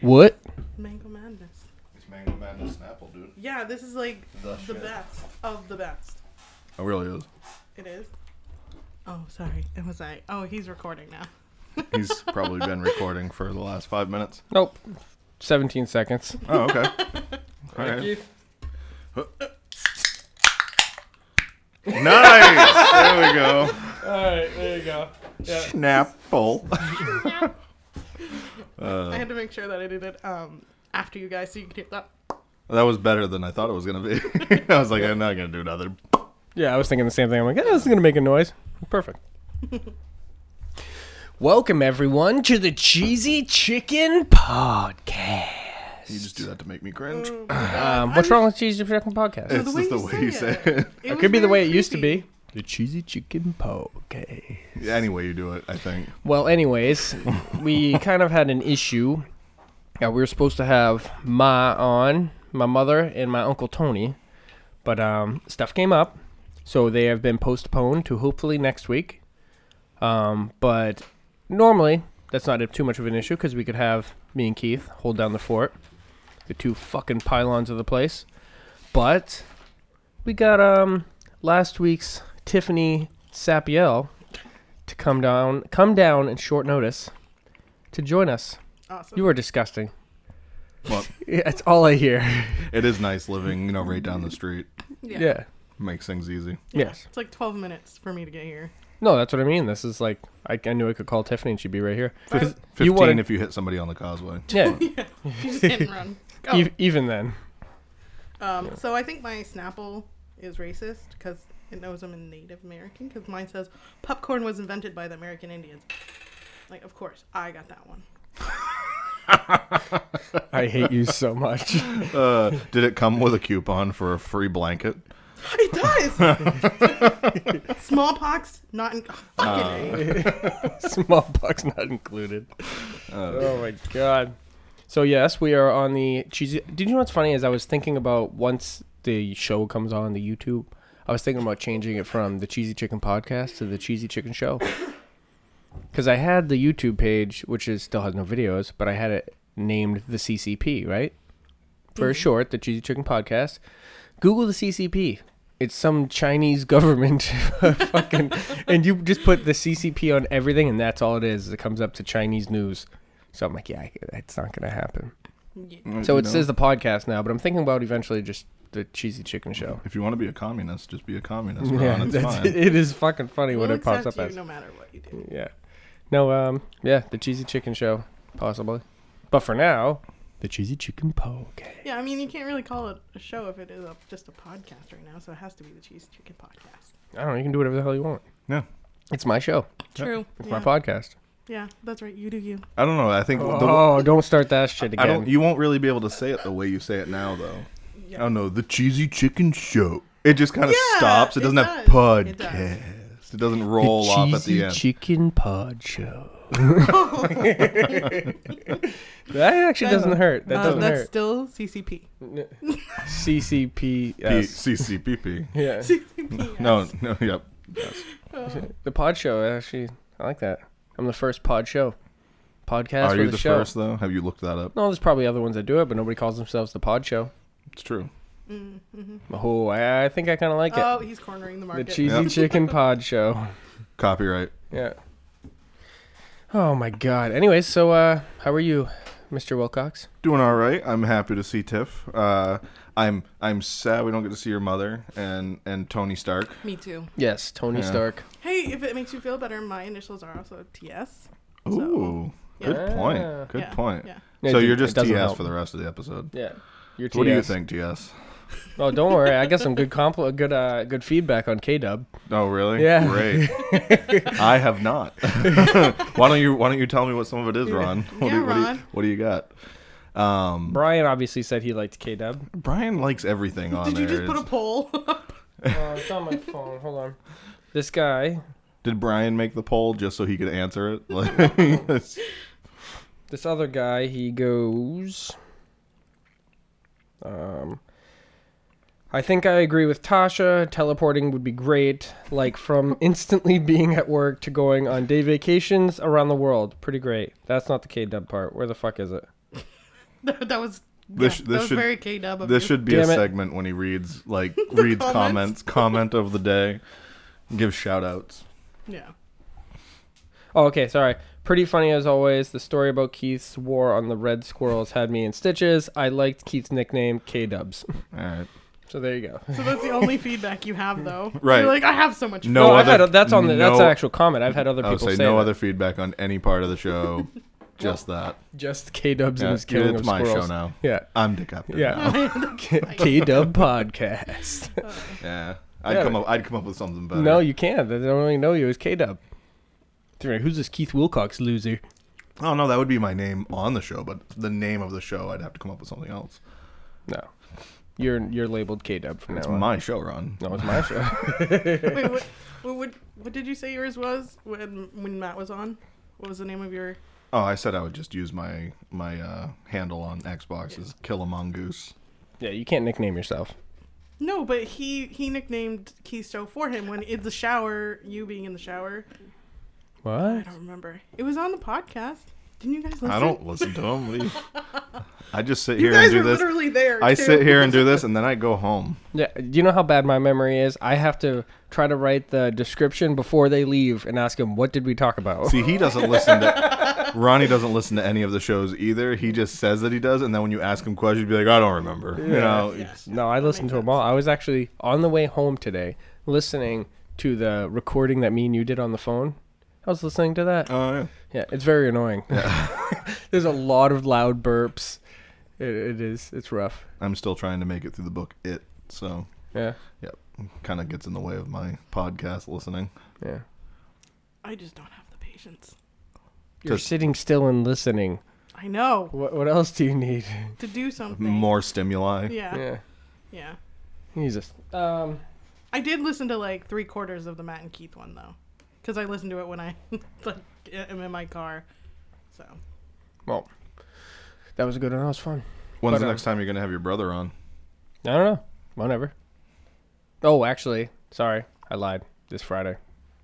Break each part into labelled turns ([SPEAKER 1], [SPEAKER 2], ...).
[SPEAKER 1] What?
[SPEAKER 2] Mango Madness.
[SPEAKER 3] It's Mango Madness Snapple, dude.
[SPEAKER 2] Yeah, this is like
[SPEAKER 3] The
[SPEAKER 2] the,
[SPEAKER 3] shit.
[SPEAKER 2] best of the best.
[SPEAKER 3] It really is.
[SPEAKER 2] It is. Oh, sorry. It was like, oh, he's recording now.
[SPEAKER 3] He's probably been recording for the last five minutes.
[SPEAKER 1] Nope. 17 seconds.
[SPEAKER 3] Oh, okay. All
[SPEAKER 1] Thank
[SPEAKER 3] right.
[SPEAKER 1] you.
[SPEAKER 3] Nice. There we go.
[SPEAKER 1] All right, there you go. Yeah.
[SPEAKER 3] Snapple.
[SPEAKER 1] Uh.
[SPEAKER 2] I had to make sure that I did it um after you guys so you could hear that.
[SPEAKER 3] That was better than I thought it was gonna be. I was like, I'm not gonna do another.
[SPEAKER 1] Yeah, I was thinking the same thing. I'm like, oh, this is going to make a noise. Perfect. Welcome, everyone, to the Cheesy Chicken Podcast.
[SPEAKER 3] You just do that to make me cringe.
[SPEAKER 1] Um, what's wrong with Cheesy Chicken Podcast?
[SPEAKER 2] the
[SPEAKER 3] it's
[SPEAKER 2] way
[SPEAKER 3] just the
[SPEAKER 2] you
[SPEAKER 3] way
[SPEAKER 2] say
[SPEAKER 3] you say it.
[SPEAKER 1] It could be the way it used to
[SPEAKER 2] be.
[SPEAKER 1] be. The Cheesy Chicken Podcast.
[SPEAKER 3] Any way you do it, I think.
[SPEAKER 1] Well, anyways, we kind of had an issue. Yeah, we were supposed to have Ma on, my mother and my uncle Tony, but um, stuff came up, so they have been postponed to hopefully next week. Um, but normally that's not a, too much of an issue because we could have me and Keith hold down the fort, the two fucking pylons of the place. But we got um last week's Tiffany Sapiel to come down, come down in short notice to join us.
[SPEAKER 2] Awesome.
[SPEAKER 1] You are disgusting.
[SPEAKER 3] Well,
[SPEAKER 1] Yeah, that's all I hear.
[SPEAKER 3] it is nice living, you know, right down the street.
[SPEAKER 2] yeah.
[SPEAKER 1] yeah.
[SPEAKER 3] Makes things easy.
[SPEAKER 1] Yes.
[SPEAKER 2] It's like 12 minutes for me to get here.
[SPEAKER 1] No, that's what I mean. This is like I, I knew I could call Tiffany and she'd be right here.
[SPEAKER 2] Right.
[SPEAKER 3] Fifteen
[SPEAKER 1] You wanted-
[SPEAKER 3] if you hit somebody on the causeway.
[SPEAKER 1] Yeah.
[SPEAKER 2] You just hit and run. Go.
[SPEAKER 1] e- even then.
[SPEAKER 2] Um, So I think my Snapple is racist because it knows I'm a Native American because mine says popcorn was invented by the American Indians. Like, of course, I got that one.
[SPEAKER 1] I hate you so much.
[SPEAKER 3] Uh, did it come with a coupon for a free blanket?
[SPEAKER 2] It does. Smallpox, not in. Fucking A.
[SPEAKER 1] Small bucks not included. oh my god. So yes, we are on the cheesy. Did you know what's funny? Is I was thinking about once the show comes on the YouTube, I was thinking about changing it from the Cheesy Chicken Podcast to the Cheesy Chicken Show. Because I had the YouTube page, which is still has no videos, but I had it named the CCP, right? For short, the Cheesy Chicken Podcast. Google the CCP. It's some Chinese government fucking and you just put the CCP on everything and that's all it is. It comes up to Chinese news. So I'm like, yeah, I- that's not going to happen.
[SPEAKER 2] Yeah.
[SPEAKER 1] So
[SPEAKER 3] You
[SPEAKER 1] it
[SPEAKER 3] know,
[SPEAKER 1] says the podcast now, but I'm thinking about eventually just the cheesy chicken show.
[SPEAKER 3] if you want to be a communist, just be a communist.
[SPEAKER 1] Yeah,
[SPEAKER 3] Ron, it's
[SPEAKER 1] that's,
[SPEAKER 3] fine.
[SPEAKER 1] it is fucking funny what
[SPEAKER 2] We'll
[SPEAKER 1] it pops
[SPEAKER 2] accept
[SPEAKER 1] up
[SPEAKER 2] you
[SPEAKER 1] as.
[SPEAKER 2] No matter what you do.
[SPEAKER 1] Yeah. No, um, yeah, the cheesy chicken show, possibly. But for now, the cheesy chicken poke.
[SPEAKER 2] Yeah, I mean, you can't really call it a show if it is a, just a podcast right now, so it has to be the Cheese Chicken Podcast.
[SPEAKER 1] I don't know, you can do whatever the hell you want.
[SPEAKER 3] Yeah.
[SPEAKER 1] It's my show.
[SPEAKER 2] True.
[SPEAKER 1] It's
[SPEAKER 2] yeah.
[SPEAKER 1] my podcast.
[SPEAKER 2] Yeah, that's right. You do you.
[SPEAKER 3] I don't know. I think the,
[SPEAKER 1] Oh, don't start that shit
[SPEAKER 3] I
[SPEAKER 1] again.
[SPEAKER 3] don't. You won't really be able to say it the way you say it now, though.
[SPEAKER 2] Yeah.
[SPEAKER 3] I don't know. The cheesy chicken show. It just kind of
[SPEAKER 2] Yeah,
[SPEAKER 3] stops. It
[SPEAKER 2] it
[SPEAKER 3] doesn't have
[SPEAKER 2] does. It does.
[SPEAKER 3] podcast. It, doesn't roll off at the end.
[SPEAKER 1] Chicken Pod Show. that actually doesn't hurt. That
[SPEAKER 2] Uh,
[SPEAKER 1] doesn't
[SPEAKER 2] that's
[SPEAKER 1] hurt.
[SPEAKER 2] still CCP.
[SPEAKER 3] P-
[SPEAKER 1] CCPS.
[SPEAKER 3] CCPP.
[SPEAKER 1] Yeah,
[SPEAKER 2] CCP.
[SPEAKER 3] No, no, yep.
[SPEAKER 1] the Pod Show actually. I like that. I'm the first Pod Show podcast
[SPEAKER 3] Are
[SPEAKER 1] for
[SPEAKER 3] you
[SPEAKER 1] the,
[SPEAKER 3] the
[SPEAKER 1] show.
[SPEAKER 3] first though? Have you looked that up?
[SPEAKER 1] No, there's probably other ones that do it, but nobody calls themselves the Pod Show.
[SPEAKER 3] It's true.
[SPEAKER 1] Oh, I, I think I kind of like it.
[SPEAKER 2] Mm. Oh, he's cornering the
[SPEAKER 1] the
[SPEAKER 2] market.
[SPEAKER 1] Cheesy
[SPEAKER 3] Yep.
[SPEAKER 1] Chicken Pod Show.
[SPEAKER 3] Copyright.
[SPEAKER 1] Yeah. Oh my God. Anyways, so uh, how are you, Mr. Wilcox?
[SPEAKER 3] Doing all right. I'm happy to see Tiff. Uh, I'm I'm sad we don't get to see your mother and and Tony Stark.
[SPEAKER 2] Me too.
[SPEAKER 1] Yes, Tony
[SPEAKER 3] Yeah.
[SPEAKER 1] Stark.
[SPEAKER 2] Hey, if it makes you feel better, my initials are also TS. So,
[SPEAKER 3] Ooh, good
[SPEAKER 1] yeah.
[SPEAKER 3] point. Good
[SPEAKER 2] yeah,
[SPEAKER 3] point.
[SPEAKER 2] Yeah.
[SPEAKER 1] It
[SPEAKER 3] So
[SPEAKER 1] d-
[SPEAKER 3] you're
[SPEAKER 1] it
[SPEAKER 3] just
[SPEAKER 1] doesn't
[SPEAKER 3] TS
[SPEAKER 1] help.
[SPEAKER 3] for the rest of the episode.
[SPEAKER 1] Yeah. Your
[SPEAKER 3] What do you
[SPEAKER 1] TS.
[SPEAKER 3] think, TS?
[SPEAKER 1] Oh, don't worry. I got some good compl- good uh, good feedback on K Dub.
[SPEAKER 3] Oh, really?
[SPEAKER 1] Yeah.
[SPEAKER 3] Great. I have not. why don't you Why don't you tell me what some of it is, Ron? What
[SPEAKER 2] Yeah,
[SPEAKER 3] do, you- what do you-
[SPEAKER 2] Ron.
[SPEAKER 3] What do you, got? Um,
[SPEAKER 1] Brian obviously said he liked K Dub.
[SPEAKER 3] Brian likes everything on
[SPEAKER 2] Did you just
[SPEAKER 3] there.
[SPEAKER 2] put a
[SPEAKER 3] It's-
[SPEAKER 2] poll? up?
[SPEAKER 1] Oh, it's on my phone. Hold on. This guy,
[SPEAKER 3] Did Brian make the poll just so he could answer it? Like, it's-
[SPEAKER 1] this other guy, he goes. Um, I think I agree with Tasha. Teleporting would be great. Like from instantly being at work to going on day vacations around the world. Pretty great. That's not the K Dub part. Where the fuck is it?
[SPEAKER 2] that was
[SPEAKER 3] This-
[SPEAKER 2] yeah,
[SPEAKER 3] this
[SPEAKER 2] that was
[SPEAKER 3] should-
[SPEAKER 2] very K Dub of
[SPEAKER 3] This
[SPEAKER 2] you.
[SPEAKER 3] should be
[SPEAKER 1] Damn
[SPEAKER 3] a
[SPEAKER 1] it.
[SPEAKER 3] segment when he reads like reads
[SPEAKER 2] comments.
[SPEAKER 3] comments. comment of the day, gives shout outs.
[SPEAKER 2] Yeah.
[SPEAKER 1] Oh, okay, sorry. Pretty funny as always. The story about Keith's war on the red squirrels had me in stitches. I liked Keith's nickname, K Dubs.
[SPEAKER 3] All right.
[SPEAKER 1] So there you go.
[SPEAKER 2] So that's the only feedback you have, though.
[SPEAKER 3] Right.
[SPEAKER 2] You're like I have so much.
[SPEAKER 3] No
[SPEAKER 1] No, I've
[SPEAKER 3] other-
[SPEAKER 1] had, that's on the, that's
[SPEAKER 3] no-
[SPEAKER 1] an actual comment. I've had other
[SPEAKER 3] I
[SPEAKER 1] people
[SPEAKER 3] would say,
[SPEAKER 1] say,
[SPEAKER 3] no
[SPEAKER 1] that.
[SPEAKER 3] other feedback on any part of the show. just that.
[SPEAKER 1] just K Dubs
[SPEAKER 3] Yeah,
[SPEAKER 1] and his killing
[SPEAKER 3] it's
[SPEAKER 1] of
[SPEAKER 3] my
[SPEAKER 1] squirrels.
[SPEAKER 3] show now.
[SPEAKER 1] Yeah,
[SPEAKER 3] I'm Dick Upton.
[SPEAKER 1] Yeah.
[SPEAKER 3] now.
[SPEAKER 1] K Dub podcast.
[SPEAKER 3] yeah. I'd
[SPEAKER 1] Yeah.
[SPEAKER 3] come up. I'd come up with something better.
[SPEAKER 1] No, you can't. They don't really know you as K Dub. Who's this Keith Wilcox loser?
[SPEAKER 3] Oh no, that would be my name on the show, but the name of the show, I'd have to come up with something else.
[SPEAKER 1] No, you're you're labeled K Dub from
[SPEAKER 3] It's
[SPEAKER 1] now on.
[SPEAKER 3] my show, Ron.
[SPEAKER 1] No, it's my show.
[SPEAKER 2] Wait, what, what, what, what did you say yours was when when Matt was on? What was the name of your?
[SPEAKER 3] Oh, I said I would just use my my uh, handle on Xbox is Kill a Mongoose.
[SPEAKER 1] yeah, you can't nickname yourself.
[SPEAKER 2] No, but he he nicknamed Keisto for him when in the shower, you being in the shower. I
[SPEAKER 1] What?
[SPEAKER 2] don't remember. It was on the podcast. Didn't you guys listen?
[SPEAKER 3] I don't listen to them. What do you- I just sit
[SPEAKER 2] You
[SPEAKER 3] here and
[SPEAKER 2] guys
[SPEAKER 3] do
[SPEAKER 2] were
[SPEAKER 3] this.
[SPEAKER 2] literally there.
[SPEAKER 3] I
[SPEAKER 2] too.
[SPEAKER 3] sit here and do this, and then I go home.
[SPEAKER 1] Yeah, do you know how bad my memory is? I have to try to write the description before they leave and ask them what did we talk about.
[SPEAKER 3] See, he doesn't listen to Ronnie doesn't listen to any of the shows either. He just says that he does, and then when you ask him questions, he'd be like, "I don't remember." You know,
[SPEAKER 2] Yeah.
[SPEAKER 1] no, I listened to
[SPEAKER 2] makes
[SPEAKER 1] them all. I was actually on the way home today listening to the recording that me and you did on the phone. I was listening to that.
[SPEAKER 3] Oh, yeah.
[SPEAKER 1] Yeah, it's very annoying. There's a lot of loud burps. It, it is. It's rough.
[SPEAKER 3] I'm still trying to make it through the book. It so
[SPEAKER 1] Yeah.
[SPEAKER 3] kind of gets in the way of my podcast listening.
[SPEAKER 1] Yeah.
[SPEAKER 2] I just don't have the patience.
[SPEAKER 1] You're
[SPEAKER 3] Just-
[SPEAKER 1] sitting still and listening.
[SPEAKER 2] I know
[SPEAKER 1] What, what else do you need?
[SPEAKER 2] to do something.
[SPEAKER 3] More stimuli.
[SPEAKER 2] Yeah, yeah.
[SPEAKER 1] Yeah. Jesus. Um,
[SPEAKER 2] I did listen to like three quarters of the Matt and Keith one though, because I listened to it when I like, am in my car. So
[SPEAKER 1] well, that was a good one. That was fun.
[SPEAKER 3] When's
[SPEAKER 1] But,
[SPEAKER 3] the
[SPEAKER 1] um,
[SPEAKER 3] next time you're gonna have your brother on?
[SPEAKER 1] I don't know. Whenever. Oh, actually, sorry. I lied. This Friday.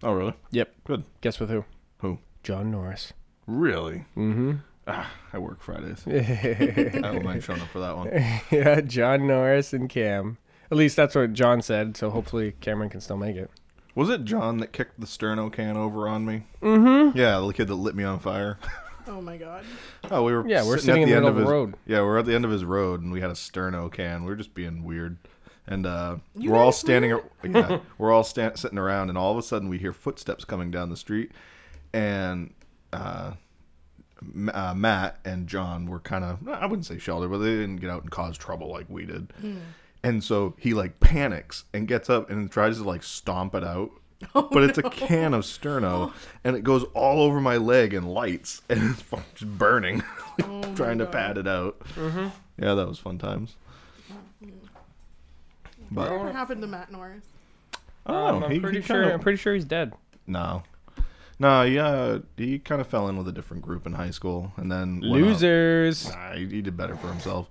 [SPEAKER 3] Oh, really?
[SPEAKER 1] Yep.
[SPEAKER 3] Good.
[SPEAKER 1] Guess with who?
[SPEAKER 3] Who?
[SPEAKER 1] John Norris.
[SPEAKER 3] Really?
[SPEAKER 1] Mm-hmm.
[SPEAKER 3] I work Fridays. I
[SPEAKER 1] yeah,
[SPEAKER 3] don't mind showing up for that one.
[SPEAKER 1] John Norris and Cam. At least that's what John said, so hopefully Cameron can still make it.
[SPEAKER 3] Was it John that kicked the sterno can over on me?
[SPEAKER 1] Mm-hmm.
[SPEAKER 3] Yeah, the kid that lit me on fire.
[SPEAKER 2] oh my god,
[SPEAKER 3] Oh, we were
[SPEAKER 1] Yeah, we're sitting in
[SPEAKER 3] at
[SPEAKER 1] the
[SPEAKER 3] end
[SPEAKER 1] middle of
[SPEAKER 3] of
[SPEAKER 1] the
[SPEAKER 3] his
[SPEAKER 1] road.
[SPEAKER 3] Yeah, we're at the end of his road, and we had a sterno can. We were just being weird, and uh,
[SPEAKER 2] You
[SPEAKER 3] we're all
[SPEAKER 2] guys
[SPEAKER 3] standing. ar- Yeah, we're all sta- sitting around, and all of a sudden we hear footsteps coming down the street, and uh, M- uh, Matt and John were kind of I wouldn't say sheltered, but they didn't get out and cause trouble like we did. And so he like panics and gets up and tries to like stomp it out.
[SPEAKER 2] Oh,
[SPEAKER 3] but it's a can of Sterno, and it goes all over my leg and lights, and it's fucking just burning, trying to
[SPEAKER 1] Oh
[SPEAKER 3] pad it out.
[SPEAKER 1] Mm-hmm.
[SPEAKER 3] Yeah, that was fun times. But
[SPEAKER 2] what happened to Matt Norris?
[SPEAKER 3] oh,
[SPEAKER 1] Um, I'm
[SPEAKER 3] he,
[SPEAKER 1] pretty
[SPEAKER 3] he
[SPEAKER 1] sure.
[SPEAKER 3] kinda-
[SPEAKER 1] I'm pretty sure he's dead.
[SPEAKER 3] no, no, yeah, he kind of fell in with a different group in high school, and then went out.
[SPEAKER 1] Losers.
[SPEAKER 3] Nah, he, he did better for himself.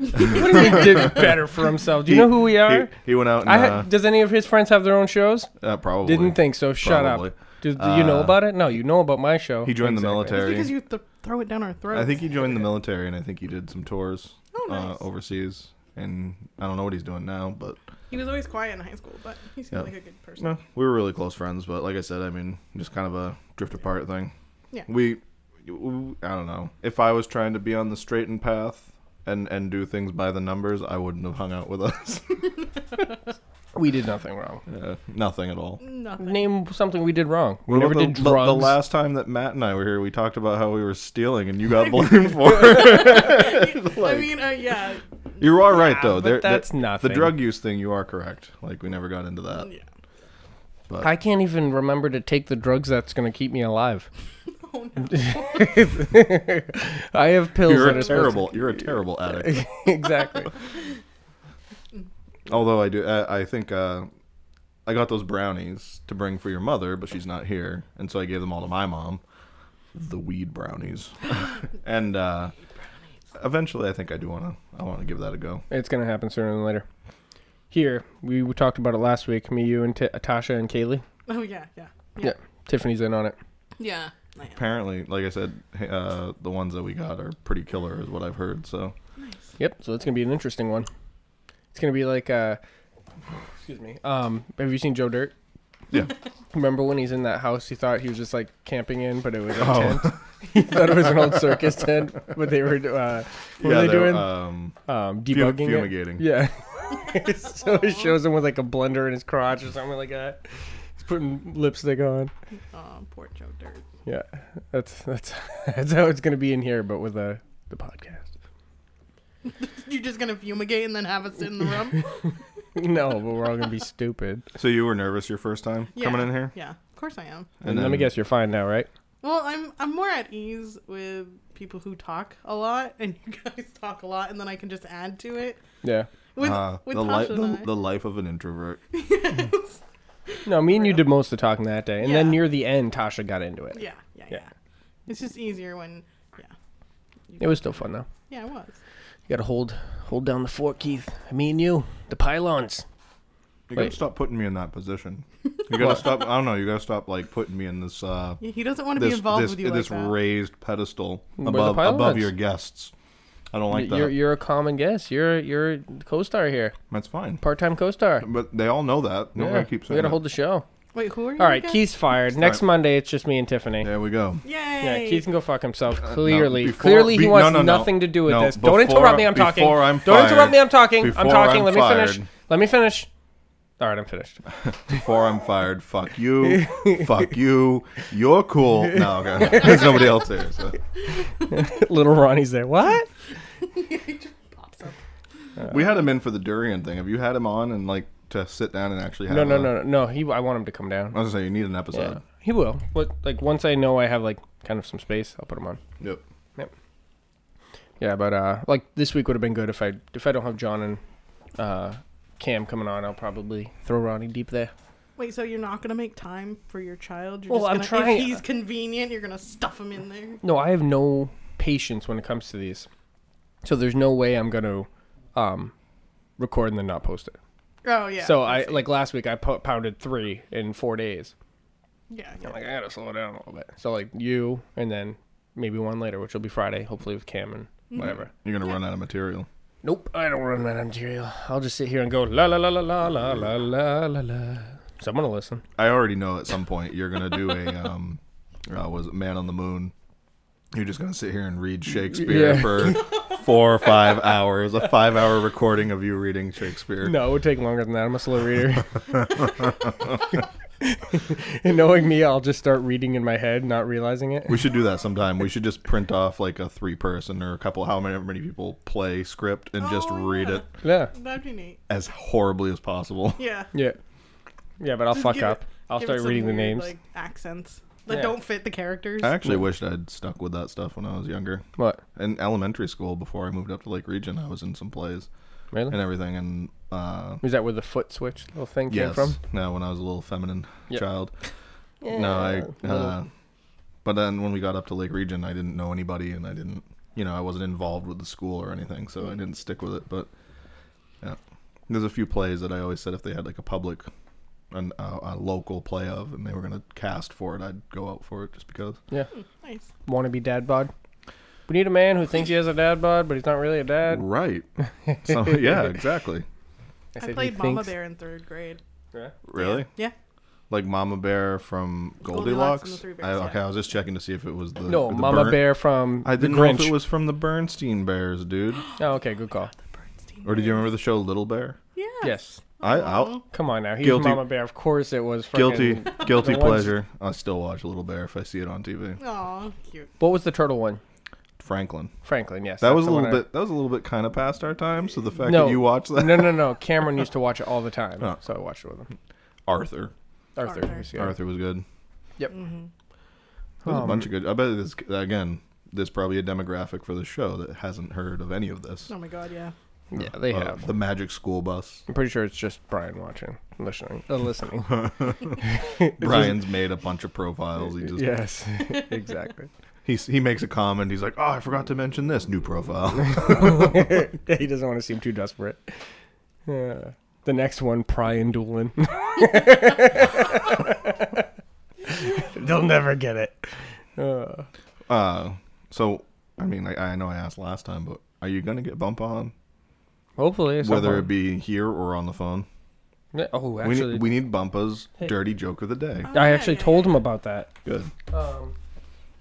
[SPEAKER 1] what do you mean did better for himself? Do you
[SPEAKER 3] He-
[SPEAKER 1] know who we are?
[SPEAKER 3] He, he went out and
[SPEAKER 1] I
[SPEAKER 3] uh,
[SPEAKER 1] ha- does any of his friends have their own shows?
[SPEAKER 3] uh, probably
[SPEAKER 1] Didn't think so. Shut
[SPEAKER 3] Probably.
[SPEAKER 1] up. Do, do you know
[SPEAKER 3] Uh,
[SPEAKER 1] about it? No, you know about my show.
[SPEAKER 3] he joined the
[SPEAKER 2] It's
[SPEAKER 3] military.
[SPEAKER 2] because you th- throw it down our throats.
[SPEAKER 3] I think he joined the military, and I think he did some tours
[SPEAKER 2] Oh, nice.
[SPEAKER 3] uh, overseas. And I don't know what he's doing now, but
[SPEAKER 2] He was always quiet in high school, but he seemed
[SPEAKER 3] Yeah.
[SPEAKER 2] like a good person.
[SPEAKER 3] no, we were really close friends. But like I said, I mean, just kind of a drift apart thing.
[SPEAKER 2] Yeah.
[SPEAKER 3] We, w- I don't know. If I was trying to be on the straight and path and and do things by the numbers, I wouldn't have hung out with us.
[SPEAKER 1] We did nothing wrong.
[SPEAKER 3] yeah, nothing at all.
[SPEAKER 2] Nothing.
[SPEAKER 1] Name something we did wrong. We
[SPEAKER 3] What
[SPEAKER 1] never
[SPEAKER 3] about
[SPEAKER 1] did
[SPEAKER 3] the, the-
[SPEAKER 1] drugs.
[SPEAKER 3] The, last time that Matt and I were here, we talked about how we were stealing, and you got blamed for it.
[SPEAKER 2] I mean, uh, yeah,
[SPEAKER 3] You are right,
[SPEAKER 1] Yeah,
[SPEAKER 3] though.
[SPEAKER 1] but
[SPEAKER 3] There- there-
[SPEAKER 1] that's nothing.
[SPEAKER 3] The drug use thing, you are correct. Like we never got into that.
[SPEAKER 2] yeah.
[SPEAKER 1] I can't even remember to take the drugs that's going to keep me alive.
[SPEAKER 2] Oh no.
[SPEAKER 1] I have pills
[SPEAKER 3] You're
[SPEAKER 1] that
[SPEAKER 3] a
[SPEAKER 1] are supposed
[SPEAKER 3] terrible. You're a terrible
[SPEAKER 1] to-
[SPEAKER 3] addict.
[SPEAKER 1] exactly.
[SPEAKER 3] Although I do, I, I think uh, I got those brownies to bring for your mother, but she's not here, and so I gave them all to my mom. The weed brownies, and uh, eventually, I think I do want to. I want to give that a go.
[SPEAKER 1] It's going to happen sooner than later. Here, we, we talked about it last week. Me, you, and T- Tasha and Kaylee.
[SPEAKER 2] Oh yeah, yeah,
[SPEAKER 1] Yeah. Tiffany's in on it.
[SPEAKER 2] yeah. I am.
[SPEAKER 3] Apparently, like I said, uh, the ones that we got are pretty killer, is what I've heard. So
[SPEAKER 2] Nice.
[SPEAKER 1] Yep. So it's gonna be an interesting one. It's gonna be like, uh, excuse me. Um, have you seen Joe Dirt?
[SPEAKER 3] Yeah.
[SPEAKER 1] Remember when he's in that house? He thought he was just like camping in, but it was a
[SPEAKER 3] Oh.
[SPEAKER 1] tent. he thought it was an old circus tent, but they were uh, what were they
[SPEAKER 3] they're,
[SPEAKER 1] doing?
[SPEAKER 3] Um,
[SPEAKER 1] um,
[SPEAKER 3] fu-
[SPEAKER 1] debugging it.
[SPEAKER 3] fumigating.
[SPEAKER 1] Yeah. so it shows him with like a blender in his crotch or something like that. He's putting lipstick on.
[SPEAKER 2] Oh, poor Joe Dirt.
[SPEAKER 1] Yeah, that's that's that's how it's gonna be in here, but with the the podcast.
[SPEAKER 2] You're just gonna fumigate and then have us in the room?
[SPEAKER 1] No, but we're all gonna be stupid.
[SPEAKER 3] So you were nervous your first time
[SPEAKER 2] Yeah.
[SPEAKER 3] coming in here,
[SPEAKER 2] yeah, of course I am.
[SPEAKER 1] And let me
[SPEAKER 3] then-
[SPEAKER 1] guess, you're fine now, right?
[SPEAKER 2] Well, I'm I'm more at ease with people who talk a lot, and you guys talk a lot, and then I can just add to it.
[SPEAKER 1] Yeah.
[SPEAKER 2] With,
[SPEAKER 3] Ah,
[SPEAKER 2] with
[SPEAKER 3] the,
[SPEAKER 2] Tasha
[SPEAKER 3] li-
[SPEAKER 2] and
[SPEAKER 3] the, the life of an introvert.
[SPEAKER 2] I. Yes.
[SPEAKER 1] No, me and you did most of the talking that day, and then
[SPEAKER 2] Yeah.
[SPEAKER 1] near the end, Tasha got into it.
[SPEAKER 2] yeah, yeah,
[SPEAKER 1] Yeah.
[SPEAKER 2] yeah. It's just easier when, yeah,
[SPEAKER 1] It was still fun though.
[SPEAKER 2] yeah, it was.
[SPEAKER 1] You gotta hold hold down the fort, Keith. Me and you, the pylons.
[SPEAKER 3] You gotta
[SPEAKER 1] Wait.
[SPEAKER 3] stop putting me in that position. You gotta stop. I don't know. You gotta stop like putting me in this. Uh,
[SPEAKER 2] Yeah, he doesn't want to be
[SPEAKER 3] this
[SPEAKER 2] involved
[SPEAKER 3] this,
[SPEAKER 2] with you like
[SPEAKER 3] this
[SPEAKER 2] that.
[SPEAKER 3] raised pedestal
[SPEAKER 1] We're the
[SPEAKER 3] above above
[SPEAKER 1] pilots.
[SPEAKER 3] your guests. I don't like that.
[SPEAKER 1] you're you're a common guest. You're you're the co-star here,
[SPEAKER 3] That's fine.
[SPEAKER 1] part-time co-star.
[SPEAKER 3] But they all know that. No
[SPEAKER 1] yeah.
[SPEAKER 3] one keeps
[SPEAKER 1] we
[SPEAKER 3] saying
[SPEAKER 1] gotta
[SPEAKER 3] it.
[SPEAKER 1] hold the show.
[SPEAKER 2] Wait, who are you?
[SPEAKER 1] All right,
[SPEAKER 2] again?
[SPEAKER 1] Keith's fired. Next
[SPEAKER 3] Sorry.
[SPEAKER 1] Monday, it's just me and Tiffany.
[SPEAKER 3] There we go.
[SPEAKER 2] Yay!
[SPEAKER 1] Yeah, Keith can go fuck himself.
[SPEAKER 3] Uh, no,
[SPEAKER 1] Clearly,
[SPEAKER 3] before-
[SPEAKER 1] clearly he
[SPEAKER 3] be-
[SPEAKER 1] wants
[SPEAKER 3] no, no, no.
[SPEAKER 1] nothing to do with
[SPEAKER 3] No,
[SPEAKER 1] this.
[SPEAKER 3] before-
[SPEAKER 1] Don't interrupt me. I'm talking.
[SPEAKER 3] before I'm
[SPEAKER 1] Don't interrupt
[SPEAKER 3] fired.
[SPEAKER 1] me. I'm talking. I'm
[SPEAKER 3] Before
[SPEAKER 1] talking.
[SPEAKER 3] I'm
[SPEAKER 1] Let me finish.
[SPEAKER 3] fired.
[SPEAKER 1] Let me finish. All right, I'm finished.
[SPEAKER 3] Before I'm fired, fuck you, fuck you. You're cool. No, okay. There's nobody else there. So.
[SPEAKER 1] Little Ronnie's there. What?
[SPEAKER 2] He just pops up.
[SPEAKER 3] We had him in for the durian thing. Have you had him on and like to sit down and actually have?
[SPEAKER 1] No, no,
[SPEAKER 3] a-
[SPEAKER 1] no, no, no. He. I want him to come
[SPEAKER 3] I
[SPEAKER 1] down.
[SPEAKER 3] was gonna say you need an
[SPEAKER 1] Yeah,
[SPEAKER 3] episode.
[SPEAKER 1] he will. But like once I know I have like kind of some space, I'll put him on.
[SPEAKER 3] Yep.
[SPEAKER 1] Mm-hmm. Yeah, but uh, like this week would have been good if I if I don't have John and uh, Cam coming on. I'll probably throw Ronnie deep there.
[SPEAKER 2] Wait, so you're not gonna make time for your child? You're
[SPEAKER 1] Well, I'm
[SPEAKER 2] just gonna,
[SPEAKER 1] trying-
[SPEAKER 2] If he's convenient, you're gonna stuff him in there.
[SPEAKER 1] No, I have no patience when it comes to these. So there's no way I'm going to um, record and then not post it.
[SPEAKER 2] Oh yeah.
[SPEAKER 1] so
[SPEAKER 2] I
[SPEAKER 1] I
[SPEAKER 2] see.
[SPEAKER 1] like last week I po- pounded three in four days.
[SPEAKER 2] Yeah.
[SPEAKER 1] I'm
[SPEAKER 2] yeah.
[SPEAKER 1] like I gotta slow down a little bit. So like you and then maybe one later, which will be Friday, hopefully with Cam and whatever.
[SPEAKER 3] You're gonna run out of material.
[SPEAKER 1] Nope, I don't run that material. I'll just sit here and go la la la la la la la la la la. Someone will listen.
[SPEAKER 3] I already know at some point you're gonna do a um, uh, was it Man on the Moon? You're just gonna sit here and read Shakespeare
[SPEAKER 1] Yeah.
[SPEAKER 3] for four or five hours, a five hour recording of you reading Shakespeare.
[SPEAKER 1] No, it would take longer than that. I'm a slow reader. and knowing me, I'll just start reading in my head, not realizing it.
[SPEAKER 3] We should do that sometime. We should just print off like a three person or a couple, how many, many people play script and just
[SPEAKER 2] Oh,
[SPEAKER 3] read
[SPEAKER 2] yeah.
[SPEAKER 3] it
[SPEAKER 1] Yeah.
[SPEAKER 2] That'd be neat.
[SPEAKER 3] as horribly as possible.
[SPEAKER 2] Yeah.
[SPEAKER 1] Yeah. Yeah, but I'll
[SPEAKER 2] Just
[SPEAKER 1] fuck
[SPEAKER 2] give it-
[SPEAKER 1] up. I'll
[SPEAKER 2] give it
[SPEAKER 1] start
[SPEAKER 2] some
[SPEAKER 1] reading the
[SPEAKER 2] weird,
[SPEAKER 1] names.
[SPEAKER 2] like accents that
[SPEAKER 1] Yeah.
[SPEAKER 2] don't fit the characters.
[SPEAKER 3] I actually wished I'd stuck with that stuff when I was younger.
[SPEAKER 1] what?
[SPEAKER 3] In elementary school, before I moved up to Lake Region, I was in some plays
[SPEAKER 1] Really?
[SPEAKER 3] and everything. And uh,
[SPEAKER 1] Is that where the foot switch little thing
[SPEAKER 3] yes,
[SPEAKER 1] came from?
[SPEAKER 3] no, when I was a little feminine
[SPEAKER 1] Yep.
[SPEAKER 3] child. No, I. Uh, but then when we got up to Lake Region, I didn't know anybody, and I didn't, you know, I wasn't involved with the school or anything, so
[SPEAKER 2] Mm.
[SPEAKER 3] I didn't stick with it. But yeah, there's a few plays that I always said if they had like a public, an, uh, a local play of, and they were gonna cast for it, I'd go out for it just because.
[SPEAKER 2] Nice.
[SPEAKER 1] Wannabe dad bod. We need a man who thinks he has a dad bod, but he's not really a dad.
[SPEAKER 3] Right. So, yeah, exactly.
[SPEAKER 1] said
[SPEAKER 2] I
[SPEAKER 1] he
[SPEAKER 2] played Mama
[SPEAKER 1] thinks-
[SPEAKER 2] Bear in third grade.
[SPEAKER 1] Yeah.
[SPEAKER 3] Really?
[SPEAKER 2] Yeah.
[SPEAKER 3] Like Mama Bear from
[SPEAKER 2] Goldilocks
[SPEAKER 3] Goldilocks.
[SPEAKER 2] and the Three
[SPEAKER 3] I,
[SPEAKER 2] Bears,
[SPEAKER 3] okay,
[SPEAKER 2] yeah.
[SPEAKER 3] I was just checking to see if it was the
[SPEAKER 1] No,
[SPEAKER 3] the
[SPEAKER 1] Mama
[SPEAKER 3] Bern-
[SPEAKER 1] Bear from
[SPEAKER 3] I didn't
[SPEAKER 1] the
[SPEAKER 3] know
[SPEAKER 1] Grinch.
[SPEAKER 3] if it was from the Bernstein Bears, dude.
[SPEAKER 1] Oh, okay, good call.
[SPEAKER 2] The Bernstein
[SPEAKER 3] Or did
[SPEAKER 2] Bears.
[SPEAKER 3] you remember the show Little Bear?
[SPEAKER 2] Yeah.
[SPEAKER 1] Yes.
[SPEAKER 3] I I'll,
[SPEAKER 2] Aw.
[SPEAKER 1] Come on now. He's
[SPEAKER 3] Guilty.
[SPEAKER 1] Mama Bear. Of course it was.
[SPEAKER 3] Guilty,
[SPEAKER 1] frickin-
[SPEAKER 3] guilty
[SPEAKER 1] the ones-
[SPEAKER 3] pleasure. I still watch Little Bear if I see it on TV.
[SPEAKER 2] Aw, cute.
[SPEAKER 1] What was the turtle one?
[SPEAKER 3] Franklin.
[SPEAKER 1] Franklin, yes.
[SPEAKER 3] That
[SPEAKER 1] that's
[SPEAKER 3] was a
[SPEAKER 1] the one
[SPEAKER 3] little
[SPEAKER 1] I-
[SPEAKER 3] bit. That was a little bit kind of past our time. So the fact
[SPEAKER 1] No.
[SPEAKER 3] that you watch that,
[SPEAKER 1] No, no, no. Cameron used to watch it all the time.
[SPEAKER 3] Oh.
[SPEAKER 1] So I watched it with him.
[SPEAKER 3] Arthur.
[SPEAKER 1] Arthur.
[SPEAKER 2] Arthur.
[SPEAKER 1] was the other-
[SPEAKER 3] Arthur was good.
[SPEAKER 2] Mm-hmm.
[SPEAKER 3] There's a
[SPEAKER 1] Um,
[SPEAKER 3] bunch of good. I bet this again. There's probably a demographic for the show that hasn't heard of any of this.
[SPEAKER 2] Oh my god, yeah.
[SPEAKER 1] Yeah, they
[SPEAKER 3] Uh,
[SPEAKER 1] have.
[SPEAKER 3] the Magic School Bus.
[SPEAKER 1] I'm pretty sure it's just Brian watching, listening, uh, listening.
[SPEAKER 3] Brian's made a bunch of profiles. He just
[SPEAKER 1] yes, exactly.
[SPEAKER 3] he, he makes a comment. He's like, "Oh, I forgot to mention this new profile."
[SPEAKER 1] he doesn't want to seem too desperate. Yeah. The next one, Brian Doolin. They'll never get it. Uh,
[SPEAKER 3] Uh, so I mean, I, I know I asked last time, but are you gonna get bump on,
[SPEAKER 1] hopefully, at some
[SPEAKER 3] whether it
[SPEAKER 1] point.
[SPEAKER 3] be here or on the phone?
[SPEAKER 1] Yeah, oh,
[SPEAKER 3] We
[SPEAKER 1] actually,
[SPEAKER 3] need, we need Bumpa's
[SPEAKER 1] Hey.
[SPEAKER 3] dirty joke of the day.
[SPEAKER 2] Oh,
[SPEAKER 1] I
[SPEAKER 2] yeah,
[SPEAKER 1] actually
[SPEAKER 2] yeah,
[SPEAKER 1] told
[SPEAKER 2] yeah.
[SPEAKER 1] him about that.
[SPEAKER 3] Good.
[SPEAKER 1] Um,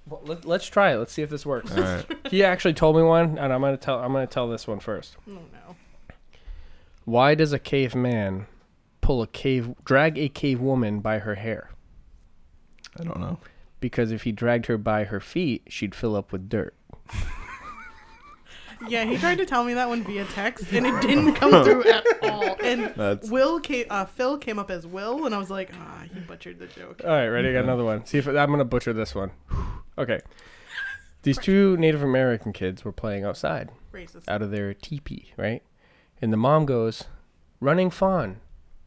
[SPEAKER 1] well, let, let's try it. Let's see if this works.
[SPEAKER 3] All right.
[SPEAKER 1] he actually told me one, and I'm gonna tell. I'm gonna tell this one first.
[SPEAKER 2] Oh no.
[SPEAKER 1] Why does a caveman pull a cave drag a cave woman by her hair?
[SPEAKER 3] I don't know.
[SPEAKER 1] Because if he dragged her by her feet, she'd fill up with dirt.
[SPEAKER 2] Yeah, he tried to tell me that one via text, and it didn't come through at all. And
[SPEAKER 3] That's
[SPEAKER 2] Will came, uh, Phil came up as Will, and I was like, ah, he butchered the joke.
[SPEAKER 1] All right, ready? I Got
[SPEAKER 3] Okay.
[SPEAKER 1] another one. See if I'm gonna butcher this one. Okay. These two Native American kids were playing outside,
[SPEAKER 2] Racist.
[SPEAKER 1] out of their teepee, right? And the mom goes, "Running fawn,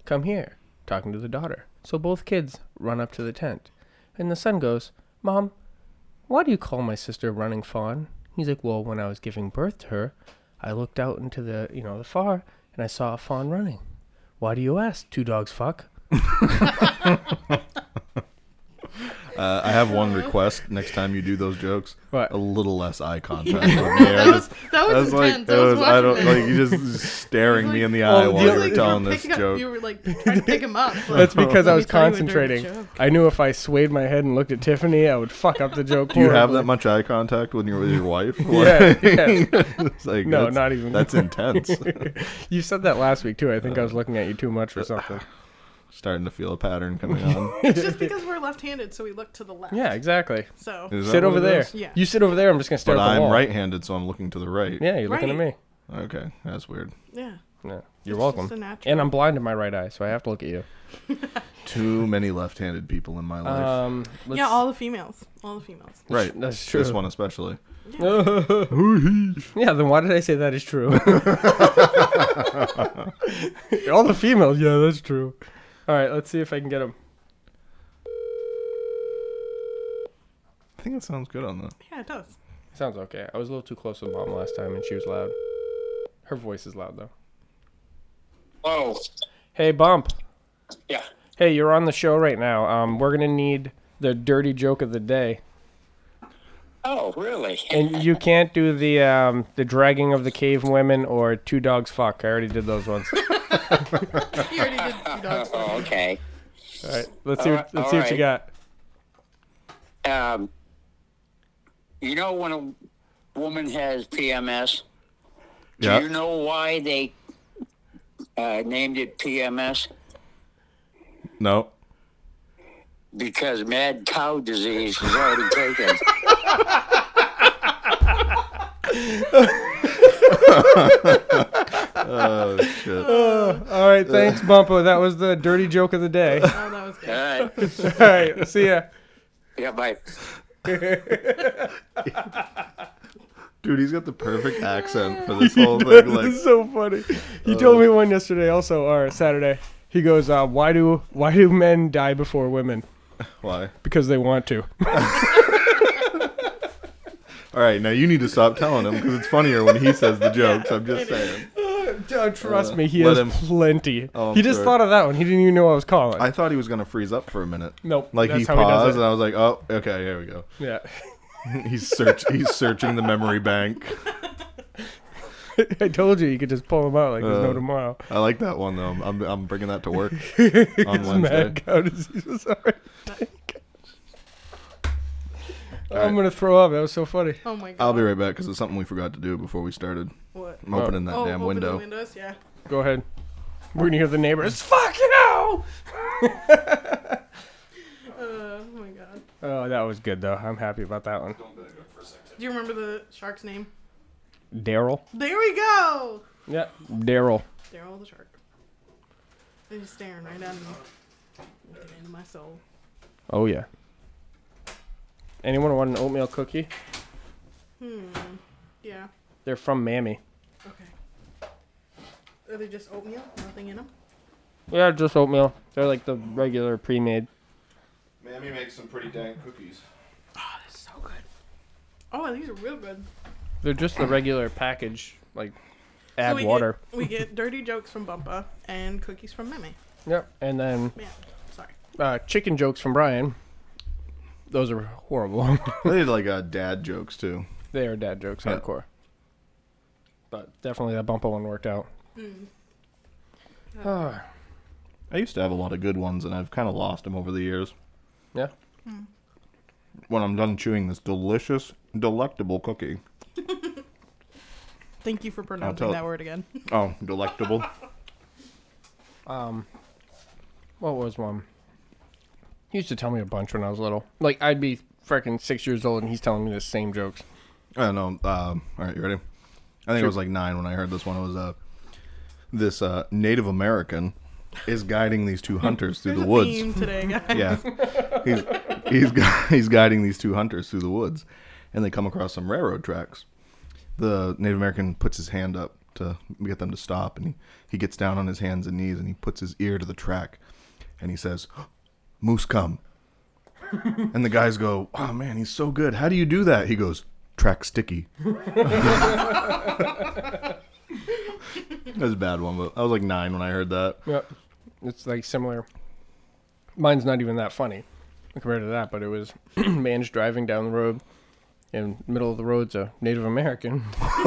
[SPEAKER 1] come here," talking to the daughter. So both kids run up to the tent, and the son goes, "Mom, why do you call my sister running fawn?" He's like, "Well, when I was giving birth to her, I looked out into the you know the far, and I saw a fawn running. Why do you ask? Two dogs fuck."
[SPEAKER 3] Uh, I have one request. Next time you do those jokes,
[SPEAKER 1] What?
[SPEAKER 3] a little less eye contact.
[SPEAKER 2] Yeah.
[SPEAKER 3] with me. I
[SPEAKER 2] that was,
[SPEAKER 3] just-
[SPEAKER 2] that
[SPEAKER 3] I
[SPEAKER 2] was
[SPEAKER 3] was like,
[SPEAKER 2] intense.
[SPEAKER 3] it
[SPEAKER 2] I was
[SPEAKER 3] was, I
[SPEAKER 2] watching
[SPEAKER 3] don't
[SPEAKER 2] that.
[SPEAKER 3] like you just staring me
[SPEAKER 2] like-
[SPEAKER 3] in the eye
[SPEAKER 1] Oh,
[SPEAKER 3] while
[SPEAKER 1] the
[SPEAKER 3] you
[SPEAKER 1] other-
[SPEAKER 3] were telling this
[SPEAKER 2] picking up-
[SPEAKER 3] joke.
[SPEAKER 2] You were like trying to pick him up. Like,
[SPEAKER 1] That's because I
[SPEAKER 2] let me
[SPEAKER 1] was
[SPEAKER 2] tell you a dirty
[SPEAKER 1] concentrating.
[SPEAKER 2] joke.
[SPEAKER 1] I knew if I swayed my head and looked at Tiffany, I would fuck up the joke.
[SPEAKER 3] Do you have that
[SPEAKER 1] horribly.
[SPEAKER 3] much eye contact when you're with your wife?
[SPEAKER 1] Yeah, yeah.
[SPEAKER 3] It's like,
[SPEAKER 1] No,
[SPEAKER 3] that's,
[SPEAKER 1] not even.
[SPEAKER 3] that's Uh, intense.
[SPEAKER 1] you said that last week too. I think I was looking at you too much or something.
[SPEAKER 3] uh, Starting to feel a pattern coming on.
[SPEAKER 2] It's just because we're left-handed, so we look to the left.
[SPEAKER 1] Yeah, exactly.
[SPEAKER 2] So
[SPEAKER 3] Is that
[SPEAKER 1] sit
[SPEAKER 3] what
[SPEAKER 1] over
[SPEAKER 3] it
[SPEAKER 1] there.
[SPEAKER 3] is?
[SPEAKER 2] Yeah.
[SPEAKER 1] You sit over there. I'm just gonna stare
[SPEAKER 3] But
[SPEAKER 1] at the
[SPEAKER 3] I'm
[SPEAKER 1] wall.
[SPEAKER 3] right-handed, so I'm looking to the right.
[SPEAKER 1] Yeah, you're looking at me.
[SPEAKER 2] Right.
[SPEAKER 3] Okay, that's weird.
[SPEAKER 2] yeah.
[SPEAKER 1] Yeah,
[SPEAKER 2] It's
[SPEAKER 1] you're
[SPEAKER 2] just a
[SPEAKER 1] welcome.
[SPEAKER 2] natural-
[SPEAKER 1] And I'm blind in my right eye, so I have to look at you.
[SPEAKER 3] Too many left-handed people in my life.
[SPEAKER 1] Um, let's-
[SPEAKER 2] yeah, all the females. All the females.
[SPEAKER 3] right,
[SPEAKER 1] that's
[SPEAKER 3] this
[SPEAKER 1] true.
[SPEAKER 3] one especially.
[SPEAKER 1] yeah, then why did I say that is true? all the females. Yeah, that's true. All right, let's see if I can get them.
[SPEAKER 3] I think it sounds good on that.
[SPEAKER 2] Yeah, it does.
[SPEAKER 1] Sounds okay. I was a little too close to the mom last time, and she was loud. Her voice is loud though.
[SPEAKER 4] Oh,
[SPEAKER 1] Hey, Bump.
[SPEAKER 4] yeah.
[SPEAKER 1] Hey, you're on the show right now. Um, we're gonna need the dirty joke of the day,
[SPEAKER 4] Oh, really?
[SPEAKER 1] and you can't do the um, the dragging of the cave women or two dogs fuck. I already did those ones.
[SPEAKER 2] He already did two dogs.
[SPEAKER 4] Oh, okay.
[SPEAKER 1] All right, let's see. What,
[SPEAKER 4] All
[SPEAKER 1] let's see what you got.
[SPEAKER 4] Um, you know when a woman has PMS,
[SPEAKER 3] Yeah.
[SPEAKER 4] do you know why they uh, named it PMS?
[SPEAKER 3] No.
[SPEAKER 4] Because mad cow disease was already taken.
[SPEAKER 3] Oh shit.
[SPEAKER 1] All right, thanks, Bumpo. That was the dirty joke of the day. All
[SPEAKER 2] Oh, that was good.
[SPEAKER 4] All right.
[SPEAKER 1] right, see ya.
[SPEAKER 4] Yeah, bye.
[SPEAKER 3] Dude, he's got the perfect accent for this whole thing. Like,
[SPEAKER 1] This is so funny. He told me one yesterday, also or Saturday. He goes, uh, "Why do why do men die before women?
[SPEAKER 3] why?
[SPEAKER 1] Because they want to."
[SPEAKER 3] All right, now you need to stop telling him because it's funnier when he says the jokes. I'm just saying.
[SPEAKER 1] Uh, Trust me, he has
[SPEAKER 3] let him-
[SPEAKER 1] plenty.
[SPEAKER 3] Oh, I'm
[SPEAKER 1] he just
[SPEAKER 3] sorry.
[SPEAKER 1] thought of that one. He didn't even know I was calling.
[SPEAKER 3] I thought he was gonna freeze up for a minute.
[SPEAKER 1] Nope,
[SPEAKER 3] Like
[SPEAKER 1] that's
[SPEAKER 3] he uh.
[SPEAKER 1] how he does
[SPEAKER 3] paused,
[SPEAKER 1] it.
[SPEAKER 3] and I was like, "Oh, okay, here we go."
[SPEAKER 1] yeah.
[SPEAKER 3] He's search. he's searching the memory bank.
[SPEAKER 1] I told you you could just pull him out like there's no
[SPEAKER 3] Uh,
[SPEAKER 1] tomorrow.
[SPEAKER 3] I like that one though. I'm I'm bringing that to work on Wednesday.
[SPEAKER 1] Mad cow disease was already
[SPEAKER 3] All
[SPEAKER 1] I'm
[SPEAKER 3] right,
[SPEAKER 1] gonna throw up. That was so funny.
[SPEAKER 2] Oh my god.
[SPEAKER 3] I'll be right back because it's something we forgot to do before we started.
[SPEAKER 2] What?
[SPEAKER 3] I'm opening that
[SPEAKER 2] oh,
[SPEAKER 3] damn
[SPEAKER 2] open
[SPEAKER 3] window.
[SPEAKER 2] The windows, yeah.
[SPEAKER 1] Go ahead. We're gonna hear the neighbors. Fuck you! oh,
[SPEAKER 2] Uh, oh my god.
[SPEAKER 1] that was good though. I'm happy about that one.
[SPEAKER 2] Do you remember the shark's name?
[SPEAKER 1] Daryl.
[SPEAKER 2] There we go.
[SPEAKER 1] Yeah. Daryl.
[SPEAKER 2] Daryl the shark. They're just staring right at me. Looking into my soul.
[SPEAKER 1] Oh yeah. Anyone want an oatmeal cookie?
[SPEAKER 2] Yeah.
[SPEAKER 1] They're from Mammy.
[SPEAKER 2] Okay. Are they just oatmeal? Nothing in them?
[SPEAKER 1] Yeah, just oatmeal. They're like the regular pre-made.
[SPEAKER 3] Mammy makes some pretty dang cookies.
[SPEAKER 2] Oh, that's so good. Oh, these are real good.
[SPEAKER 1] They're just the regular package. Like
[SPEAKER 2] So
[SPEAKER 1] add
[SPEAKER 2] we
[SPEAKER 1] water.
[SPEAKER 2] Get, we get dirty jokes from Bumpa and cookies from Mimi.
[SPEAKER 1] Yep. And then
[SPEAKER 2] Man, sorry.
[SPEAKER 1] uh, chicken jokes from Brian. Those are horrible.
[SPEAKER 3] They did like uh, dad jokes too.
[SPEAKER 1] they are dad jokes,
[SPEAKER 3] Yeah.
[SPEAKER 1] hardcore. But definitely that bumper one worked out. Ah,
[SPEAKER 3] I used to have a lot of good ones, and I've kind of lost them over the years.
[SPEAKER 1] yeah.
[SPEAKER 3] When I'm done chewing this delicious, delectable cookie.
[SPEAKER 2] Thank you for pronouncing
[SPEAKER 3] tell-
[SPEAKER 2] that word again.
[SPEAKER 3] Oh, delectable.
[SPEAKER 1] What was one? He used to tell me a bunch when I was little. Like I'd be freaking six years old, and he's telling me the same jokes.
[SPEAKER 3] I don't know. Um, all right, you ready? I think it was like nine when I heard this one. It was uh, this uh, Native American is guiding these two hunters through the
[SPEAKER 2] There's a
[SPEAKER 3] woods.
[SPEAKER 2] theme today, guys.
[SPEAKER 3] Yeah, he's he's gu- he's guiding these two hunters through the woods, and they come across some railroad tracks. The Native American puts his hand up to get them to stop, and he, he gets down on his hands and knees, and he puts his ear to the track, and he says, "Moose come." and the guys go, "Oh man, he's so good. How do you do that?" He goes, "Track sticky." That was a bad one, but I was like nine when I heard that.
[SPEAKER 1] Yep. It's like similar. Mine's not even that funny compared to that, but it was man's driving down the road, and middle of the road's a Native American
[SPEAKER 2] Yeah,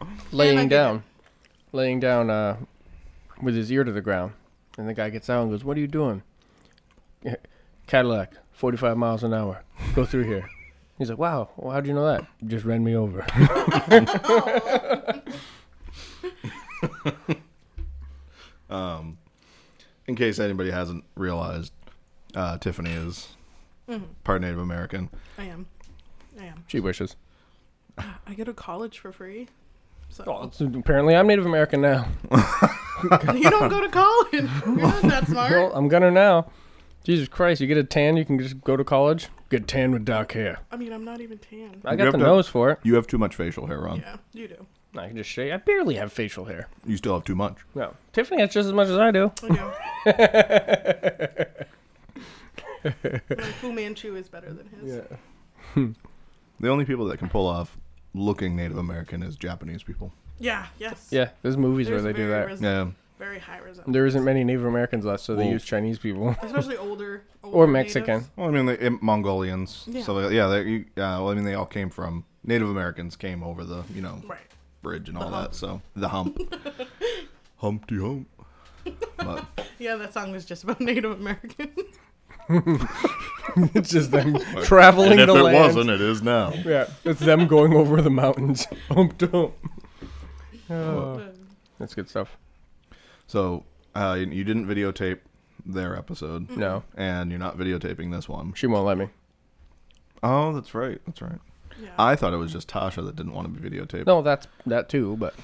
[SPEAKER 2] I
[SPEAKER 1] laying
[SPEAKER 2] get
[SPEAKER 1] down, laying down uh, with his ear to the ground, and the guy gets out and goes, "What are you doing?" Cadillac, forty-five miles an hour, go through here. He's like, "Wow, well, how do you know that?" You just ran me over.
[SPEAKER 3] in case anybody hasn't realized, uh, Tiffany is part Native American.
[SPEAKER 2] I am. I am.
[SPEAKER 1] she wishes.
[SPEAKER 2] I go to college for free. So
[SPEAKER 1] Oh, so apparently, I'm Native American now.
[SPEAKER 2] you don't go to college. You're not that smart.
[SPEAKER 1] Well, I'm gonna now. Jesus Christ, you get a tan, you can just go to college. Get tan with dark hair.
[SPEAKER 2] I mean, I'm not even tan.
[SPEAKER 1] I
[SPEAKER 3] You
[SPEAKER 1] got
[SPEAKER 3] have
[SPEAKER 1] the
[SPEAKER 3] to-
[SPEAKER 1] nose for it.
[SPEAKER 3] You have too much facial hair, Ron.
[SPEAKER 2] Yeah, you do.
[SPEAKER 1] I can just shave. I barely have facial hair.
[SPEAKER 3] You still have too much.
[SPEAKER 1] No, Tiffany has just as much as I do.
[SPEAKER 2] I do. My Fu Manchu is better than his.
[SPEAKER 3] The only people that can pull off looking Native American is Japanese people.
[SPEAKER 2] Yeah, yes.
[SPEAKER 1] Yeah, there's movies
[SPEAKER 2] There's
[SPEAKER 1] where they do
[SPEAKER 2] very
[SPEAKER 1] that.
[SPEAKER 2] res-
[SPEAKER 3] Yeah,
[SPEAKER 2] Very high resemblance.
[SPEAKER 1] there isn't many Native Americans left, so they
[SPEAKER 3] Well-
[SPEAKER 1] use Chinese people
[SPEAKER 2] Especially older. older
[SPEAKER 1] or Mexican.
[SPEAKER 2] natives.
[SPEAKER 3] well, I mean, they, eh, Mongolians.
[SPEAKER 2] Yeah.
[SPEAKER 3] So like, yeah, they, you, uh, well, I mean, they all came from Native Americans came over the you know
[SPEAKER 2] Right.
[SPEAKER 3] bridge and all
[SPEAKER 2] hump.
[SPEAKER 3] that. So the hump, humpty hump. But
[SPEAKER 2] Yeah, that song was just about Native Americans.
[SPEAKER 1] it's just them traveling the land.
[SPEAKER 3] it is now.
[SPEAKER 1] Yeah, it's them going over the mountains. Hump to hump. Oh, that's good stuff.
[SPEAKER 3] So uh, you- you didn't videotape their episode,
[SPEAKER 1] No,
[SPEAKER 3] and you're not videotaping this one.
[SPEAKER 1] she won't let me.
[SPEAKER 3] Oh, that's right. That's right.
[SPEAKER 2] yeah.
[SPEAKER 3] I thought it was just Tasha that didn't want to be videotaped.
[SPEAKER 1] No, that's that too. But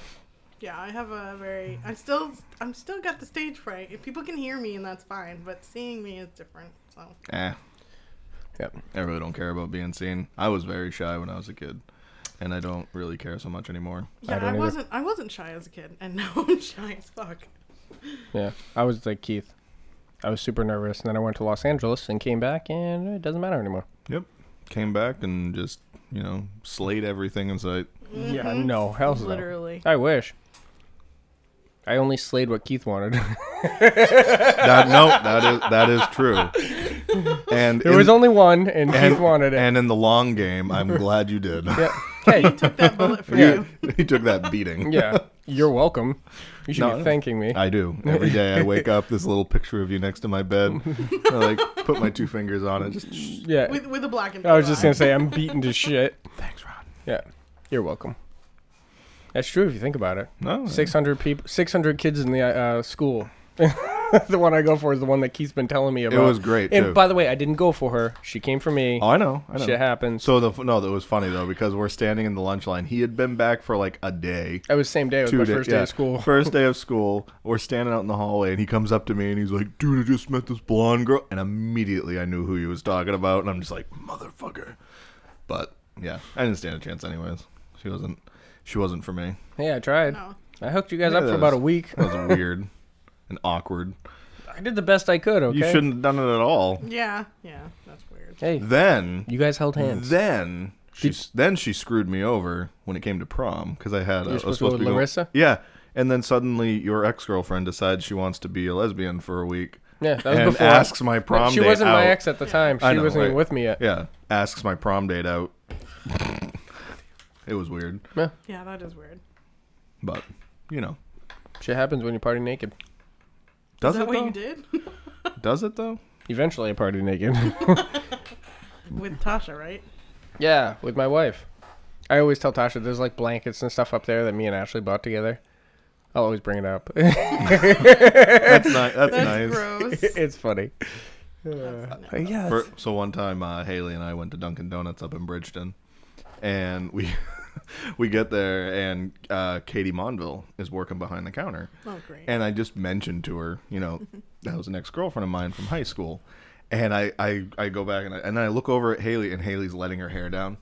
[SPEAKER 2] yeah, I have a very. I still. I'm still got the stage fright. If people can hear me, and that's fine. But seeing me is different. So
[SPEAKER 3] Eh,
[SPEAKER 1] yeah,
[SPEAKER 3] I really don't care about being seen. I was very shy when I was a kid, and I don't really care so much anymore.
[SPEAKER 2] yeah,
[SPEAKER 1] don't
[SPEAKER 2] I,
[SPEAKER 1] either.
[SPEAKER 2] wasn't. I wasn't shy as a kid, and now I'm shy as fuck.
[SPEAKER 1] Yeah, I was like Keith. I was super nervous, and then I went to Los Angeles and came back, and it doesn't matter anymore.
[SPEAKER 3] Yep. Came back and just you know slayed everything in sight.
[SPEAKER 1] Yeah, no, hell no.
[SPEAKER 2] Mm-hmm. Literally.
[SPEAKER 1] I wish. I only slayed what Keith wanted.
[SPEAKER 3] That no, that is that is true. And
[SPEAKER 1] there
[SPEAKER 3] in,
[SPEAKER 1] was only one, and,
[SPEAKER 3] and,
[SPEAKER 1] Keith wanted it.
[SPEAKER 3] and in the long game, I'm glad you did.
[SPEAKER 1] yeah. Hey,
[SPEAKER 2] Took that bullet for
[SPEAKER 3] You-
[SPEAKER 2] you.
[SPEAKER 3] you took that beating.
[SPEAKER 1] yeah, you're welcome. You should
[SPEAKER 3] No,
[SPEAKER 1] be thanking me.
[SPEAKER 3] I Uh, do. Every day I wake up, there's a little picture of you next to my bed. I like put my two fingers on it. Just
[SPEAKER 1] yeah,
[SPEAKER 2] With with a black and.
[SPEAKER 1] I was just
[SPEAKER 2] blue
[SPEAKER 1] gonna say I'm beaten to shit.
[SPEAKER 3] thanks, Ron.
[SPEAKER 1] Yeah, you're welcome. That's true if you think about it.
[SPEAKER 3] No,
[SPEAKER 1] Six hundred people, six hundred kids in the uh, school. the one I go for is the one that Keith's been telling me
[SPEAKER 3] it
[SPEAKER 1] about.
[SPEAKER 3] was great
[SPEAKER 1] And
[SPEAKER 3] too.
[SPEAKER 1] by the way, I didn't go for her. She came for me.
[SPEAKER 3] Oh, I know. I know.
[SPEAKER 1] Shit happens.
[SPEAKER 3] So the no, that was funny though because we're standing in the lunch line. He had been back for like a day,
[SPEAKER 1] It was same day. It was
[SPEAKER 3] two
[SPEAKER 1] my
[SPEAKER 3] days.
[SPEAKER 1] first day of school.
[SPEAKER 3] first day of school. We're standing out in the hallway, and he comes up to me and he's like, "Dude, I just met this blonde girl," and immediately I knew who he was talking about, and I'm just like, "Motherfucker!" But yeah, I didn't stand a chance anyways. She wasn't. She wasn't for me.
[SPEAKER 1] Yeah, I tried.
[SPEAKER 2] No.
[SPEAKER 1] I hooked you guys
[SPEAKER 3] Yeah,
[SPEAKER 1] up for
[SPEAKER 3] that
[SPEAKER 1] about a
[SPEAKER 3] was-
[SPEAKER 1] week.
[SPEAKER 3] That was weird and awkward.
[SPEAKER 1] I did the best I could. Okay.
[SPEAKER 3] You shouldn't have done it at all.
[SPEAKER 2] Yeah, yeah, that's weird.
[SPEAKER 1] Hey,
[SPEAKER 3] Then
[SPEAKER 1] you guys held hands.
[SPEAKER 3] Then she then she screwed me over when it came to prom because I had a, I
[SPEAKER 1] supposed
[SPEAKER 3] was
[SPEAKER 1] to go
[SPEAKER 3] supposed to
[SPEAKER 1] with
[SPEAKER 3] be going-
[SPEAKER 1] Larissa?
[SPEAKER 3] yeah, and then suddenly your ex girlfriend decides she wants to be a lesbian for a week,
[SPEAKER 1] Yeah, that was
[SPEAKER 3] and
[SPEAKER 1] before.
[SPEAKER 3] asks my prom
[SPEAKER 1] she
[SPEAKER 3] date
[SPEAKER 1] wasn't my
[SPEAKER 3] out.
[SPEAKER 1] ex at the time. She
[SPEAKER 3] I know,
[SPEAKER 1] wasn't even
[SPEAKER 3] right.
[SPEAKER 1] with me yet.
[SPEAKER 3] Yeah, asks my prom date out. it was weird,
[SPEAKER 2] Yeah, that is weird.
[SPEAKER 3] but you know,
[SPEAKER 1] Shit happens when you party naked.
[SPEAKER 3] does
[SPEAKER 2] Is that
[SPEAKER 3] it
[SPEAKER 2] what
[SPEAKER 3] though?
[SPEAKER 2] you did
[SPEAKER 3] Does it though?
[SPEAKER 1] Eventually, I party naked.
[SPEAKER 2] with Tasha? Right?
[SPEAKER 1] yeah, with my wife. I always tell Tasha there's like blankets and stuff up there that me and Ashley bought together. I'll always bring it up.
[SPEAKER 3] That's ni- that's, nice.
[SPEAKER 2] That's gross.
[SPEAKER 1] it's funny.
[SPEAKER 2] That's-
[SPEAKER 1] yeah.
[SPEAKER 3] For- so one time, uh, Haley and I went to Dunkin' Donuts up in Bridgeton, and we we get there, and uh, Katie Monville is working behind the counter,
[SPEAKER 2] Oh, great.
[SPEAKER 3] and I just mentioned to her, you know, that was an ex girlfriend of mine from high school, and I I, I go back and I, and I look over at Haley, and Haley's letting her hair down.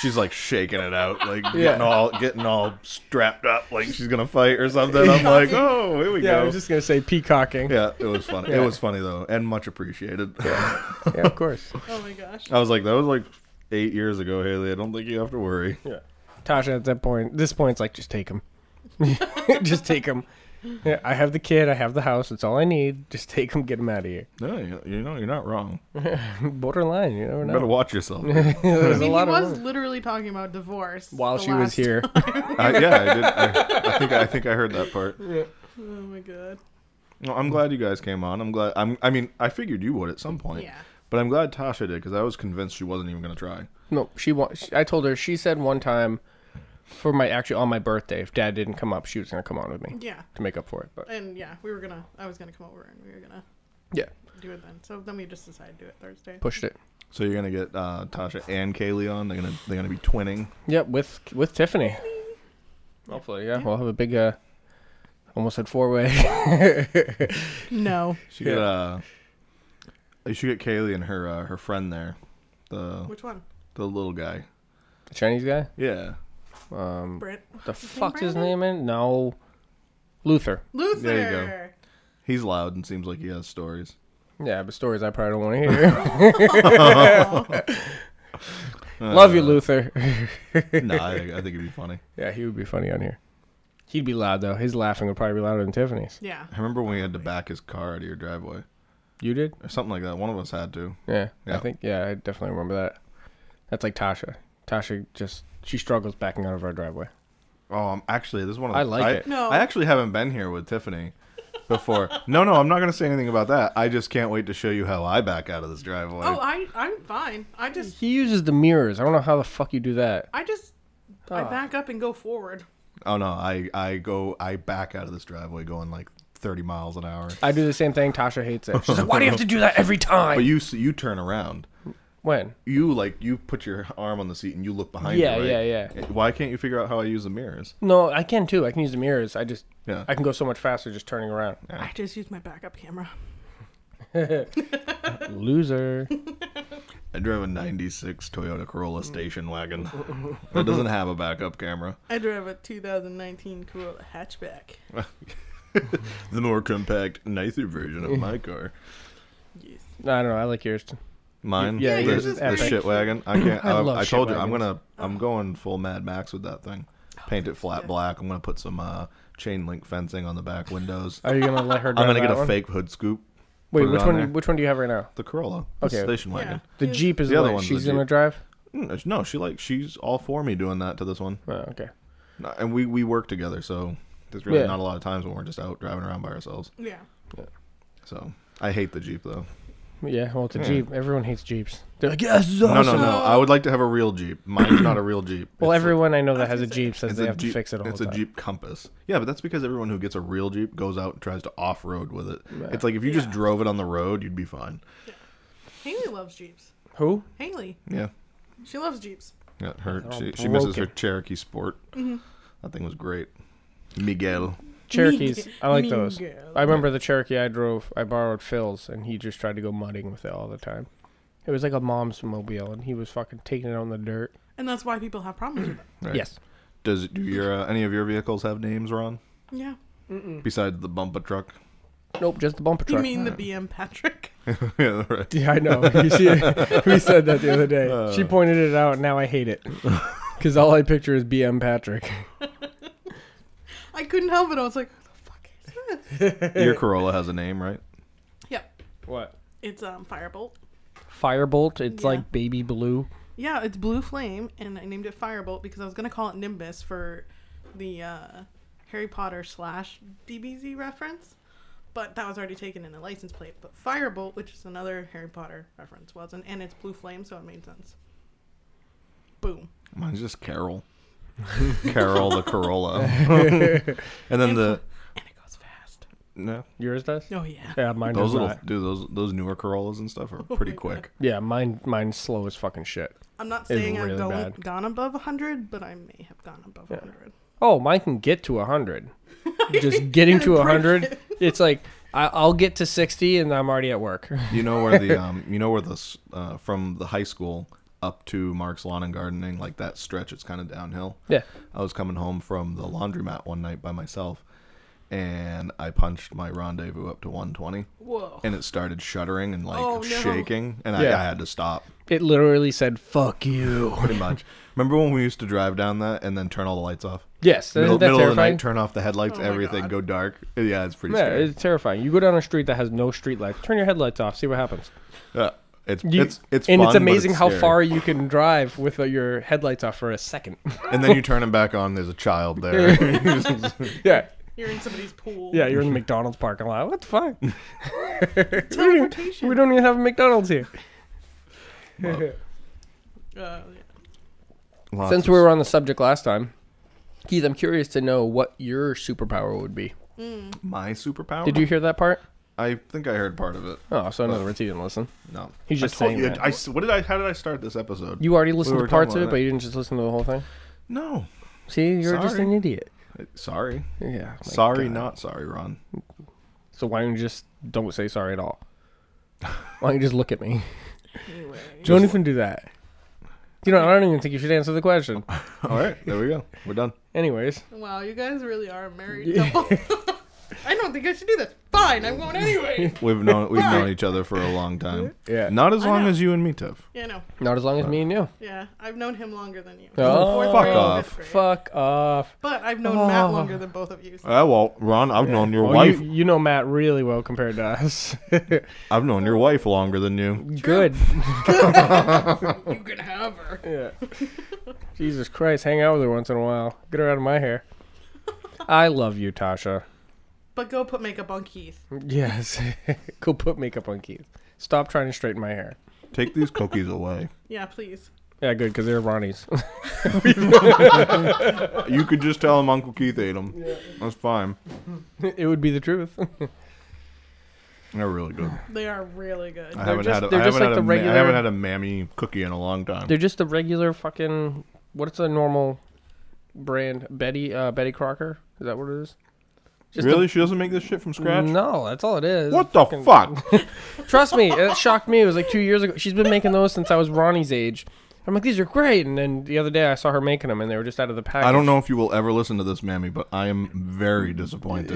[SPEAKER 3] She's like shaking it out, like getting all getting all strapped up, like she's gonna fight or something. I'm like, oh, here we
[SPEAKER 1] Yeah, I
[SPEAKER 3] go.
[SPEAKER 1] was just gonna say peacocking. Yeah,
[SPEAKER 3] yeah, it was funny. It was funny though, and much appreciated.
[SPEAKER 1] of course.
[SPEAKER 2] oh my gosh.
[SPEAKER 3] I was like, that was like eight years ago, Haley. I don't think you have to worry.
[SPEAKER 1] Yeah. Tasha at that point, this point, it's like just take him, just take him. Yeah, I have the kid. I have the house. It's all I need. Just take him. Get him out of here.
[SPEAKER 3] No, you, you know, you're not wrong. You
[SPEAKER 1] Borderline, you never know.
[SPEAKER 3] better watch yourself.
[SPEAKER 1] There's
[SPEAKER 2] I
[SPEAKER 1] a
[SPEAKER 2] mean, he
[SPEAKER 1] lot of
[SPEAKER 2] was
[SPEAKER 1] room.
[SPEAKER 2] literally talking about divorce
[SPEAKER 1] while
[SPEAKER 2] the
[SPEAKER 1] she was
[SPEAKER 2] last-
[SPEAKER 1] here.
[SPEAKER 3] I, yeah, I did. I, I think I think I heard that part.
[SPEAKER 2] Oh my god.
[SPEAKER 3] No, I'm glad you guys came on. I'm glad. I'm. I mean, I figured you would at some point.
[SPEAKER 2] Yeah.
[SPEAKER 3] But I'm glad Tasha did because I was convinced she wasn't even gonna try.
[SPEAKER 1] no, she wants. I told her. She said one time, for my actually on my birthday, if Dad didn't come up, she was gonna come on with me
[SPEAKER 2] Yeah.
[SPEAKER 1] to make up for it. But
[SPEAKER 2] And yeah, we were gonna. I was gonna come over and we were gonna
[SPEAKER 1] yeah,
[SPEAKER 2] do it then. So then we just decided to do it Thursday.
[SPEAKER 1] pushed it.
[SPEAKER 3] So you're gonna get uh, Tasha and Kaylee on. They're gonna they're gonna be twinning.
[SPEAKER 1] Yep, with with Tiffany. Hopefully, yeah, we'll have a big. uh Almost had four way.
[SPEAKER 2] No.
[SPEAKER 3] She get uh, you should get Kaylee and her uh, her friend there, the
[SPEAKER 2] Which one?
[SPEAKER 3] the little guy.
[SPEAKER 1] the Chinese guy.
[SPEAKER 3] Yeah.
[SPEAKER 1] Um,
[SPEAKER 2] Brent.
[SPEAKER 1] the
[SPEAKER 2] his name
[SPEAKER 1] fuck's his
[SPEAKER 2] Brandon?
[SPEAKER 1] name? In no, Luther.
[SPEAKER 2] Luther.
[SPEAKER 3] There you go. He's loud and seems like he has stories.
[SPEAKER 1] Yeah, but stories I probably don't want to hear. Love you, Luther.
[SPEAKER 3] no, I, I think it'd be funny.
[SPEAKER 1] yeah, he would be funny on here. He'd be loud though. His laughing would probably be louder than Tiffany's.
[SPEAKER 2] Yeah.
[SPEAKER 3] I remember when we had to back his car out of your driveway
[SPEAKER 1] You did?
[SPEAKER 3] or something like that. One of us had to.
[SPEAKER 1] Yeah, I
[SPEAKER 3] Yeah.
[SPEAKER 1] think. Yeah, I definitely remember that. That's like Tasha. Tasha just she struggles backing out of our driveway.
[SPEAKER 3] Oh, I'm actually, this is one of the,
[SPEAKER 1] I like it.
[SPEAKER 2] No.
[SPEAKER 3] I actually haven't been here with Tiffany before. no, no, I'm not going to say anything about that. I just can't wait to show you how I back out of this driveway.
[SPEAKER 2] Oh, I I'm fine. I just
[SPEAKER 1] He uses the mirrors. I don't know how the fuck you do that.
[SPEAKER 2] I just I
[SPEAKER 3] Ah.
[SPEAKER 2] back up and go forward.
[SPEAKER 3] oh no, I I go I back out of this driveway going like 30 miles an hour.
[SPEAKER 1] I do the same thing. Tasha hates it. She's like, "Why do you have to do that every
[SPEAKER 3] But
[SPEAKER 1] time?"
[SPEAKER 3] you s- you turn around.
[SPEAKER 1] when?
[SPEAKER 3] You like you put your arm on the seat and you look behind
[SPEAKER 1] Yeah,
[SPEAKER 3] you. right? Eh,
[SPEAKER 1] yeah, yeah.
[SPEAKER 3] Why can't you figure out how I use the mirrors?
[SPEAKER 1] No, I can too. I can use the mirrors. I just
[SPEAKER 3] Yeah.
[SPEAKER 1] I can go so much faster just turning around.
[SPEAKER 2] I just use my backup camera.
[SPEAKER 1] Loser.
[SPEAKER 3] I drove a 96 Toyota Corolla station wagon that doesn't have a backup camera.
[SPEAKER 2] I drive a 2019 Corolla hatchback.
[SPEAKER 3] The more compact, nicer version of my car.
[SPEAKER 2] Yes.
[SPEAKER 1] no, I don't know. I like yours. too.
[SPEAKER 3] Mine,
[SPEAKER 1] Yeah,
[SPEAKER 3] the,
[SPEAKER 1] yours is
[SPEAKER 3] the
[SPEAKER 1] epic.
[SPEAKER 3] shit wagon. I can't.
[SPEAKER 1] I
[SPEAKER 3] I,
[SPEAKER 1] love
[SPEAKER 3] I
[SPEAKER 1] shit
[SPEAKER 3] told you, I'm
[SPEAKER 1] wagons.
[SPEAKER 3] gonna, I'm going full Mad Max with that thing. Paint it flat black. I'm gonna put some uh, chain link fencing on the back windows.
[SPEAKER 1] Are you gonna let her? Drive
[SPEAKER 3] I'm gonna
[SPEAKER 1] that
[SPEAKER 3] get a
[SPEAKER 1] one?
[SPEAKER 3] fake hood scoop.
[SPEAKER 1] Wait,
[SPEAKER 3] put it
[SPEAKER 1] which
[SPEAKER 3] on
[SPEAKER 1] one?
[SPEAKER 3] there.
[SPEAKER 1] Which one do you have right now?
[SPEAKER 3] The Corolla,
[SPEAKER 1] Okay.
[SPEAKER 3] okay, station
[SPEAKER 2] Yeah.
[SPEAKER 3] wagon.
[SPEAKER 1] The Jeep is
[SPEAKER 3] The
[SPEAKER 1] the
[SPEAKER 3] other
[SPEAKER 1] one
[SPEAKER 3] one's
[SPEAKER 1] she's
[SPEAKER 3] the
[SPEAKER 1] gonna
[SPEAKER 3] Jeep.
[SPEAKER 1] drive.
[SPEAKER 3] Mm, No, she like, she's all for me doing that to this one,
[SPEAKER 1] Oh, okay.
[SPEAKER 3] No, and we we work together, so there's really
[SPEAKER 1] Yeah.
[SPEAKER 3] not a lot of times when we're just out driving around by ourselves.
[SPEAKER 2] Yeah.
[SPEAKER 3] So I hate the Jeep though.
[SPEAKER 1] Yeah, well, it's a Jeep. Everyone hates Jeeps. They're like, yes,
[SPEAKER 3] No, no, no. I would like to have a real Jeep. Mine's not a real Jeep.
[SPEAKER 1] Well,
[SPEAKER 3] It's a-
[SPEAKER 1] everyone I know that has a
[SPEAKER 2] gonna say,
[SPEAKER 1] Jeep says
[SPEAKER 3] it's
[SPEAKER 1] they
[SPEAKER 3] a
[SPEAKER 1] have
[SPEAKER 3] Jeep-
[SPEAKER 1] to fix it all
[SPEAKER 3] It's
[SPEAKER 1] the
[SPEAKER 3] a
[SPEAKER 1] time.
[SPEAKER 3] Jeep Compass. Yeah, but that's because everyone who gets a real Jeep goes out and tries to off road with it. It's like if you just drove it on the road, you'd be fine.
[SPEAKER 2] Haley loves Jeeps.
[SPEAKER 1] Who?
[SPEAKER 2] Haley,
[SPEAKER 3] Yeah.
[SPEAKER 2] she loves Jeeps.
[SPEAKER 3] Yeah, her
[SPEAKER 1] all
[SPEAKER 3] she, she misses her
[SPEAKER 1] broken.
[SPEAKER 3] Cherokee Sport. That thing was great. Miguel.
[SPEAKER 1] Cherokees.
[SPEAKER 2] Mean
[SPEAKER 1] I like
[SPEAKER 2] Mean
[SPEAKER 1] those.
[SPEAKER 2] Girl.
[SPEAKER 1] I remember the Cherokee I drove. I borrowed Phil's, and he just tried to go mudding with it all the time. It was like a mom's mobile, and he was fucking taking it on the dirt.
[SPEAKER 2] And that's why people have problems with them.
[SPEAKER 3] Right?
[SPEAKER 1] Yes.
[SPEAKER 3] Does do your uh, any of your vehicles have names, Ron?
[SPEAKER 2] Yeah.
[SPEAKER 3] Besides the bumper truck.
[SPEAKER 1] Nope, just the bumper
[SPEAKER 2] You
[SPEAKER 1] truck.
[SPEAKER 2] mean the BM Patrick?
[SPEAKER 3] yeah, right.
[SPEAKER 1] yeah, I know. You see, we said that the other day.
[SPEAKER 3] Uh.
[SPEAKER 1] she pointed it out, and now I hate it. Because all I picture is BM Patrick.
[SPEAKER 2] I couldn't help it. I was like, what the fuck is this?
[SPEAKER 3] Your Corolla has a name, right?
[SPEAKER 2] Yep.
[SPEAKER 1] What?
[SPEAKER 2] It's um Firebolt.
[SPEAKER 1] Firebolt. It's
[SPEAKER 2] Yeah.
[SPEAKER 1] like baby blue.
[SPEAKER 2] Yeah, it's Blue Flame, and I named it Firebolt because I was gonna call it Nimbus for the uh, Harry Potter slash DBZ reference, but that was already taken in a license plate. But Firebolt, which is another Harry Potter reference, wasn't, and it's Blue Flame, so it made sense. Boom.
[SPEAKER 3] Mine's just Carol. Carol the Corolla. and then the
[SPEAKER 2] And it goes fast.
[SPEAKER 3] no,
[SPEAKER 1] Yours does?
[SPEAKER 2] Oh yeah.
[SPEAKER 1] Yeah, mine
[SPEAKER 3] those
[SPEAKER 1] does
[SPEAKER 3] little
[SPEAKER 1] not.
[SPEAKER 3] dude, those those newer Corollas and stuff are
[SPEAKER 2] Oh
[SPEAKER 3] pretty quick.
[SPEAKER 1] Yeah, mine mine's slow as fucking shit.
[SPEAKER 2] I'm not
[SPEAKER 1] It's
[SPEAKER 2] saying
[SPEAKER 1] really
[SPEAKER 2] I've gone,
[SPEAKER 1] bad.
[SPEAKER 2] gone above 100, but I may have gone above 100.
[SPEAKER 1] Oh, mine can get to 100. Just getting to 100, it's like I, I'll get to 60 and I'm already at work.
[SPEAKER 3] You know where the um, you know where the s- uh, from the high school up to Mark's Lawn and Gardening, like that stretch, it's kind of downhill.
[SPEAKER 1] Yeah.
[SPEAKER 3] I was coming home from the laundromat one night by myself, and I punched my rendezvous up to 120,
[SPEAKER 2] Whoa.
[SPEAKER 3] and it started shuddering and like
[SPEAKER 2] Oh, no.
[SPEAKER 3] shaking, and
[SPEAKER 1] Yeah.
[SPEAKER 3] I, I had to stop.
[SPEAKER 1] It literally said, fuck you.
[SPEAKER 3] Pretty much. Remember when we used to drive down that and then turn all the lights off?
[SPEAKER 1] Yes, isn't
[SPEAKER 3] middle
[SPEAKER 1] that
[SPEAKER 3] middle of the
[SPEAKER 1] terrifying?
[SPEAKER 3] night, turn off the headlights,
[SPEAKER 2] Oh my
[SPEAKER 3] everything,
[SPEAKER 2] God.
[SPEAKER 3] go dark. Yeah, it's pretty
[SPEAKER 1] yeah,
[SPEAKER 3] scary.
[SPEAKER 1] it's terrifying. You go down a street that has no street lights, turn your headlights off, see what happens.
[SPEAKER 3] Yeah, it's,
[SPEAKER 1] You-
[SPEAKER 3] it's it's
[SPEAKER 1] and
[SPEAKER 3] fun,
[SPEAKER 1] it's
[SPEAKER 3] but
[SPEAKER 1] amazing how
[SPEAKER 3] scary.
[SPEAKER 1] far you can drive with uh, your headlights off for a second.
[SPEAKER 3] And then you turn them back on. There's a child there.
[SPEAKER 1] yeah.
[SPEAKER 2] You're in somebody's pool.
[SPEAKER 1] Yeah, you're in the McDonald's parking lot. What the fuck?
[SPEAKER 2] Teleportation.
[SPEAKER 1] we don't even have a McDonald's here.
[SPEAKER 2] Uh, yeah.
[SPEAKER 3] Lots
[SPEAKER 1] Since
[SPEAKER 3] of
[SPEAKER 1] we were on the subject last time, Keith, I'm curious to know what your superpower would be.
[SPEAKER 3] my superpower.
[SPEAKER 1] Did you hear that part?
[SPEAKER 3] I think I heard part of it.
[SPEAKER 1] Oh, so in other words, he didn't listen.
[SPEAKER 3] No,
[SPEAKER 1] He's just
[SPEAKER 3] I told
[SPEAKER 1] saying
[SPEAKER 3] you,
[SPEAKER 1] that.
[SPEAKER 3] I s- what did I? How did I start this episode?
[SPEAKER 1] You already listened
[SPEAKER 3] We were
[SPEAKER 1] to parts of
[SPEAKER 3] talking
[SPEAKER 1] it,
[SPEAKER 3] about
[SPEAKER 1] but you didn't just listen to the whole thing.
[SPEAKER 3] no.
[SPEAKER 1] See, you're just
[SPEAKER 3] Sorry.
[SPEAKER 1] an idiot.
[SPEAKER 3] Sorry,
[SPEAKER 1] Yeah. my
[SPEAKER 3] sorry,
[SPEAKER 1] God.
[SPEAKER 3] not sorry, Ron.
[SPEAKER 1] So why don't you just don't say sorry at all? Why don't you just look at me?
[SPEAKER 2] Anyway.
[SPEAKER 1] don't even do that. You know, I don't even think you should answer the question.
[SPEAKER 3] All right, there we go. We're done.
[SPEAKER 1] Anyways,
[SPEAKER 2] Wow, you guys really are a married couple. I don't think I should do this. Fine, I won't anyway.
[SPEAKER 3] We've known we've known
[SPEAKER 2] Bye.
[SPEAKER 3] each other for a long time.
[SPEAKER 1] Yeah.
[SPEAKER 3] not as
[SPEAKER 2] I
[SPEAKER 3] long
[SPEAKER 2] know.
[SPEAKER 3] as you and me, Tiff.
[SPEAKER 2] yeah, no.
[SPEAKER 1] not as long as me and you.
[SPEAKER 2] Yeah, I've known him longer than you.
[SPEAKER 1] Oh,
[SPEAKER 2] Fourth
[SPEAKER 3] fuck
[SPEAKER 2] grade, fifth
[SPEAKER 3] off.
[SPEAKER 2] grade.
[SPEAKER 1] Fuck off.
[SPEAKER 2] But I've known Matt
[SPEAKER 1] Oh.
[SPEAKER 2] longer than both of you. so-
[SPEAKER 3] Ah, well, Ron, I've known your
[SPEAKER 1] Oh,
[SPEAKER 3] wife.
[SPEAKER 1] you, you know Matt really well compared to us.
[SPEAKER 3] I've known your wife longer than you.
[SPEAKER 1] Good. Oh.
[SPEAKER 2] you can have her.
[SPEAKER 1] Yeah. Jesus Christ, hang out with her once in a while. Get her out of my hair. I love you, Tasha.
[SPEAKER 2] But go put makeup on Keith.
[SPEAKER 1] Yes. Go put makeup on Keith. Stop trying to straighten my hair.
[SPEAKER 3] Take these cookies away.
[SPEAKER 2] Yeah, please.
[SPEAKER 1] Yeah, good, because they're Ronnie's.
[SPEAKER 3] You could just tell him Uncle Keith ate them. That's fine.
[SPEAKER 1] it would be the truth.
[SPEAKER 3] They're really good.
[SPEAKER 2] They are really good.
[SPEAKER 3] I haven't
[SPEAKER 1] just-
[SPEAKER 3] had a,
[SPEAKER 1] they're
[SPEAKER 3] I
[SPEAKER 1] just
[SPEAKER 3] haven't
[SPEAKER 1] like
[SPEAKER 3] had
[SPEAKER 1] the
[SPEAKER 3] a ma-
[SPEAKER 1] regular-
[SPEAKER 3] I haven't had a mammy cookie in a long time.
[SPEAKER 1] they're just the regular fucking. What's a normal brand? Betty uh, Betty Crocker? Is that what it is? Just a-
[SPEAKER 3] really? she doesn't make this shit from scratch?
[SPEAKER 1] no, that's all it is.
[SPEAKER 3] What the fuck?
[SPEAKER 1] Trust me, it shocked me. It was like two years ago. She's been making those since I was Ronnie's age. I'm like, these are great. And then the other day, I saw her making them, and they were just out of the package.
[SPEAKER 3] I don't know if you will ever listen to this, Mammy, but I am very disappointed.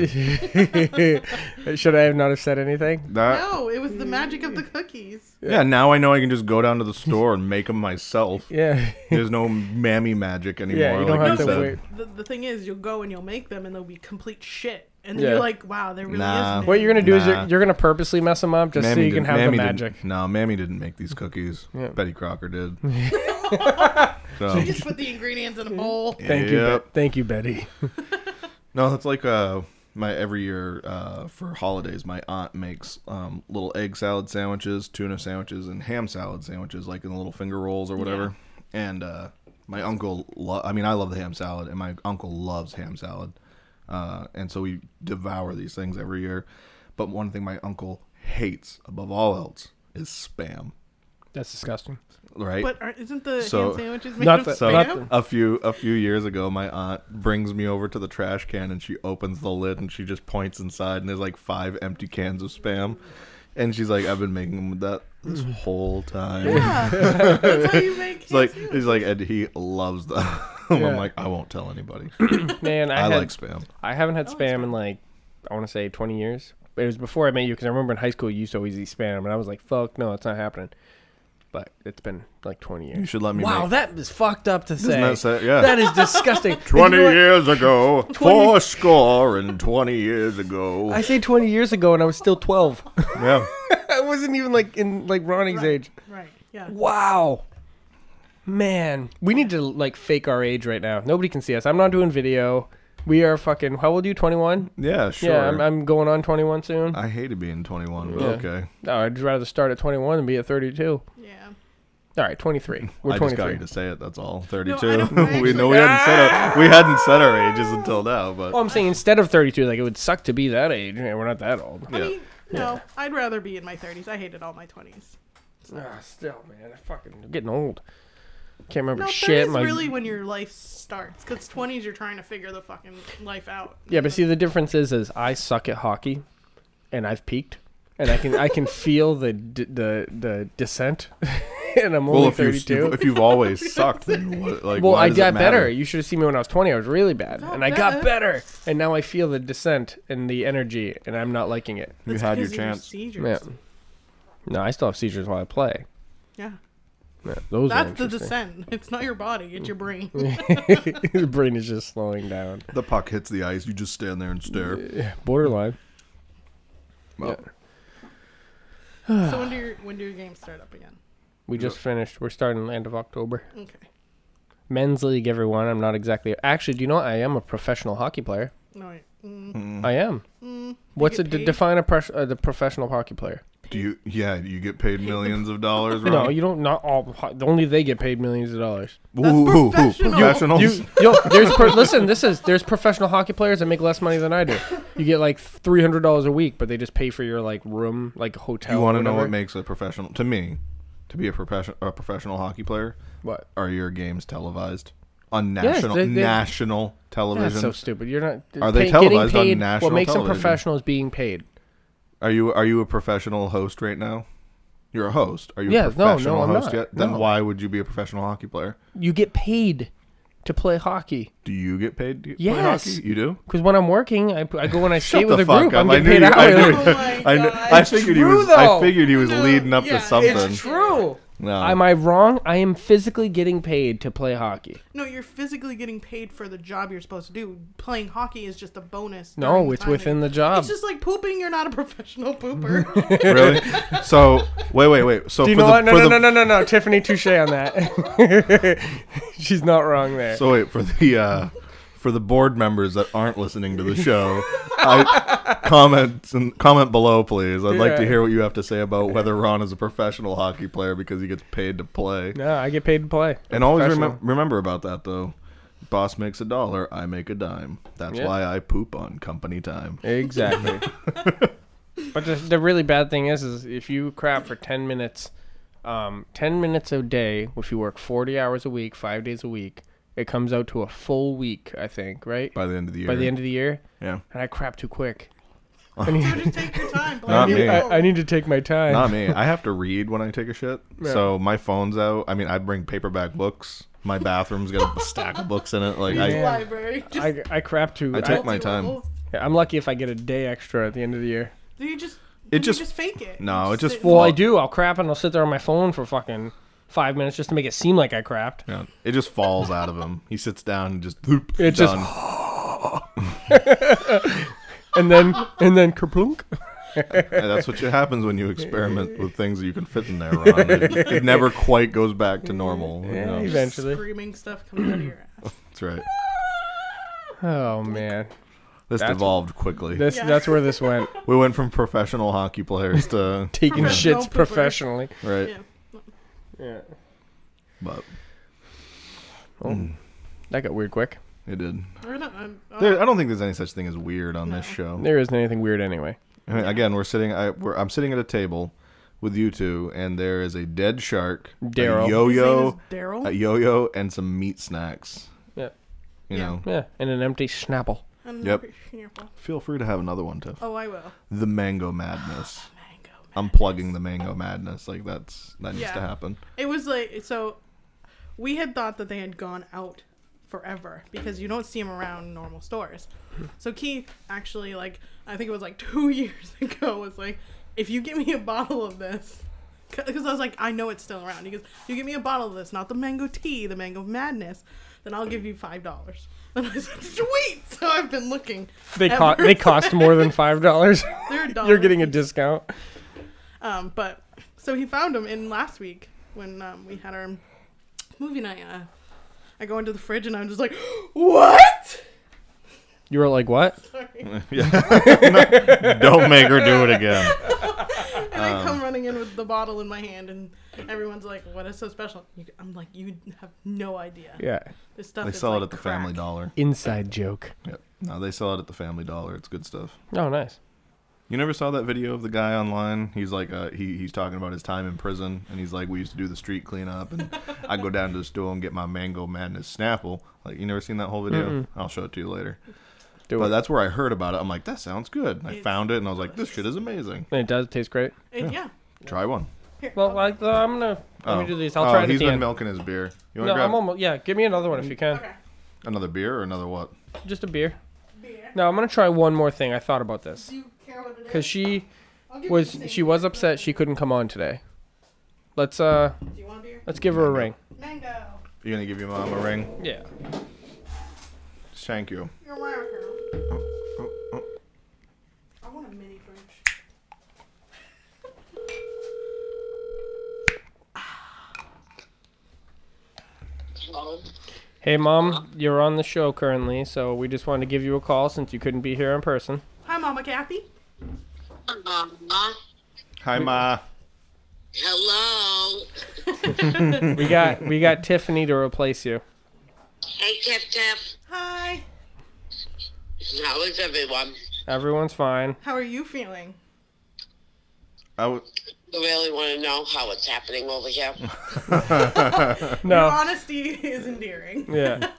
[SPEAKER 1] Should I have not have said anything?
[SPEAKER 3] That
[SPEAKER 2] No, it was the magic of the cookies.
[SPEAKER 3] yeah. Now I know I can just go down to the store and make them myself.
[SPEAKER 1] Yeah,
[SPEAKER 3] There's no Mammy magic anymore.
[SPEAKER 1] yeah. You don't
[SPEAKER 3] like
[SPEAKER 1] have
[SPEAKER 3] you
[SPEAKER 1] to
[SPEAKER 3] said.
[SPEAKER 1] wait.
[SPEAKER 2] The, the thing is, you'll go and you'll make them and they'll be complete shit. And then
[SPEAKER 1] Yeah.
[SPEAKER 2] you're like, wow, there really
[SPEAKER 3] Nah.
[SPEAKER 2] is.
[SPEAKER 1] What you're gonna do is
[SPEAKER 3] Nah.
[SPEAKER 1] you're, you're gonna purposely mess them up just so you can
[SPEAKER 3] didn't-
[SPEAKER 1] have the
[SPEAKER 3] Mammy didn't-
[SPEAKER 1] magic.
[SPEAKER 3] No, Mammy didn't make these cookies. Betty Crocker did. so,
[SPEAKER 2] Just put the ingredients in a bowl.
[SPEAKER 1] Thank you,
[SPEAKER 3] Yep.
[SPEAKER 1] Bet thank you, Betty.
[SPEAKER 3] No, that's like uh my every year uh for holidays my aunt makes um little egg salad sandwiches, tuna sandwiches and ham salad sandwiches like in the little finger rolls or whatever. And uh my uncle lo- I mean I love the ham salad and my uncle loves ham salad. Uh and so we devour these things every year. But one thing my uncle hates above all else is spam,
[SPEAKER 1] That's disgusting.
[SPEAKER 3] right?
[SPEAKER 2] But aren't, isn't the
[SPEAKER 3] So-
[SPEAKER 2] ham sandwiches made
[SPEAKER 1] Not
[SPEAKER 2] of
[SPEAKER 1] that-
[SPEAKER 3] So
[SPEAKER 1] not
[SPEAKER 2] spam?
[SPEAKER 1] the-
[SPEAKER 3] a few a few years ago, my aunt brings me over to the trash can and she opens the lid and she just points inside and there's like five empty cans of spam, and she's like, "I've been making them with that this
[SPEAKER 1] Mm.
[SPEAKER 3] whole time."
[SPEAKER 2] Yeah. That's how you make
[SPEAKER 3] It's like
[SPEAKER 2] ham
[SPEAKER 3] he's like, and he loves them.
[SPEAKER 1] Yeah.
[SPEAKER 3] I'm like, I won't tell anybody.
[SPEAKER 1] Man, I,
[SPEAKER 3] I
[SPEAKER 1] had,
[SPEAKER 3] like spam.
[SPEAKER 1] I haven't had spam in like I want to say 20 years. But it was before I met you because I remember in high school you used to always eat spam, and I was like, "Fuck, no, it's not happening." But it's been like 20 years.
[SPEAKER 3] You should let me.
[SPEAKER 1] Wow,
[SPEAKER 3] make,
[SPEAKER 1] that is fucked up to say.
[SPEAKER 3] Isn't that sad? Yeah.
[SPEAKER 1] That is disgusting. You
[SPEAKER 3] Twenty
[SPEAKER 1] know what?
[SPEAKER 3] years ago, four score and twenty years ago.
[SPEAKER 1] I say 20 years ago and I was still 12.
[SPEAKER 3] yeah,
[SPEAKER 1] I wasn't even like in like Ronnie's age.
[SPEAKER 2] Right. Yeah.
[SPEAKER 1] Wow. Man, we need to like fake our age right now. Nobody can see us. I'm not doing video. We are fucking. How old are you? 21.
[SPEAKER 3] Yeah, sure. Uh.
[SPEAKER 1] Yeah, I'm, I'm going on 21 soon.
[SPEAKER 3] I hated being 21, but
[SPEAKER 1] Yeah.
[SPEAKER 3] okay.
[SPEAKER 1] No, I'd rather start at 21 than be at 32.
[SPEAKER 2] Yeah.
[SPEAKER 1] All right, 23. We're
[SPEAKER 3] I just got
[SPEAKER 1] 23.
[SPEAKER 3] you to say it. That's all. 32.
[SPEAKER 2] I don't- I
[SPEAKER 3] we
[SPEAKER 2] actually-
[SPEAKER 3] know we hadn't said our we hadn't said our ages until now, but
[SPEAKER 1] well, I'm saying instead of 32, like it would suck to be that age. Yeah, we're not that old.
[SPEAKER 2] I
[SPEAKER 3] Yeah.
[SPEAKER 2] mean, no, I'd rather be in my 30s. I hated all my 20s.
[SPEAKER 1] Ah, still, man, I fucking I'm getting old. Can't remember
[SPEAKER 2] No,
[SPEAKER 1] shit.
[SPEAKER 2] 30s
[SPEAKER 1] My,
[SPEAKER 2] really when your life starts. Because 20s, you're trying to figure the fucking life out.
[SPEAKER 1] Yeah, but see, the difference is, is I suck at hockey, and I've peaked, and I can I can feel the d- the the descent, and I'm only
[SPEAKER 3] well, if you
[SPEAKER 1] 32.
[SPEAKER 3] if you've always sucked, then what, like
[SPEAKER 1] well,
[SPEAKER 3] why
[SPEAKER 1] I
[SPEAKER 3] does it
[SPEAKER 1] got
[SPEAKER 3] matter?
[SPEAKER 1] better. You should have seen me when I was 20. I was really bad, and I got
[SPEAKER 2] bad.
[SPEAKER 1] better, and now I feel the descent and the energy, and I'm not liking it.
[SPEAKER 3] You
[SPEAKER 2] That's
[SPEAKER 3] had your
[SPEAKER 2] 'cause of
[SPEAKER 3] chance.
[SPEAKER 1] Yeah.
[SPEAKER 2] seizures.
[SPEAKER 1] No, I still have seizures while I play.
[SPEAKER 2] Yeah.
[SPEAKER 1] Yeah, those
[SPEAKER 2] That's the
[SPEAKER 1] are interesting.
[SPEAKER 2] descent. It's not your body, it's your brain.
[SPEAKER 1] His brain is just slowing down.
[SPEAKER 3] The puck hits the ice. You just stand there and stare.
[SPEAKER 1] Borderline.
[SPEAKER 3] Well,
[SPEAKER 1] Yeah.
[SPEAKER 2] so when do your when do your games start up again?
[SPEAKER 1] We just finished. We're starting the end of October.
[SPEAKER 2] Okay.
[SPEAKER 1] Men's league, everyone. I'm not exactly. Actually, do you know what? I am a professional hockey player?
[SPEAKER 2] No, wait. Mm,
[SPEAKER 1] I am. What's
[SPEAKER 2] get
[SPEAKER 1] it? De-
[SPEAKER 2] paid?
[SPEAKER 1] define a pres- uh, the professional hockey player.
[SPEAKER 3] Do you? Yeah, you get paid millions of dollars.
[SPEAKER 1] No,
[SPEAKER 3] Ron?
[SPEAKER 1] you don't. Not all. ho- Only they get paid millions of dollars.
[SPEAKER 3] Ooh, ooh, ooh,
[SPEAKER 2] professional.
[SPEAKER 3] professionals.
[SPEAKER 1] You, yo, there's per- listen. This is there's professional hockey players that make less money than I do. You get like three hundred dollars a week, but they just pay for your like room, like hotel.
[SPEAKER 3] you want to know what
[SPEAKER 1] whatever.
[SPEAKER 3] makes a professional? To me, to be a professional a professional hockey player,
[SPEAKER 1] What?
[SPEAKER 3] are your games televised on
[SPEAKER 1] Yes,
[SPEAKER 3] national
[SPEAKER 1] they- they-
[SPEAKER 3] national
[SPEAKER 1] That's
[SPEAKER 3] television?
[SPEAKER 1] so stupid. You're not.
[SPEAKER 3] Are they
[SPEAKER 1] getting
[SPEAKER 3] televised on
[SPEAKER 1] paid-
[SPEAKER 3] national
[SPEAKER 1] What makes them
[SPEAKER 3] television?
[SPEAKER 1] professional is being paid.
[SPEAKER 3] Are you are you a professional host right now? You're a host. Are you
[SPEAKER 1] Yeah, no,
[SPEAKER 3] a
[SPEAKER 1] no,
[SPEAKER 3] professional
[SPEAKER 1] I'm
[SPEAKER 3] host
[SPEAKER 1] not.
[SPEAKER 3] yet? Then
[SPEAKER 1] No.
[SPEAKER 3] why would you be a professional hockey player?
[SPEAKER 1] You get paid to play hockey.
[SPEAKER 3] Do you get paid to play
[SPEAKER 1] Yes.
[SPEAKER 3] hockey? You do?
[SPEAKER 1] Because when I'm working, I, I go and I skate
[SPEAKER 3] the
[SPEAKER 1] with a
[SPEAKER 3] fuck
[SPEAKER 1] group.
[SPEAKER 3] up.
[SPEAKER 1] I'm
[SPEAKER 3] I
[SPEAKER 1] getting paid
[SPEAKER 3] knew you- I
[SPEAKER 1] hours.
[SPEAKER 3] knew-
[SPEAKER 2] Oh my
[SPEAKER 3] I, kn-
[SPEAKER 2] God.
[SPEAKER 3] I figured he
[SPEAKER 1] true,
[SPEAKER 3] was I
[SPEAKER 1] though.
[SPEAKER 3] figured he was
[SPEAKER 2] No,
[SPEAKER 3] leading up
[SPEAKER 2] yeah,
[SPEAKER 3] to something.
[SPEAKER 1] It's true.
[SPEAKER 3] No.
[SPEAKER 1] Am I wrong? I am physically getting paid to play hockey.
[SPEAKER 2] No, you're physically getting paid for the job you're supposed to do. Playing hockey is just a bonus. during
[SPEAKER 1] No, it's
[SPEAKER 2] time.
[SPEAKER 1] within the job.
[SPEAKER 2] It's just like pooping. You're not a professional pooper.
[SPEAKER 3] really? So wait, wait, wait. So
[SPEAKER 1] Do you
[SPEAKER 3] for
[SPEAKER 1] know
[SPEAKER 3] the,
[SPEAKER 1] what? No,
[SPEAKER 3] for
[SPEAKER 1] no,
[SPEAKER 3] the,
[SPEAKER 1] no, no, no, no. Tiffany Touche on that. She's not wrong there.
[SPEAKER 3] So wait for the uh, for the board members that aren't listening to the show. I comment and comment below, please. I'd like to
[SPEAKER 1] Yeah.
[SPEAKER 3] hear what you have to say about whether Ron is a professional hockey player because he gets paid to play.
[SPEAKER 1] no, I get paid to play.
[SPEAKER 3] And always
[SPEAKER 1] Professional.
[SPEAKER 3] remem- remember about that though. Boss makes a dollar, I make a dime. That's
[SPEAKER 1] Yeah.
[SPEAKER 3] why I poop on company time.
[SPEAKER 1] Exactly. but the, the really bad thing is, is if you crap for ten minutes, um, ten minutes a day. If you work forty hours a week, five days a week, it comes out to a full week. I think, right?
[SPEAKER 3] By the end of the year.
[SPEAKER 1] By the end of the year,
[SPEAKER 3] yeah.
[SPEAKER 1] and I crap too quick.
[SPEAKER 2] so just take your time. Blaine.
[SPEAKER 3] Not
[SPEAKER 2] You
[SPEAKER 3] me.
[SPEAKER 2] know.
[SPEAKER 1] I, I need to take my time.
[SPEAKER 3] Not me. I have to read when I take a shit. So my phone's out. I mean, I bring paperback books. My bathroom's got a stack of books in it. Like I,
[SPEAKER 2] library. Just
[SPEAKER 1] I, I crap too.
[SPEAKER 3] I
[SPEAKER 1] I
[SPEAKER 3] take my time.
[SPEAKER 1] I'm lucky if I get a day extra at the end of the year.
[SPEAKER 2] Do you just?
[SPEAKER 3] It
[SPEAKER 2] It just,
[SPEAKER 3] just-
[SPEAKER 2] you just fake it.
[SPEAKER 3] no,
[SPEAKER 2] You
[SPEAKER 3] it just
[SPEAKER 2] sit-
[SPEAKER 1] Well, I
[SPEAKER 3] Well-
[SPEAKER 1] do. I'll crap and I'll sit there on my phone for fucking five minutes just to make it seem like I crapped.
[SPEAKER 3] Yeah, it just falls out of him. He sits down and just boop.
[SPEAKER 1] It just-
[SPEAKER 3] done.
[SPEAKER 1] And then and then kerplunk. Oh,
[SPEAKER 3] And that's what happens when you experiment with things that you can fit in there. Ron. It, it never quite goes back to normal. you know.
[SPEAKER 1] Eventually.
[SPEAKER 2] Screaming stuff coming out of your ass.
[SPEAKER 3] That's right.
[SPEAKER 1] Oh man,
[SPEAKER 3] This
[SPEAKER 1] That's-
[SPEAKER 3] devolved quickly.
[SPEAKER 1] this
[SPEAKER 2] Yeah.
[SPEAKER 1] that's where this went.
[SPEAKER 3] we went from professional hockey players to
[SPEAKER 1] Taking
[SPEAKER 2] Professional
[SPEAKER 1] shits
[SPEAKER 2] pooper.
[SPEAKER 1] professionally.
[SPEAKER 3] right,
[SPEAKER 2] Yeah.
[SPEAKER 1] Yeah,
[SPEAKER 3] but
[SPEAKER 1] Hmm. that got weird quick.
[SPEAKER 3] it did.
[SPEAKER 2] We're not, um, uh, I'm, I'm,
[SPEAKER 3] There, I don't think there's any such thing as weird on this
[SPEAKER 2] No.
[SPEAKER 3] show.
[SPEAKER 1] There isn't anything weird anyway.
[SPEAKER 3] I mean, again, we're sitting. I, we're, I'm sitting at a table with you two, and there is a dead shark, a
[SPEAKER 1] Daryl.
[SPEAKER 2] His
[SPEAKER 3] yo-yo,
[SPEAKER 2] name is Daryl.
[SPEAKER 3] a yo-yo, and some meat snacks.
[SPEAKER 1] Yeah,
[SPEAKER 3] You
[SPEAKER 2] Yeah.
[SPEAKER 3] know,
[SPEAKER 1] yeah, and an empty schnapple.
[SPEAKER 2] I'm
[SPEAKER 3] Yep.
[SPEAKER 2] not careful.
[SPEAKER 3] feel free to have another one, Tiff.
[SPEAKER 2] Oh, I will.
[SPEAKER 3] The Mango Madness.
[SPEAKER 2] Mango.
[SPEAKER 3] I'm plugging the Mango Madness. Like that's that needs
[SPEAKER 2] Yeah.
[SPEAKER 3] to happen.
[SPEAKER 2] It was like so. We had thought that they had gone out forever because you don't see them around in normal stores. So Keith actually, like, I think it was like two years ago, was like, "If you give me a bottle of this." Because I was like, I know it's still around. He goes, "If you give me a bottle of this, not the mango tea, the mango madness, then I'll give you five dollars. And I was like, sweet. So I've been looking.
[SPEAKER 1] They
[SPEAKER 2] ever
[SPEAKER 1] cost they
[SPEAKER 2] since.
[SPEAKER 1] cost more than five dollars.
[SPEAKER 2] They're a dollar
[SPEAKER 1] You're getting a
[SPEAKER 2] each.
[SPEAKER 1] discount.
[SPEAKER 2] Um, but so he found him in last week when um, we had our movie night. Uh, I go into the fridge and I'm just like, what?
[SPEAKER 1] You were like, what?
[SPEAKER 2] Sorry.
[SPEAKER 3] Don't make her do it again.
[SPEAKER 2] And I
[SPEAKER 3] Um.
[SPEAKER 2] come running in with the bottle in my hand, and everyone's like, "What is so special?" You, I'm like, "You have no idea.
[SPEAKER 1] Yeah.
[SPEAKER 2] This stuff."
[SPEAKER 3] They
[SPEAKER 2] is
[SPEAKER 3] sell
[SPEAKER 2] like
[SPEAKER 3] it at the
[SPEAKER 2] crack.
[SPEAKER 3] Family Dollar.
[SPEAKER 1] Inside joke.
[SPEAKER 3] Yep. No, they sell it at the Family Dollar. It's good stuff.
[SPEAKER 1] Oh, nice.
[SPEAKER 3] You never saw that video of the guy online? He's like, uh, he, he's talking about his time in prison, and he's like, we used to do the street cleanup, and I go down to the store and get my Mango Madness Snapple. Like, you never seen that whole video? I'll show it to you later.
[SPEAKER 1] Do
[SPEAKER 3] But
[SPEAKER 1] it.
[SPEAKER 3] that's where I heard about it. I'm like, that sounds good. And I
[SPEAKER 2] It's
[SPEAKER 3] found it, and I was like, this shit is amazing.
[SPEAKER 1] And it does taste great.
[SPEAKER 2] And yeah.
[SPEAKER 3] Try one.
[SPEAKER 2] Here,
[SPEAKER 1] Well,
[SPEAKER 2] I'll-
[SPEAKER 1] like, uh, I'm gonna let
[SPEAKER 3] Oh.
[SPEAKER 1] me do these. I'll
[SPEAKER 3] oh,
[SPEAKER 1] try it
[SPEAKER 3] he's
[SPEAKER 1] at the
[SPEAKER 3] been
[SPEAKER 1] end.
[SPEAKER 3] milking his beer. You want
[SPEAKER 1] no,
[SPEAKER 3] to grab
[SPEAKER 1] I'm almost. Yeah, give me another one if you can.
[SPEAKER 2] okay.
[SPEAKER 3] another beer or another what?
[SPEAKER 1] Just a beer.
[SPEAKER 2] Beer.
[SPEAKER 1] No, I'm gonna try one more thing. I thought about this
[SPEAKER 2] Do you care what it is?
[SPEAKER 1] because she
[SPEAKER 2] I'll give you
[SPEAKER 1] was
[SPEAKER 2] the
[SPEAKER 1] she
[SPEAKER 2] same.
[SPEAKER 1] was upset she couldn't come on today. Let's uh
[SPEAKER 2] Do you want a beer?
[SPEAKER 1] let's give her a ring.
[SPEAKER 2] Mango.
[SPEAKER 3] You gonna give your mom a ring?
[SPEAKER 1] Yeah.
[SPEAKER 3] Thank you.
[SPEAKER 2] You're welcome.
[SPEAKER 3] Oh, oh.
[SPEAKER 2] I want a mini fridge.
[SPEAKER 1] Hey mom, you're on the show currently, so we just wanted to give you a call since you couldn't be here in person.
[SPEAKER 2] Hi, Mama Kathy.
[SPEAKER 4] Mama.
[SPEAKER 3] Hi, ma.
[SPEAKER 4] Hello.
[SPEAKER 1] We got we got Tiffany to replace you.
[SPEAKER 4] Hey, Tip Tip.
[SPEAKER 2] Hi.
[SPEAKER 4] How is everyone?
[SPEAKER 1] Everyone's fine.
[SPEAKER 2] How are you feeling?
[SPEAKER 3] I w-
[SPEAKER 4] Really want to know how it's happening over here?
[SPEAKER 2] Your
[SPEAKER 1] No.
[SPEAKER 2] honesty is endearing.
[SPEAKER 1] Oh. Yeah.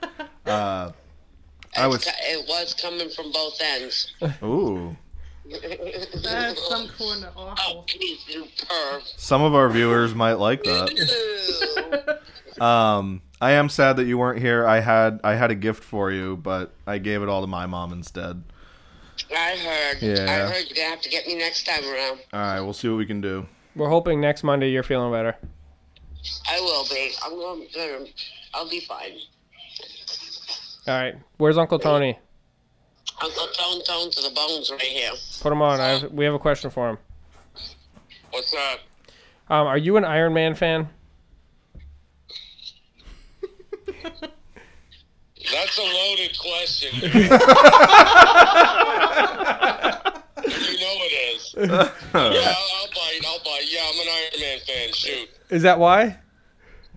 [SPEAKER 3] I was.
[SPEAKER 4] It was coming from both ends.
[SPEAKER 3] Ooh.
[SPEAKER 2] That's some kind of
[SPEAKER 4] Oh,
[SPEAKER 2] awful.
[SPEAKER 4] please, you perv.
[SPEAKER 3] Some of our viewers might like that.
[SPEAKER 4] Ew.
[SPEAKER 3] Um, I am sad that you weren't here. I had I had a gift for you, but I gave it all to my mom instead.
[SPEAKER 4] I heard.
[SPEAKER 3] Yeah.
[SPEAKER 4] I heard you're going to have to get me next time around.
[SPEAKER 3] All right, we'll see what we can do.
[SPEAKER 1] We're hoping next Monday you're feeling better.
[SPEAKER 4] I will be. I'm going to. I'll be fine.
[SPEAKER 1] All right. Where's Uncle Tony?
[SPEAKER 4] Uncle Tone Tone to the bones right here.
[SPEAKER 1] Put him on. I have, we have a question for him.
[SPEAKER 4] What's up?
[SPEAKER 1] Um, are you an Iron Man fan?
[SPEAKER 4] That's a loaded question. you know it is. Yeah, I'll bite. I'll bite. Yeah, I'm an Iron Man fan. Shoot.
[SPEAKER 1] Is that why?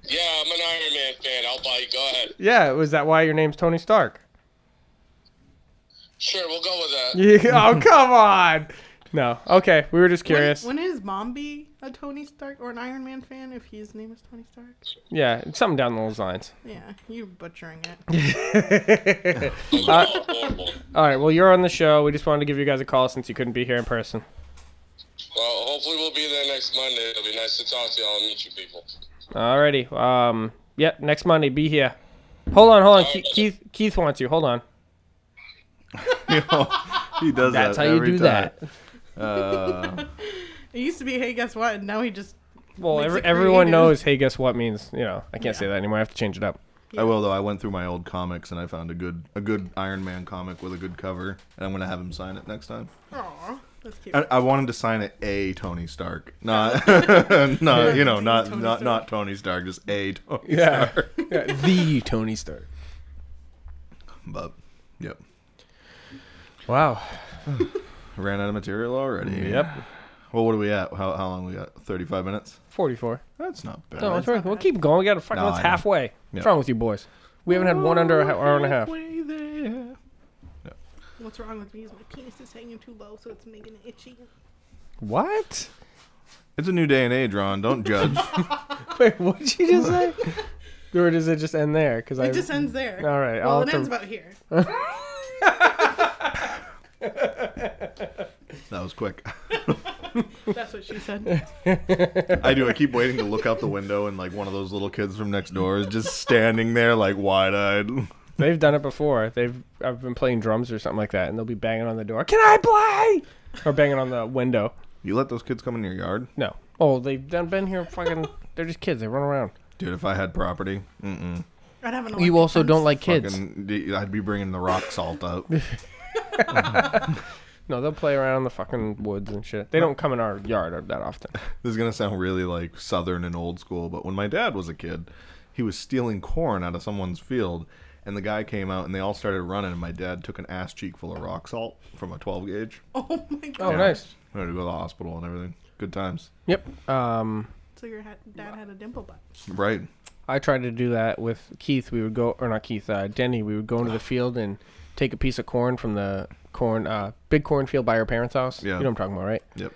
[SPEAKER 4] Yeah, I'm an Iron Man fan. I'll bite. Go ahead.
[SPEAKER 1] Yeah. Was that why your name's Tony Stark?
[SPEAKER 4] Sure, we'll go with that.
[SPEAKER 1] Yeah, oh come on. No. Okay. We were just curious.
[SPEAKER 2] Wouldn't his mom be a Tony Stark or an Iron Man fan if his name is Tony Stark?
[SPEAKER 1] yeah, it's something down those lines.
[SPEAKER 2] Yeah, you're butchering it.
[SPEAKER 4] Oh, horrible.
[SPEAKER 1] Uh, All right. Well, you're on the show. We just wanted to give you guys a call since you couldn't be here in person.
[SPEAKER 4] Well, hopefully we'll be there next Monday. It'll be nice to talk to y'all and meet you people.
[SPEAKER 1] Alrighty. Um. Yep. next Monday, be here. Hold on. Hold on. Ke- Keith. Keith wants you. Hold on.
[SPEAKER 3] You know, he does
[SPEAKER 1] That's
[SPEAKER 3] that
[SPEAKER 1] how you
[SPEAKER 3] every
[SPEAKER 1] do
[SPEAKER 3] time.
[SPEAKER 1] that.
[SPEAKER 2] It used to be, hey, guess what? And now he just
[SPEAKER 1] Well,
[SPEAKER 2] Makes
[SPEAKER 1] every,
[SPEAKER 2] it
[SPEAKER 1] everyone
[SPEAKER 2] creative.
[SPEAKER 1] knows. Hey, guess what means? You know, I can't say
[SPEAKER 2] Yeah.
[SPEAKER 1] that anymore. I have to change it up.
[SPEAKER 3] I will though. I went through my old comics and I found a good a good Iron Man comic with a good cover, and I'm gonna have him sign it next time.
[SPEAKER 2] Aw, that's cute.
[SPEAKER 3] I, I wanted to sign it a Tony Stark, not no, you know, not
[SPEAKER 2] Tony
[SPEAKER 3] not
[SPEAKER 2] Stark.
[SPEAKER 3] not Tony Stark, just a Tony
[SPEAKER 1] Yeah.
[SPEAKER 3] Stark.
[SPEAKER 1] yeah. The Tony Stark.
[SPEAKER 3] But yep,
[SPEAKER 1] Wow.
[SPEAKER 3] ran out of material already.
[SPEAKER 1] Yep.
[SPEAKER 3] Well, what are we at? How how long we got? Thirty five minutes.
[SPEAKER 1] Forty-four.
[SPEAKER 3] That's not bad.
[SPEAKER 1] No, Oh, that's right. We'll keep going. We got to fucking.
[SPEAKER 3] No,
[SPEAKER 1] That's
[SPEAKER 3] I know.
[SPEAKER 1] halfway. What's wrong with you boys? We haven't had one under an hour and a half.
[SPEAKER 3] Halfway there.
[SPEAKER 2] What's wrong with me is my penis is hanging too low, so it's making it itchy.
[SPEAKER 1] What?
[SPEAKER 3] It's a new day and age, Ron. Don't judge.
[SPEAKER 1] Wait, what did you just say? or does it just end there? Because I
[SPEAKER 2] It just ends there.
[SPEAKER 1] All right,
[SPEAKER 2] Well,
[SPEAKER 1] I'll
[SPEAKER 2] it
[SPEAKER 1] have to-
[SPEAKER 2] ends about here.
[SPEAKER 3] that was quick.
[SPEAKER 2] That's what she said.
[SPEAKER 3] I do. I keep waiting to look out the window and like one of those little kids from next door is just standing there like wide eyed.
[SPEAKER 1] they've done it before. They've I've been playing drums or something like that, and they'll be banging on the door. Can I play? Or banging on the window.
[SPEAKER 3] You let those kids come in your yard,
[SPEAKER 1] No. Oh, they've done been here. Fucking. They're just kids. They run around.
[SPEAKER 3] dude? If I had property, mm-mm.
[SPEAKER 2] I'd have an
[SPEAKER 1] You
[SPEAKER 2] electric
[SPEAKER 1] also don't
[SPEAKER 2] fence.
[SPEAKER 1] like kids.
[SPEAKER 3] Fucking, I'd be bringing the rock salt out.
[SPEAKER 1] No, they'll play around in the fucking woods and shit. They don't come in our yard that often.
[SPEAKER 3] This is gonna sound really like southern and old school, but when my dad was a kid, he was stealing corn out of someone's field, and the guy came out and they all started running, and my dad took an ass cheek full of rock salt from a 12 gauge.
[SPEAKER 2] Oh my
[SPEAKER 1] Oh,
[SPEAKER 2] god.
[SPEAKER 1] nice.
[SPEAKER 3] We had to go to the hospital and everything. Good times,
[SPEAKER 1] Yep. Um,
[SPEAKER 2] So your ha- dad had a dimple butt.
[SPEAKER 3] right?
[SPEAKER 1] I tried to do that with Keith. We would go, or not Keith, uh, Denny. We would go into the field and take a piece of corn from the corn, uh, big cornfield by our parents' house.
[SPEAKER 3] Yeah.
[SPEAKER 1] You know what I'm talking about, right?
[SPEAKER 3] Yep.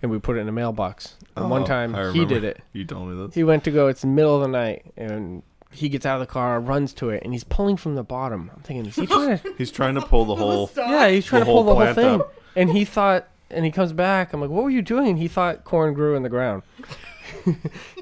[SPEAKER 1] And we put it in a mailbox. And
[SPEAKER 3] One
[SPEAKER 1] one time he did it.
[SPEAKER 3] You told me this.
[SPEAKER 1] He went to go. It's the middle of the night, and he gets out of the car, runs to it, and he's pulling from the bottom. I'm thinking, is he trying to?
[SPEAKER 3] He's trying to pull the whole.
[SPEAKER 2] Stop.
[SPEAKER 1] yeah, he's trying
[SPEAKER 3] Oh, The
[SPEAKER 1] to pull
[SPEAKER 3] whole
[SPEAKER 1] the whole thing.
[SPEAKER 3] plant up.
[SPEAKER 1] And he thought, and he comes back. I'm like, what were you doing? And he thought corn grew in the ground.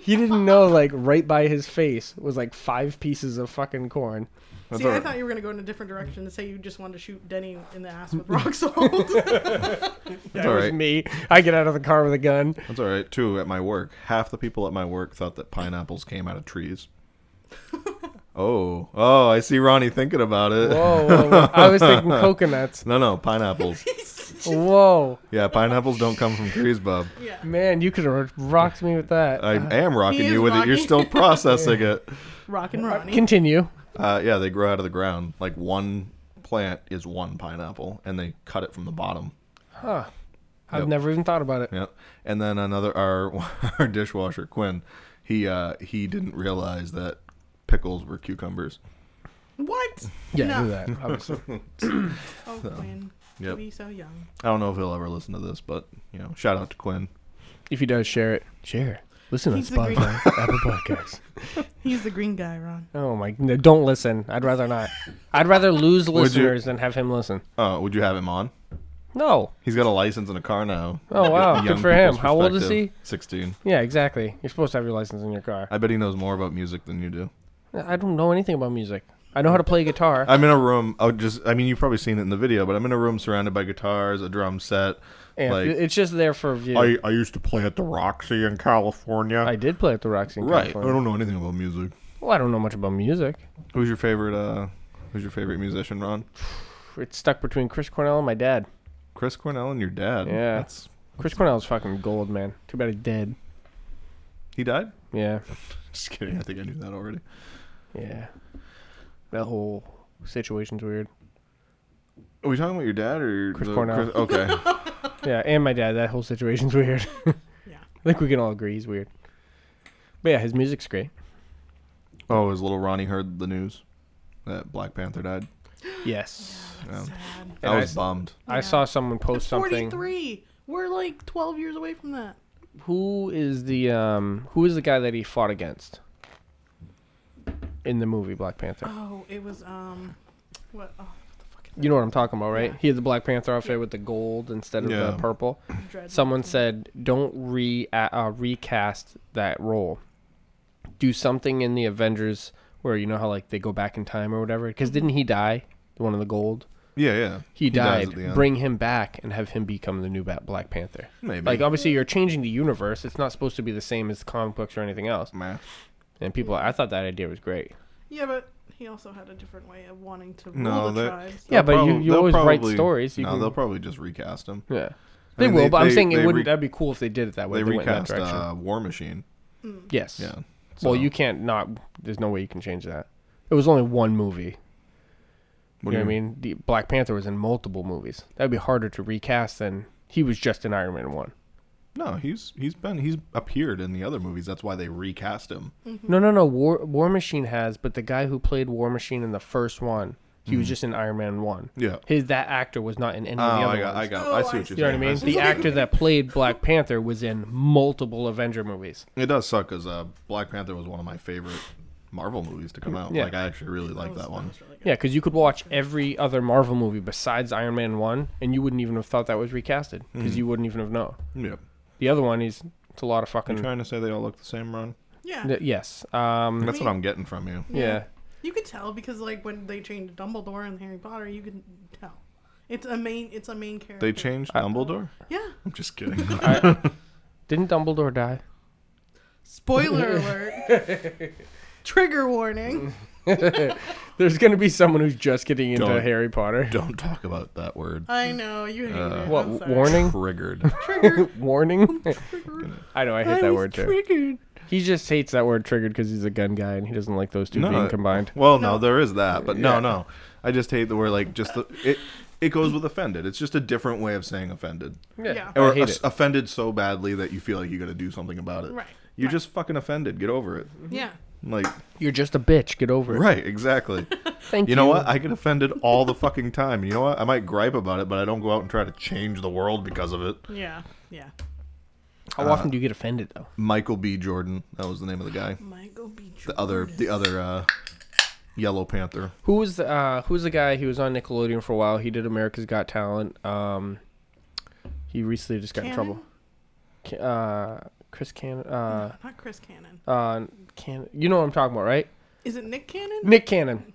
[SPEAKER 1] he didn't know, like, right by his face was like five pieces of fucking corn.
[SPEAKER 3] That's
[SPEAKER 2] See, I
[SPEAKER 3] alright.
[SPEAKER 2] thought you were gonna go in a different direction and say you just wanted to shoot Denny in the ass with rock salt.
[SPEAKER 1] That
[SPEAKER 3] all
[SPEAKER 1] was
[SPEAKER 3] right.
[SPEAKER 1] me. I get out of the car with a gun.
[SPEAKER 3] That's all right. Too at my work, half the people at my work thought that pineapples came out of trees. oh, oh! I see Ronnie thinking about it.
[SPEAKER 1] Whoa, whoa, whoa. I was thinking coconuts.
[SPEAKER 3] No, no, pineapples.
[SPEAKER 1] Whoa,
[SPEAKER 3] yeah, pineapples don't come from trees, bub.
[SPEAKER 2] yeah.
[SPEAKER 1] man, you could have rocked me with that.
[SPEAKER 3] I am rocking
[SPEAKER 2] Uh, He is
[SPEAKER 3] you with it. You're
[SPEAKER 2] rocking.
[SPEAKER 3] still processing it.
[SPEAKER 2] Rock and Ronnie.
[SPEAKER 1] Continue.
[SPEAKER 3] Uh, yeah, they grow out of the ground. Like one plant is one pineapple, and they cut it from the bottom.
[SPEAKER 1] I've
[SPEAKER 3] Yep.
[SPEAKER 1] never even thought about it.
[SPEAKER 3] Yep. And then another, our our dishwasher Quinn, he uh, he didn't realize that pickles were cucumbers.
[SPEAKER 2] what?
[SPEAKER 1] Yeah,
[SPEAKER 2] No.
[SPEAKER 1] do that. Obviously.
[SPEAKER 2] Oh, Quinn.
[SPEAKER 3] Yep.
[SPEAKER 2] To be so young.
[SPEAKER 3] I don't know if he'll ever listen to this, but you know, shout out to Quinn.
[SPEAKER 1] if he does, share it. Share. Listen
[SPEAKER 2] He's
[SPEAKER 1] on
[SPEAKER 2] the green-
[SPEAKER 1] Spotify, Apple Podcasts.
[SPEAKER 2] He's the green guy, Ron.
[SPEAKER 1] Oh my! No, don't listen. I'd rather not. I'd rather lose
[SPEAKER 3] you-
[SPEAKER 1] listeners than have him listen.
[SPEAKER 3] Uh, would you have him on?
[SPEAKER 1] No.
[SPEAKER 3] He's got a license and a car now.
[SPEAKER 1] Oh, wow.
[SPEAKER 3] Young
[SPEAKER 1] Good for him.
[SPEAKER 3] people's
[SPEAKER 1] How old is
[SPEAKER 3] perspective. Sixteen.
[SPEAKER 1] Yeah, exactly. You're supposed to have your license in your car.
[SPEAKER 3] I bet he knows more about music than you do.
[SPEAKER 1] I don't know anything about music. I know how to play guitar.
[SPEAKER 3] I'm in a room. I would just. I mean, you've probably seen it in the video, but I'm in a room surrounded by guitars, a drum set.
[SPEAKER 1] and
[SPEAKER 3] like-
[SPEAKER 1] it's just there for view.
[SPEAKER 5] I, I used to play at the Roxy in California.
[SPEAKER 1] I did play at the Roxy. In
[SPEAKER 3] Right. I
[SPEAKER 1] California.
[SPEAKER 3] don't know anything about music.
[SPEAKER 1] Well, I don't know much about music.
[SPEAKER 3] Who's your favorite? Uh, who's your favorite musician, Ron?
[SPEAKER 1] It's stuck between Chris Cornell and my dad.
[SPEAKER 3] Chris Cornell and your dad.
[SPEAKER 1] Yeah.
[SPEAKER 3] That's,
[SPEAKER 1] Chris Cornell's fucking gold, man. Too bad he's dead.
[SPEAKER 3] he died.
[SPEAKER 1] Yeah.
[SPEAKER 3] Just kidding. I think I knew that already.
[SPEAKER 1] Yeah. That whole situation's weird.
[SPEAKER 3] Are we talking about your dad or
[SPEAKER 1] Chris
[SPEAKER 3] the-
[SPEAKER 1] Cornell.
[SPEAKER 3] okay.
[SPEAKER 1] Yeah, and my dad. That whole situation's weird.
[SPEAKER 2] Yeah.
[SPEAKER 1] I think we can all agree he's weird. But yeah, his music's great.
[SPEAKER 3] oh, has little Ronnie heard the news that Black Panther died?
[SPEAKER 1] Yes.
[SPEAKER 3] Yeah.
[SPEAKER 2] Sad.
[SPEAKER 3] I
[SPEAKER 1] And I
[SPEAKER 3] was
[SPEAKER 1] s-
[SPEAKER 3] bummed.
[SPEAKER 1] I saw someone post something.
[SPEAKER 2] 43. We're like 12 years away from that.
[SPEAKER 1] Who is the um who is the guy that he fought against? In the movie Black Panther.
[SPEAKER 2] Oh, it was, um, what? Oh, what
[SPEAKER 1] You know what I'm talking about, right?
[SPEAKER 2] Yeah.
[SPEAKER 1] He had the Black Panther outfit with the gold instead of
[SPEAKER 3] Yeah.
[SPEAKER 1] the purple.
[SPEAKER 2] the fuck? Dread.
[SPEAKER 1] Someone said, "Don't re uh, uh, recast that role. Do something in the Avengers where you know how like they go back in time or whatever. Because didn't he die? The one of the gold.
[SPEAKER 3] Yeah, yeah.
[SPEAKER 1] He
[SPEAKER 3] dies
[SPEAKER 1] died.
[SPEAKER 3] at the end.
[SPEAKER 1] Bring him back and have him become the new Bat- Black Panther.
[SPEAKER 3] Maybe.
[SPEAKER 1] Like obviously you're changing the universe. It's not supposed to be the same as the comic books or anything else.
[SPEAKER 3] Meh.
[SPEAKER 1] And people, I thought that idea was great.
[SPEAKER 2] Yeah, but he also had a different way of wanting to rule
[SPEAKER 3] No,
[SPEAKER 2] the
[SPEAKER 3] that-
[SPEAKER 2] tribes.
[SPEAKER 1] Yeah, but
[SPEAKER 3] They'll
[SPEAKER 1] you,
[SPEAKER 3] prob-
[SPEAKER 1] you
[SPEAKER 3] they'll
[SPEAKER 1] always
[SPEAKER 3] probably-
[SPEAKER 1] write stories. You
[SPEAKER 3] no,
[SPEAKER 1] can,
[SPEAKER 3] they'll probably just recast him.
[SPEAKER 1] yeah,
[SPEAKER 3] I
[SPEAKER 1] they
[SPEAKER 3] mean,
[SPEAKER 1] will.
[SPEAKER 3] they-
[SPEAKER 1] but I'm
[SPEAKER 3] they-
[SPEAKER 1] saying it
[SPEAKER 3] they
[SPEAKER 1] wouldn't.
[SPEAKER 3] re-
[SPEAKER 1] that'd be cool if they did it that way.
[SPEAKER 3] They
[SPEAKER 1] They, went that
[SPEAKER 3] recast
[SPEAKER 1] direction.
[SPEAKER 3] uh, War Machine.
[SPEAKER 1] yes.
[SPEAKER 3] Yeah.
[SPEAKER 1] Well,
[SPEAKER 3] so-
[SPEAKER 1] you can't not. There's no way you can change that. It was only one movie. you know
[SPEAKER 3] What do you
[SPEAKER 1] what I mean? The Black Panther was in multiple movies. That'd be harder to recast than he was just in Iron Man one.
[SPEAKER 3] No, he's he's been he's appeared in the other movies. That's why they recast him.
[SPEAKER 1] No, no, no. War War Machine has, but the guy who played War Machine in the first one, he was just in Iron Man one.
[SPEAKER 3] Hmm. Yeah.
[SPEAKER 1] His that actor was not in any
[SPEAKER 3] Oh,
[SPEAKER 1] of the other
[SPEAKER 3] I got, I
[SPEAKER 1] ones.
[SPEAKER 3] got,
[SPEAKER 2] Oh,
[SPEAKER 3] I see
[SPEAKER 2] I
[SPEAKER 3] what
[SPEAKER 2] see.
[SPEAKER 3] you're saying.
[SPEAKER 1] You know what I mean?
[SPEAKER 3] see.
[SPEAKER 1] The actor that played Black Panther was in multiple Avenger movies.
[SPEAKER 3] It does suck because uh, Black Panther was one of my favorite Marvel movies to come out.
[SPEAKER 1] Yeah.
[SPEAKER 3] Like I actually really like that one.
[SPEAKER 2] was really good.
[SPEAKER 1] Yeah, because you could watch every other Marvel movie besides Iron Man 1, and you wouldn't even have thought that was recasted, because
[SPEAKER 3] Hmm.
[SPEAKER 1] you wouldn't even have known.
[SPEAKER 3] Yeah.
[SPEAKER 1] The other one is, it's a lot of
[SPEAKER 3] You
[SPEAKER 1] fucking.
[SPEAKER 3] trying to say they all look the same, Ron?
[SPEAKER 2] Yeah.
[SPEAKER 1] Th- yes. Um,
[SPEAKER 3] That's what I'm getting from you.
[SPEAKER 1] yeah.
[SPEAKER 2] You could tell because, like, when they changed Dumbledore and Harry Potter, you could tell. It's a main. It's a main character.
[SPEAKER 3] They changed Dumbledore.
[SPEAKER 2] yeah.
[SPEAKER 3] I'm just kidding.
[SPEAKER 1] Didn't Dumbledore die?
[SPEAKER 2] Spoiler alert. Trigger warning.
[SPEAKER 1] There's gonna be someone who's just getting into
[SPEAKER 3] Don't-
[SPEAKER 1] Harry Potter.
[SPEAKER 3] Don't talk about that word.
[SPEAKER 2] I know you hate it.
[SPEAKER 1] Mm. Uh, What
[SPEAKER 2] I'm sorry.
[SPEAKER 1] warning?
[SPEAKER 3] Triggered.
[SPEAKER 1] warning? I know I hate
[SPEAKER 2] I
[SPEAKER 1] that
[SPEAKER 2] was
[SPEAKER 1] word too.
[SPEAKER 2] triggered.
[SPEAKER 1] He just hates that word triggered because he's a gun guy and he doesn't like those two being combined.
[SPEAKER 3] uh, Well, no, there is that, but no,
[SPEAKER 1] Yeah.
[SPEAKER 3] no. I just hate the word like just the, it. It goes with offended. It's just a different way of saying offended.
[SPEAKER 2] Yeah.
[SPEAKER 3] Or
[SPEAKER 1] I hate
[SPEAKER 3] os-
[SPEAKER 1] it.
[SPEAKER 3] offended so badly that you feel like you got to do something about it.
[SPEAKER 2] Right,
[SPEAKER 3] You're
[SPEAKER 2] right.
[SPEAKER 3] just fucking offended. Get over it.
[SPEAKER 2] Yeah.
[SPEAKER 3] Like
[SPEAKER 1] You're just a bitch. Get over it.
[SPEAKER 3] right, exactly.
[SPEAKER 1] Thank you.
[SPEAKER 3] You know what? I get offended all the fucking time. You know what? I might gripe about it, but I don't go out and try to change the world because of it.
[SPEAKER 2] Yeah. Yeah.
[SPEAKER 1] How
[SPEAKER 3] Uh,
[SPEAKER 1] often do you get offended though?
[SPEAKER 3] Michael B. Jordan, that was the name of the guy.
[SPEAKER 2] Michael B.
[SPEAKER 3] The other, the other uh, Yellow Panther.
[SPEAKER 1] Who was the uh, who was the guy? He was on Nickelodeon for a while. He did America's Got Talent. Um, he recently just got in trouble. Ca- Uh, Chris Cannon. Uh,
[SPEAKER 2] Not Chris Cannon.
[SPEAKER 1] uh, Cannon. You know what I'm talking about, right?
[SPEAKER 2] Is it Nick Cannon?
[SPEAKER 1] Nick Cannon.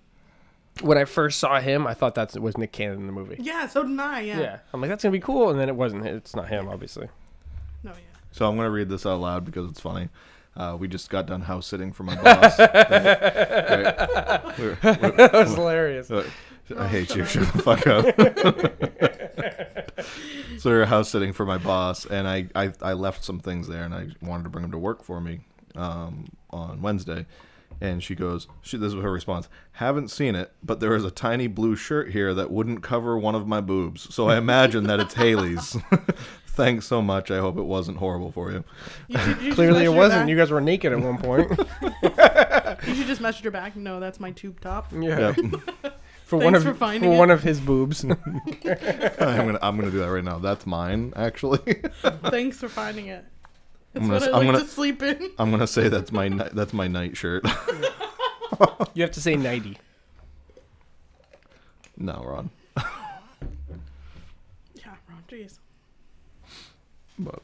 [SPEAKER 1] When I first saw him, I thought that was Nick Cannon in the movie.
[SPEAKER 2] Yeah, so did I. Yeah.
[SPEAKER 1] Yeah. I'm like, that's gonna be cool, and then it wasn't. It's not him, obviously.
[SPEAKER 2] No, yeah.
[SPEAKER 3] So I'm going to read this out loud because it's funny. Uh, we just got done house sitting for my boss. Right. Right. We're- we're-
[SPEAKER 1] That was hilarious.
[SPEAKER 3] uh, I hate you. Shut the fuck up. so we were house sitting for my boss, and I, I, I left some things there, and I wanted to bring them to work for me um, on Wednesday. And she goes, she, this was her response, haven't seen it, but there is a tiny blue shirt here that wouldn't cover one of my boobs. So I imagine that it's Haley's. Thanks so much. I hope it wasn't horrible for you.
[SPEAKER 2] You should, you should
[SPEAKER 1] Clearly, it
[SPEAKER 2] message her
[SPEAKER 1] wasn't. You
[SPEAKER 2] Back.
[SPEAKER 1] guys were naked at one point.
[SPEAKER 2] You should just message her back. No, that's my tube top.
[SPEAKER 1] yeah.
[SPEAKER 3] Yep.
[SPEAKER 1] For one
[SPEAKER 2] Thanks
[SPEAKER 1] of
[SPEAKER 2] for
[SPEAKER 1] for,
[SPEAKER 2] finding it.
[SPEAKER 1] one of his boobs.
[SPEAKER 3] I'm gonna I'm gonna do that right now. That's mine actually.
[SPEAKER 2] Thanks for finding it. It's
[SPEAKER 3] I'm gonna
[SPEAKER 2] what I
[SPEAKER 3] s-
[SPEAKER 2] like
[SPEAKER 3] I'm gonna-
[SPEAKER 2] to sleep in.
[SPEAKER 1] Um,
[SPEAKER 3] I'm gonna say that's my ni- that's my night shirt.
[SPEAKER 1] you have to say ninety.
[SPEAKER 3] no, Ron.
[SPEAKER 2] Yeah, Ron. Jeez.
[SPEAKER 3] But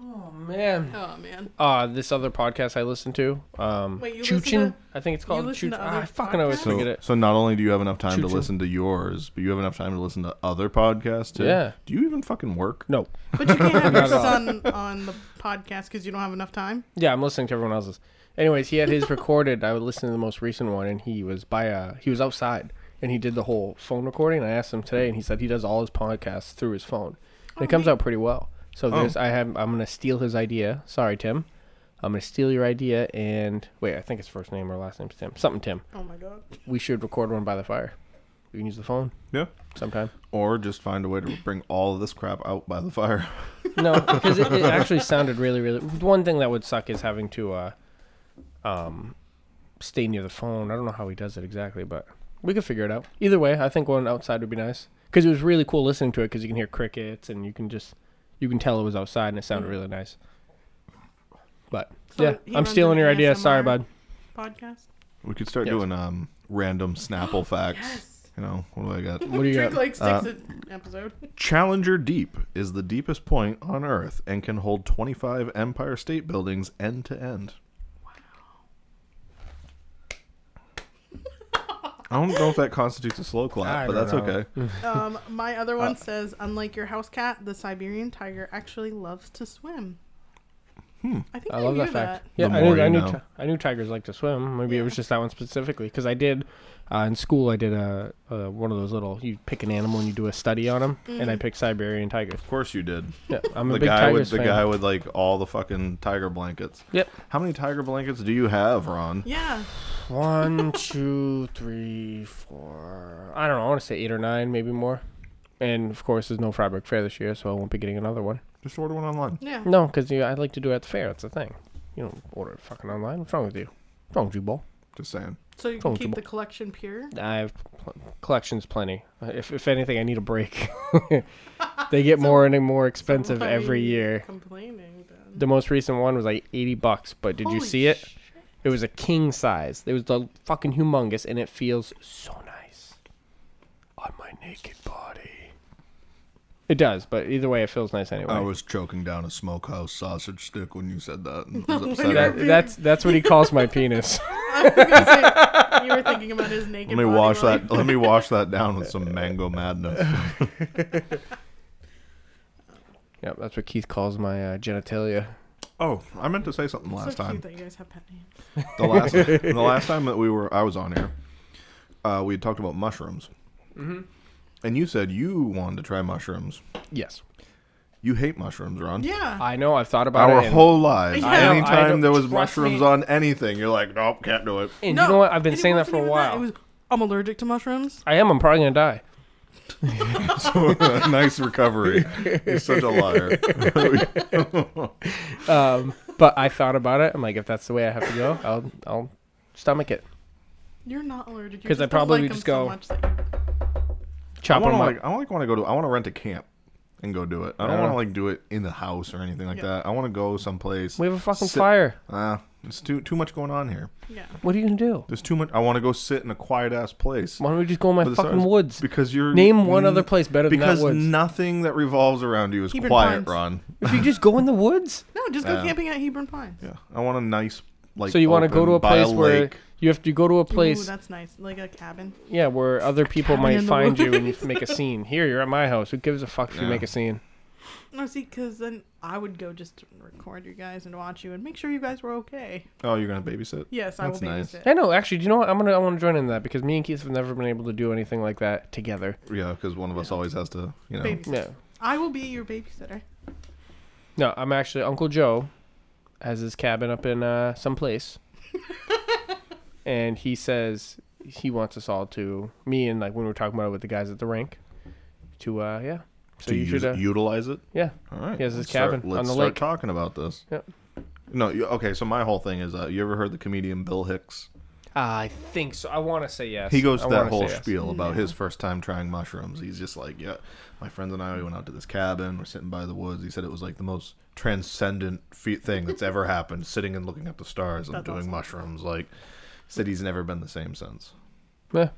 [SPEAKER 1] Oh man.
[SPEAKER 2] Oh man.
[SPEAKER 1] Uh, this other podcast I listen to. Um,
[SPEAKER 2] Wait, you
[SPEAKER 1] Chuchin.
[SPEAKER 2] listen to-
[SPEAKER 1] I think it's called
[SPEAKER 2] listen
[SPEAKER 1] Chuchin.
[SPEAKER 2] to
[SPEAKER 1] Ah, I
[SPEAKER 2] other
[SPEAKER 1] fucking always
[SPEAKER 2] podcasts?
[SPEAKER 1] forget
[SPEAKER 3] so,
[SPEAKER 1] it.
[SPEAKER 3] so not only do you have enough time
[SPEAKER 1] Choo-choo.
[SPEAKER 3] to listen to yours, but you have enough time to listen to other podcasts too.
[SPEAKER 1] Yeah.
[SPEAKER 3] Do you even fucking work?
[SPEAKER 1] No.
[SPEAKER 2] But you can't have your
[SPEAKER 1] Not at all.
[SPEAKER 2] son on the podcast because you don't have enough time.
[SPEAKER 1] Yeah, I'm listening to everyone else's. Anyways, he had his recorded. I would listen to the most recent one, and he was by a he was outside, and he did the whole phone recording. I asked him today, and he said he does all his podcasts through his phone. And it comes out pretty well. So there's I have I'm gonna steal his idea. Sorry, Tim. I'm gonna steal your idea and wait. I think his first name or last name's Tim. Something Tim.
[SPEAKER 2] Oh my god.
[SPEAKER 1] We should record one by the fire. We can use the phone
[SPEAKER 3] Yeah.
[SPEAKER 1] sometime.
[SPEAKER 3] Or just find a way to bring all of this crap out by the fire.
[SPEAKER 1] No, because it, it actually sounded really, really. One thing that would suck is having to, uh, um, stay near the phone. I don't know how he does it exactly, but we could figure it out. Either way, I think one outside would be nice because it was really cool listening to it because you can hear crickets and you can just, you can tell it was outside and it sounded really nice. But
[SPEAKER 2] Mm. So he
[SPEAKER 1] yeah, I'm
[SPEAKER 2] runs an
[SPEAKER 1] stealing your idea. Sorry,
[SPEAKER 2] ASMR?
[SPEAKER 1] bud.
[SPEAKER 2] Podcast.
[SPEAKER 3] We could start
[SPEAKER 1] Yes.
[SPEAKER 3] doing um random Snapple facts.
[SPEAKER 2] Oh, Yes.
[SPEAKER 3] You know what do I got?
[SPEAKER 1] What do you
[SPEAKER 2] Drink
[SPEAKER 1] got?
[SPEAKER 2] like six an episode.
[SPEAKER 3] Challenger Deep is the deepest point on Earth and can hold 25 Empire State Buildings end to end. I don't know if that constitutes a slow clap,
[SPEAKER 1] I
[SPEAKER 3] but
[SPEAKER 1] don't
[SPEAKER 3] that's
[SPEAKER 1] know.
[SPEAKER 3] okay.
[SPEAKER 2] Um, my other
[SPEAKER 3] Uh,
[SPEAKER 2] one says, unlike your house cat, the Siberian tiger actually loves to swim. Hmm. I think
[SPEAKER 1] I
[SPEAKER 2] I,
[SPEAKER 1] love
[SPEAKER 2] knew
[SPEAKER 1] that fact.
[SPEAKER 2] that.
[SPEAKER 1] Yeah,
[SPEAKER 3] The
[SPEAKER 1] I
[SPEAKER 3] more
[SPEAKER 1] knew, I,
[SPEAKER 3] you
[SPEAKER 1] knew
[SPEAKER 3] know.
[SPEAKER 1] ti- I knew tigers like to swim. Maybe it was just that one specifically because I did uh, in school. I did a, a one of those little you pick an animal and you do a study on them, and I
[SPEAKER 2] Mm-hmm.
[SPEAKER 1] picked Siberian tigers.
[SPEAKER 3] Of course you did.
[SPEAKER 1] Yeah, I'm a
[SPEAKER 3] The
[SPEAKER 1] big
[SPEAKER 3] guy with
[SPEAKER 1] tigers
[SPEAKER 3] the
[SPEAKER 1] fan.
[SPEAKER 3] guy with like all the fucking tiger blankets.
[SPEAKER 1] Yep.
[SPEAKER 3] How many tiger blankets do you have, Ron?
[SPEAKER 2] Yeah.
[SPEAKER 1] One, two, three, four. I don't know. I want to say eight or nine, maybe more. And of course, there's no Freiburg Fair this year, so I won't be getting another one.
[SPEAKER 3] Just order one online.
[SPEAKER 2] Yeah.
[SPEAKER 1] No, because I like to do it at the fair. That's the thing. You don't order it fucking online. What's wrong with you? What's wrong with you, Ball?
[SPEAKER 3] Just saying.
[SPEAKER 2] So you can
[SPEAKER 1] Comfortable.
[SPEAKER 2] keep the collection pure.
[SPEAKER 1] I have pl- collections plenty. If, if anything, I need a break. they get more and more expensive
[SPEAKER 2] Why
[SPEAKER 1] every
[SPEAKER 2] are you
[SPEAKER 1] year.
[SPEAKER 2] Complaining then.
[SPEAKER 1] The most recent one was like 80 bucks, but did you
[SPEAKER 2] Holy
[SPEAKER 1] see it?
[SPEAKER 2] shit.
[SPEAKER 1] It was a king size. It was the fucking humongous, and it feels so nice on my naked body. It does, but either way, it feels nice anyway.
[SPEAKER 3] I was choking down a smokehouse sausage stick when you said that. And was upset.
[SPEAKER 1] that, that's that's what he calls my penis.
[SPEAKER 2] I was gonna say, you were thinking about his naked.
[SPEAKER 3] Let me
[SPEAKER 2] body
[SPEAKER 3] wash
[SPEAKER 2] while-
[SPEAKER 3] that. Let me wash that down with some mango madness.
[SPEAKER 1] Yep, that's what Keith calls my uh, genitalia.
[SPEAKER 3] Oh, I meant to say something
[SPEAKER 2] so
[SPEAKER 3] last
[SPEAKER 2] cute
[SPEAKER 3] time.
[SPEAKER 2] that you guys have pet names.
[SPEAKER 3] The last the last time that we were I was on here, uh, we had talked about mushrooms,
[SPEAKER 1] Mm-hmm.
[SPEAKER 3] and you said you wanted to try mushrooms.
[SPEAKER 1] Yes.
[SPEAKER 3] You hate mushrooms, Ron.
[SPEAKER 2] Yeah.
[SPEAKER 1] I know. I've thought about
[SPEAKER 3] Our
[SPEAKER 1] it. and-
[SPEAKER 3] whole lives.
[SPEAKER 2] I know,
[SPEAKER 1] I
[SPEAKER 3] Anytime
[SPEAKER 1] don't-
[SPEAKER 3] there was
[SPEAKER 1] trust
[SPEAKER 3] mushrooms
[SPEAKER 1] me.
[SPEAKER 3] on anything, you're like, nope, can't do it.
[SPEAKER 1] and you know what? I've been
[SPEAKER 2] and it
[SPEAKER 1] saying that
[SPEAKER 2] wasn't
[SPEAKER 1] for a
[SPEAKER 2] even that,
[SPEAKER 1] while.
[SPEAKER 2] It was I'm allergic to mushrooms.
[SPEAKER 1] I am. I'm probably gonna die.
[SPEAKER 3] So nice recovery. You're such a liar.
[SPEAKER 1] Um, but I thought about it. I'm like, if that's the way I have to go, I'll I'll stomach it.
[SPEAKER 2] You're not allergic. you
[SPEAKER 1] 'Cause I
[SPEAKER 2] don't
[SPEAKER 1] probably
[SPEAKER 2] like
[SPEAKER 1] just
[SPEAKER 2] them
[SPEAKER 1] go-
[SPEAKER 2] So much that you-
[SPEAKER 3] I
[SPEAKER 1] Chop
[SPEAKER 3] want to
[SPEAKER 1] 'em up.
[SPEAKER 3] like. I like want to go to. I want to rent a camp and go do it. I don't
[SPEAKER 1] Yeah.
[SPEAKER 3] want to like do it in the house or anything like
[SPEAKER 2] Yeah.
[SPEAKER 3] that. I want to go someplace.
[SPEAKER 1] we have a fucking
[SPEAKER 3] sit-
[SPEAKER 1] fire.
[SPEAKER 3] Ah, it's too too much going on here.
[SPEAKER 2] yeah.
[SPEAKER 1] What are you gonna do?
[SPEAKER 3] There's too much. I want to go sit in a quiet ass place.
[SPEAKER 1] Why don't we just go in my
[SPEAKER 3] But the
[SPEAKER 1] fucking
[SPEAKER 3] stars-
[SPEAKER 1] woods?
[SPEAKER 3] Because you're
[SPEAKER 1] Name one
[SPEAKER 3] n-
[SPEAKER 1] other place better than that
[SPEAKER 3] Because
[SPEAKER 1] woods.
[SPEAKER 3] nothing that revolves around you is
[SPEAKER 2] Hebron
[SPEAKER 3] quiet,
[SPEAKER 2] Pines.
[SPEAKER 3] Ron.
[SPEAKER 1] if you just go in the woods,
[SPEAKER 2] No, just go
[SPEAKER 3] Yeah.
[SPEAKER 2] camping at Hebron Pines.
[SPEAKER 3] Yeah, I want a nice like.
[SPEAKER 1] so you want to go
[SPEAKER 3] open
[SPEAKER 1] to a
[SPEAKER 3] by
[SPEAKER 1] place where
[SPEAKER 3] lake.
[SPEAKER 1] you have to go to a
[SPEAKER 2] Ooh,
[SPEAKER 1] place,
[SPEAKER 2] that's nice. Like a cabin.
[SPEAKER 1] yeah, where other people
[SPEAKER 2] cabin
[SPEAKER 1] might
[SPEAKER 2] in the
[SPEAKER 1] find you and you make a scene. Here, you're at my house. Who gives a fuck if you
[SPEAKER 3] Yeah.
[SPEAKER 1] make a scene?
[SPEAKER 2] No, see, because then I would go just to record you guys and watch you and make sure you guys were okay.
[SPEAKER 3] Oh, you're gonna babysit.
[SPEAKER 2] Yes, I will
[SPEAKER 3] That's nice.
[SPEAKER 2] babysit.
[SPEAKER 1] I know. Actually, do you know what? I'm gonna I want to join in that because me and Keith have never been able to do anything like that together.
[SPEAKER 3] Yeah, because one of us always has to, you know.
[SPEAKER 2] Babysit.
[SPEAKER 1] No,
[SPEAKER 2] I will be your babysitter.
[SPEAKER 1] no. I'm actually Uncle Joe has his cabin up in uh, some place, and he says he wants us all to me and like when we were talking about it with the guys at the rink to uh yeah. So
[SPEAKER 3] to
[SPEAKER 1] you
[SPEAKER 3] use
[SPEAKER 1] should uh,
[SPEAKER 3] it- utilize it.
[SPEAKER 1] yeah.
[SPEAKER 3] All right.
[SPEAKER 1] He has his
[SPEAKER 3] let's start-
[SPEAKER 1] cabin on
[SPEAKER 3] let's
[SPEAKER 1] the
[SPEAKER 3] start
[SPEAKER 1] lake.
[SPEAKER 3] talking about this.
[SPEAKER 1] Yep.
[SPEAKER 3] No, you, okay. So my whole thing is, uh, you ever heard the comedian Bill Hicks?
[SPEAKER 1] I think so. I want to say yes.
[SPEAKER 3] He goes
[SPEAKER 1] I
[SPEAKER 3] to that
[SPEAKER 1] wanna
[SPEAKER 3] whole
[SPEAKER 1] say yes.
[SPEAKER 3] spiel about his first time trying mushrooms. He's just like, yeah, my friends and I we went out to this cabin. We're sitting by the woods. He said it was like the most transcendent fe- thing that's ever happened. Sitting and looking at the stars and
[SPEAKER 2] That's
[SPEAKER 3] doing
[SPEAKER 2] awesome.
[SPEAKER 3] mushrooms. Like, he said he's never been the same since.
[SPEAKER 1] Yeah,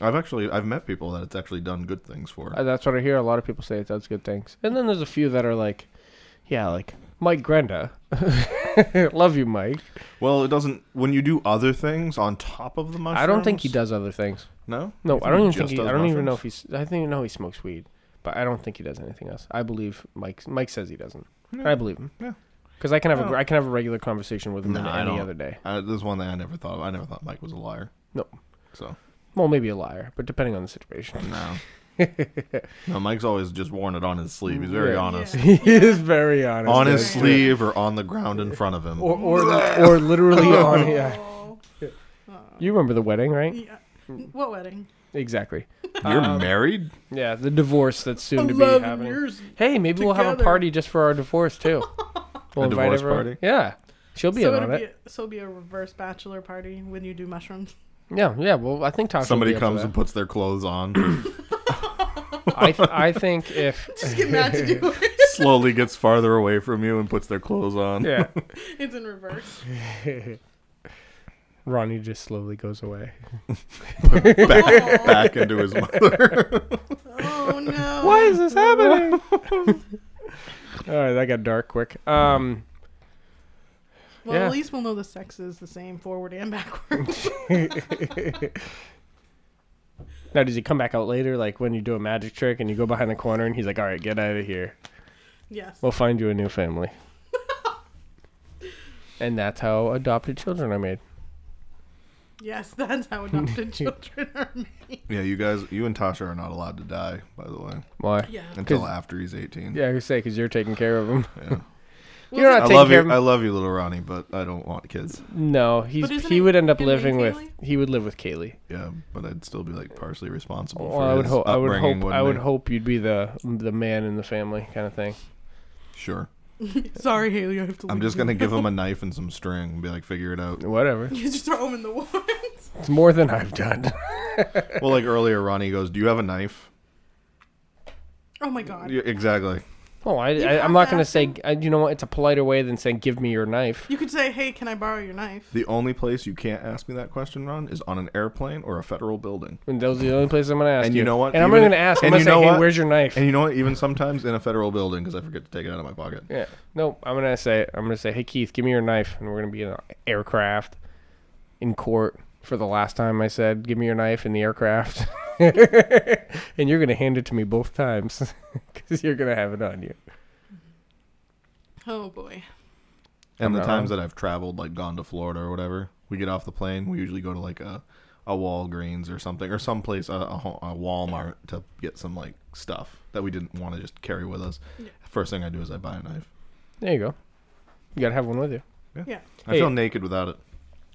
[SPEAKER 3] I've actually I've met people that it's actually done good things for.
[SPEAKER 1] I- Uh, that's what I hear. A lot of people say it does good things, and then there's a few that are like, yeah, like Mike Grenda. Love you, Mike.
[SPEAKER 3] well, it doesn't when you do other things on top of the mushrooms.
[SPEAKER 1] I don't think he does other things.
[SPEAKER 3] No,
[SPEAKER 1] No,
[SPEAKER 3] You
[SPEAKER 1] I don't even
[SPEAKER 3] just
[SPEAKER 1] think he. I
[SPEAKER 3] does
[SPEAKER 1] don't even know
[SPEAKER 3] mushrooms?
[SPEAKER 1] if he's. I think no, he smokes weed, but I don't think he does anything else. I believe Mike. Mike says he doesn't. I believe him.
[SPEAKER 3] Yeah.
[SPEAKER 1] Because I can have a
[SPEAKER 3] No.
[SPEAKER 1] gr- I can have a regular conversation with him
[SPEAKER 3] No,
[SPEAKER 1] than
[SPEAKER 3] I
[SPEAKER 1] any
[SPEAKER 3] don't.
[SPEAKER 1] other day.
[SPEAKER 3] I, this is one thing I never thought of. I never thought Mike was a liar.
[SPEAKER 1] No.
[SPEAKER 3] So
[SPEAKER 1] Well, maybe a liar, but depending on the situation,
[SPEAKER 3] no. no, Mike's always just worn it on his sleeve. He's very
[SPEAKER 1] Yeah.
[SPEAKER 3] honest.
[SPEAKER 2] Yeah.
[SPEAKER 1] he is very honest.
[SPEAKER 3] On his
[SPEAKER 1] that's true.
[SPEAKER 3] sleeve or on the ground in front of him.
[SPEAKER 1] or or, or literally on. Yeah.
[SPEAKER 2] Oh.
[SPEAKER 1] You remember the wedding, right?
[SPEAKER 2] Yeah.
[SPEAKER 1] Mm.
[SPEAKER 2] What wedding?
[SPEAKER 1] Exactly.
[SPEAKER 3] You're
[SPEAKER 1] um,
[SPEAKER 3] married?
[SPEAKER 1] Yeah, the divorce that's soon to be
[SPEAKER 2] 11
[SPEAKER 1] happening.
[SPEAKER 2] years.
[SPEAKER 1] Hey, maybe we'll have a
[SPEAKER 2] together.
[SPEAKER 1] party just for our divorce too. We'll
[SPEAKER 3] A divorce
[SPEAKER 1] everyone-
[SPEAKER 3] party?
[SPEAKER 1] Yeah, she'll be
[SPEAKER 2] so
[SPEAKER 1] in on
[SPEAKER 2] it'll be
[SPEAKER 1] it.
[SPEAKER 2] a, so it'll be a reverse bachelor party when you do mushrooms.
[SPEAKER 1] Yeah, yeah. Well, I think Tasha. will
[SPEAKER 3] Somebody
[SPEAKER 1] be up for
[SPEAKER 3] comes
[SPEAKER 1] that.
[SPEAKER 3] and puts their clothes on,
[SPEAKER 1] I, th- I think if
[SPEAKER 2] Just get mad to do it.
[SPEAKER 3] slowly gets farther away from you and puts their clothes on.
[SPEAKER 1] yeah,
[SPEAKER 2] It's in reverse.
[SPEAKER 1] Ronnie just slowly goes away.
[SPEAKER 3] Back, back into his mother.
[SPEAKER 2] Oh no.
[SPEAKER 1] Why is this happening? All right, that got dark quick. Um,
[SPEAKER 2] Well,
[SPEAKER 1] Yeah.
[SPEAKER 2] at least we'll know the sex is the same forward and backward.
[SPEAKER 1] now does he come back out later, like when you do a magic trick and you go behind the corner and he's like, "All right, get out of here.
[SPEAKER 2] yes.
[SPEAKER 1] We'll find you a new family." and that's how adopted children are made.
[SPEAKER 2] Yes, that's how adopted children are made.
[SPEAKER 3] yeah, you guys, you and Tasha are not allowed to die, by the way,
[SPEAKER 1] Why?
[SPEAKER 2] Yeah.
[SPEAKER 3] until
[SPEAKER 1] 'Cause-
[SPEAKER 3] after he's 18.
[SPEAKER 1] Yeah, I say because you're taking care of him.
[SPEAKER 3] Yeah.
[SPEAKER 1] You're
[SPEAKER 3] I
[SPEAKER 1] not taking
[SPEAKER 3] love
[SPEAKER 1] care
[SPEAKER 3] you.
[SPEAKER 1] of him.
[SPEAKER 3] I love you, little Ronnie, but I don't want kids.
[SPEAKER 1] No, he's
[SPEAKER 2] But isn't
[SPEAKER 1] he
[SPEAKER 2] it
[SPEAKER 1] would end up
[SPEAKER 2] him and
[SPEAKER 1] living with
[SPEAKER 2] Kaylee?
[SPEAKER 1] he would live with Kaylee.
[SPEAKER 3] Yeah, but I'd still be like partially responsible
[SPEAKER 1] Well,
[SPEAKER 3] for
[SPEAKER 1] I would
[SPEAKER 3] his
[SPEAKER 1] hope I would
[SPEAKER 3] upbringing,
[SPEAKER 1] hope
[SPEAKER 3] wouldn't
[SPEAKER 1] I would
[SPEAKER 3] I?
[SPEAKER 1] hope you'd be the the man in the family kind of thing.
[SPEAKER 3] Sure.
[SPEAKER 2] Sorry, Haley, I have to leave.
[SPEAKER 3] I'm just gonna
[SPEAKER 2] you.
[SPEAKER 3] give him a knife and some string and be like, figure it out.
[SPEAKER 1] Whatever.
[SPEAKER 2] You just throw him in the woods.
[SPEAKER 1] It's more than I've done.
[SPEAKER 3] Well, like earlier, Ronnie goes, "Do you have a knife?"
[SPEAKER 2] Oh my god.
[SPEAKER 3] Yeah, exactly.
[SPEAKER 1] Oh, I, I
[SPEAKER 2] have
[SPEAKER 1] I'm not
[SPEAKER 2] to
[SPEAKER 1] gonna
[SPEAKER 2] ask
[SPEAKER 1] say
[SPEAKER 2] him.
[SPEAKER 1] I, you know what? It's a politer way than saying give me your knife.
[SPEAKER 2] You could say, hey, can I borrow your knife?
[SPEAKER 3] The only place you can't ask me that question, Ron, is on an airplane or a federal building.
[SPEAKER 1] And those are the only places I'm gonna ask.
[SPEAKER 3] And you know what?
[SPEAKER 1] And I'm not
[SPEAKER 3] Even-
[SPEAKER 1] gonna ask. I'm
[SPEAKER 3] and
[SPEAKER 1] gonna
[SPEAKER 3] you
[SPEAKER 1] say,
[SPEAKER 3] know
[SPEAKER 1] hey,
[SPEAKER 3] what?
[SPEAKER 1] where's your knife?
[SPEAKER 3] And you know what? Even sometimes in a federal building, because I forget to take it out of my pocket.
[SPEAKER 1] yeah. No, I'm gonna say I'm gonna say, hey Keith, give me your knife, and we're gonna be in an aircraft in court for the last time I said, give me your knife in the aircraft. and you're gonna hand it to me both times because you're gonna have it on you.
[SPEAKER 2] Oh boy.
[SPEAKER 3] And the
[SPEAKER 1] not
[SPEAKER 3] times that I've traveled, like gone to Florida or whatever, we get off the plane. We usually go to like a, a Walgreens or something, or someplace, a, a, ho- a Walmart to get some like stuff that we didn't want to just carry with us. First thing I do is I buy a knife.
[SPEAKER 1] There you go. You gotta have one with you.
[SPEAKER 2] Yeah.
[SPEAKER 3] I
[SPEAKER 1] Hey.
[SPEAKER 3] feel naked without it.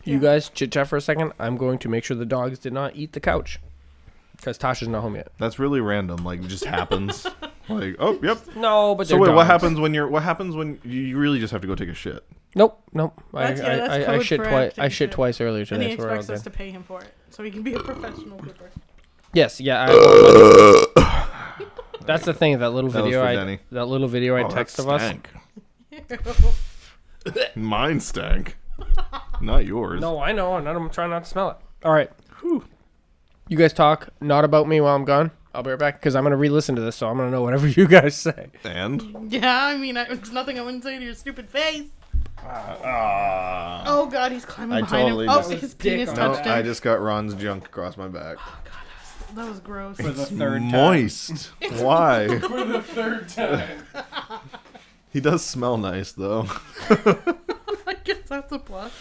[SPEAKER 1] You guys chit chat for a second. I'm going to make sure the dogs did not eat the couch because Tasha's not home yet.
[SPEAKER 3] That's really random. Like it just happens. like oh yep.
[SPEAKER 1] No, but
[SPEAKER 3] So wait, what happens when you're? What happens when you- you really just have to go take a shit?
[SPEAKER 1] Nope, nope. I,
[SPEAKER 2] That's- yeah, that's
[SPEAKER 1] I, I, I
[SPEAKER 2] code
[SPEAKER 1] shit
[SPEAKER 2] for
[SPEAKER 1] twice.
[SPEAKER 2] acting
[SPEAKER 1] I shit
[SPEAKER 2] shit.
[SPEAKER 1] twice earlier
[SPEAKER 2] And
[SPEAKER 1] today.
[SPEAKER 2] he
[SPEAKER 1] so we're all
[SPEAKER 2] expects us
[SPEAKER 1] good.
[SPEAKER 2] to pay him for it, so he can be a professional pooper.
[SPEAKER 1] Yes, yeah. I, that's the thing. That little
[SPEAKER 3] That was
[SPEAKER 1] video.
[SPEAKER 3] for
[SPEAKER 1] I,
[SPEAKER 3] Denny.
[SPEAKER 1] that little video I
[SPEAKER 3] Oh, that
[SPEAKER 1] text of us.
[SPEAKER 3] stank. Mine stank. Not yours.
[SPEAKER 1] No, I know, and I'm trying not to smell it. All right. You guys talk not about me while I'm gone. I'll be right back because I'm gonna re-listen to this, so I'm gonna know whatever you guys say.
[SPEAKER 3] And
[SPEAKER 2] yeah, I mean, I, it's nothing I wouldn't say to your stupid face.
[SPEAKER 1] Uh,
[SPEAKER 3] ah.
[SPEAKER 2] Oh God, he's climbing
[SPEAKER 3] I
[SPEAKER 2] behind
[SPEAKER 3] totally
[SPEAKER 2] him. Oh,
[SPEAKER 3] just-
[SPEAKER 2] his penis
[SPEAKER 1] Dick
[SPEAKER 3] No,
[SPEAKER 2] touched him.
[SPEAKER 3] I just got Ron's junk across my back.
[SPEAKER 2] That was gross.
[SPEAKER 3] Moist. Why?
[SPEAKER 1] For the third time.
[SPEAKER 3] He does smell nice though.
[SPEAKER 2] I guess that's a plus.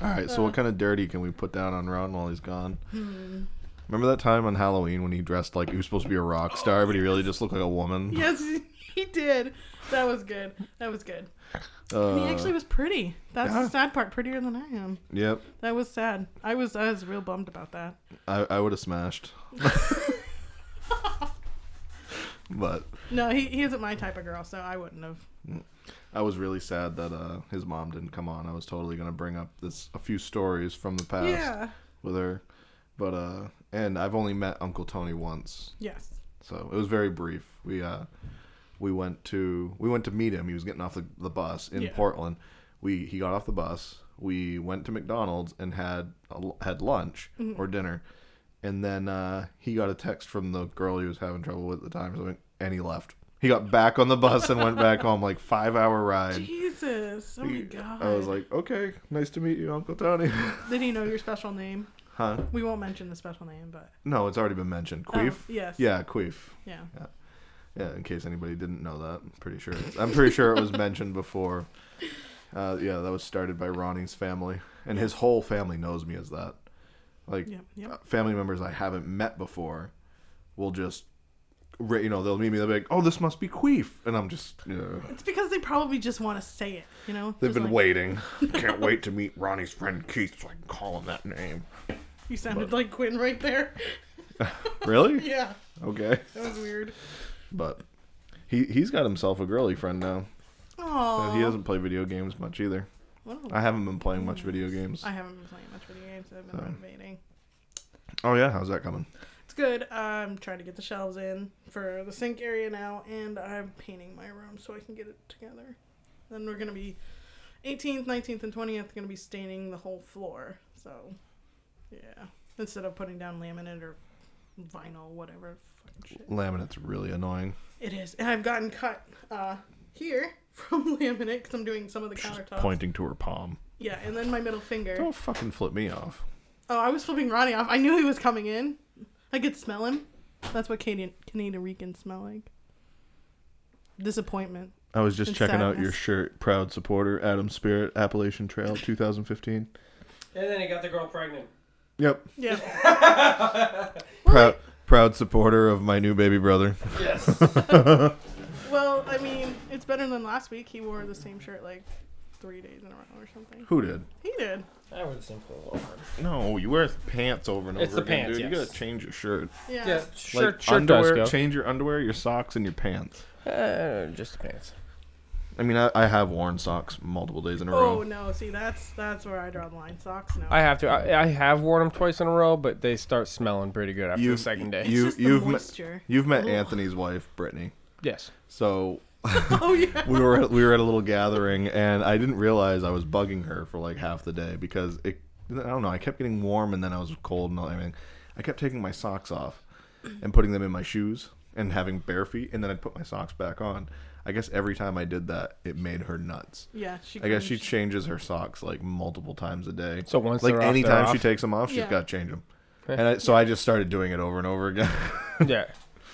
[SPEAKER 3] All right, so
[SPEAKER 2] Uh.
[SPEAKER 3] what kind of dirty can we put down on Ron while he's gone?
[SPEAKER 2] Hmm.
[SPEAKER 3] Remember that time on Halloween when he dressed like he was supposed to be a rock star, but he really just looked like a woman?
[SPEAKER 2] Yes, he did. That was good. That was good.
[SPEAKER 3] Uh,
[SPEAKER 2] And he actually was pretty. That's the sad part. Prettier than I am.
[SPEAKER 3] Yep.
[SPEAKER 2] That was sad. I was I was real bummed about that.
[SPEAKER 3] I, I would have smashed. but
[SPEAKER 2] No, he, he isn't my type of girl, so I wouldn't have.
[SPEAKER 3] I was really sad that uh, his mom didn't come on. I was totally gonna bring up this a few stories from the past
[SPEAKER 2] Yeah.
[SPEAKER 3] with her, but uh, and I've only met Uncle Tony once,
[SPEAKER 2] Yes.
[SPEAKER 3] so it was very brief. We uh, we went to we went to meet him. He was getting off the, the bus in
[SPEAKER 2] Yeah.
[SPEAKER 3] Portland. We he got off the bus. We went to McDonald's and had a l had lunch
[SPEAKER 2] Mm-hmm.
[SPEAKER 3] or dinner, and then uh, he got a text from the girl he was having trouble with at the time, or something, and he left. He got back on the bus and went back home, like five hour ride.
[SPEAKER 2] Jesus. Oh my God.
[SPEAKER 3] I was like, okay, nice to meet you, Uncle Tony.
[SPEAKER 2] Did he know your special name?
[SPEAKER 3] huh?
[SPEAKER 2] We won't mention the special name, but
[SPEAKER 3] No, it's already been mentioned. Queef.
[SPEAKER 2] Oh, yes.
[SPEAKER 3] Yeah, Queef.
[SPEAKER 2] yeah.
[SPEAKER 3] Yeah, in case anybody didn't know that, I'm pretty sure. It's, I'm pretty sure it was mentioned before. Uh, yeah, that was started by Ronnie's family, and his whole family knows me as that. Like
[SPEAKER 2] Yep, yep.
[SPEAKER 3] uh, family members I haven't met before will just, ra- you know, they'll meet me. They'll be like, "Oh, this must be Queef," and I'm just, yeah.
[SPEAKER 2] It's because they probably just want to say it, you know?
[SPEAKER 3] they've
[SPEAKER 2] Just
[SPEAKER 3] been
[SPEAKER 2] like,
[SPEAKER 3] waiting.
[SPEAKER 5] Can't wait to meet Ronnie's friend Keith so I can call him that name.
[SPEAKER 2] You sounded like Quinn right there.
[SPEAKER 3] really?
[SPEAKER 2] Yeah.
[SPEAKER 3] Okay.
[SPEAKER 2] That was weird.
[SPEAKER 3] But he he's got himself a girly friend now. Uh,
[SPEAKER 2] Oh.
[SPEAKER 3] He doesn't play video games much either. I haven't been playing much video games.
[SPEAKER 2] I haven't been playing much video games. I've
[SPEAKER 3] Uh.
[SPEAKER 2] been renovating.
[SPEAKER 3] Oh yeah, how's that coming?
[SPEAKER 2] It's good. I'm trying to get the shelves in for the sink area now, and I'm painting my room so I can get it together. Then we're gonna be 18th, 19th, and 20th gonna be staining the whole floor. So, yeah, instead of putting down laminate or vinyl, whatever fucking shit
[SPEAKER 3] Laminate's really annoying.
[SPEAKER 2] it is. And I've gotten cut uh, here from laminate because I'm doing some of the countertops.
[SPEAKER 3] Pointing to her palm.
[SPEAKER 2] Yeah, and then my middle finger.
[SPEAKER 3] Don't fucking flip me off.
[SPEAKER 2] Oh, I was flipping Ronnie off. I knew he was coming in. I could smell him. That's what Canadian Canadian Ricans smell like. Disappointment.
[SPEAKER 3] I was just
[SPEAKER 2] And
[SPEAKER 3] checking out your
[SPEAKER 2] sadness.
[SPEAKER 3] shirt. Proud supporter, Adam Spirit, Appalachian Trail, 2015.
[SPEAKER 1] And then he got the girl pregnant.
[SPEAKER 3] Yep.
[SPEAKER 2] Yeah.
[SPEAKER 3] Proud, proud supporter of my new baby brother.
[SPEAKER 1] Yes.
[SPEAKER 2] well, I mean, it's better than last week. He wore the same shirt like three days in a row or something.
[SPEAKER 3] Who did?
[SPEAKER 2] He did.
[SPEAKER 1] I would simple over.
[SPEAKER 3] No, you wear pants over and
[SPEAKER 1] It's
[SPEAKER 3] over
[SPEAKER 1] the
[SPEAKER 3] again,
[SPEAKER 1] pants,
[SPEAKER 3] dude. You
[SPEAKER 1] yes.
[SPEAKER 3] gotta change your shirt.
[SPEAKER 2] Yeah.
[SPEAKER 1] Yeah,
[SPEAKER 3] Like,
[SPEAKER 1] shirt, shirt does
[SPEAKER 3] underwear,
[SPEAKER 1] go.
[SPEAKER 3] change your underwear, your socks, and your pants.
[SPEAKER 1] Uh, just the pants.
[SPEAKER 3] I mean, I, I have worn socks multiple days in a row.
[SPEAKER 2] Oh no! See, that's that's where I draw the line. Socks no.
[SPEAKER 1] I have to. I, I have worn them twice in a row, but they start smelling pretty good after the
[SPEAKER 3] You've-
[SPEAKER 1] second day.
[SPEAKER 3] You,
[SPEAKER 2] just the
[SPEAKER 3] you've
[SPEAKER 2] moisture.
[SPEAKER 3] met you've met
[SPEAKER 2] Ugh.
[SPEAKER 3] Anthony's wife, Brittany.
[SPEAKER 1] yes.
[SPEAKER 3] So
[SPEAKER 2] oh yeah.
[SPEAKER 3] we were at, we were at a little gathering, and I didn't realize I was bugging her for like half the day because it. I don't know. I kept getting warm, and then I was cold, and all, I mean, I kept taking my socks off and putting them in my shoes and having bare feet, and then I'd put my socks back on. I guess every time I did that, it made her nuts.
[SPEAKER 2] Yeah. She.
[SPEAKER 3] I guess she
[SPEAKER 2] cringed.
[SPEAKER 3] changes her socks like multiple times a day.
[SPEAKER 1] So once
[SPEAKER 3] like
[SPEAKER 1] they're off,
[SPEAKER 3] anytime
[SPEAKER 1] they're
[SPEAKER 3] she
[SPEAKER 1] off?
[SPEAKER 3] takes them off, she's
[SPEAKER 2] Yeah.
[SPEAKER 3] got to change them. And I, so I just started doing it over and over again.
[SPEAKER 1] Yeah.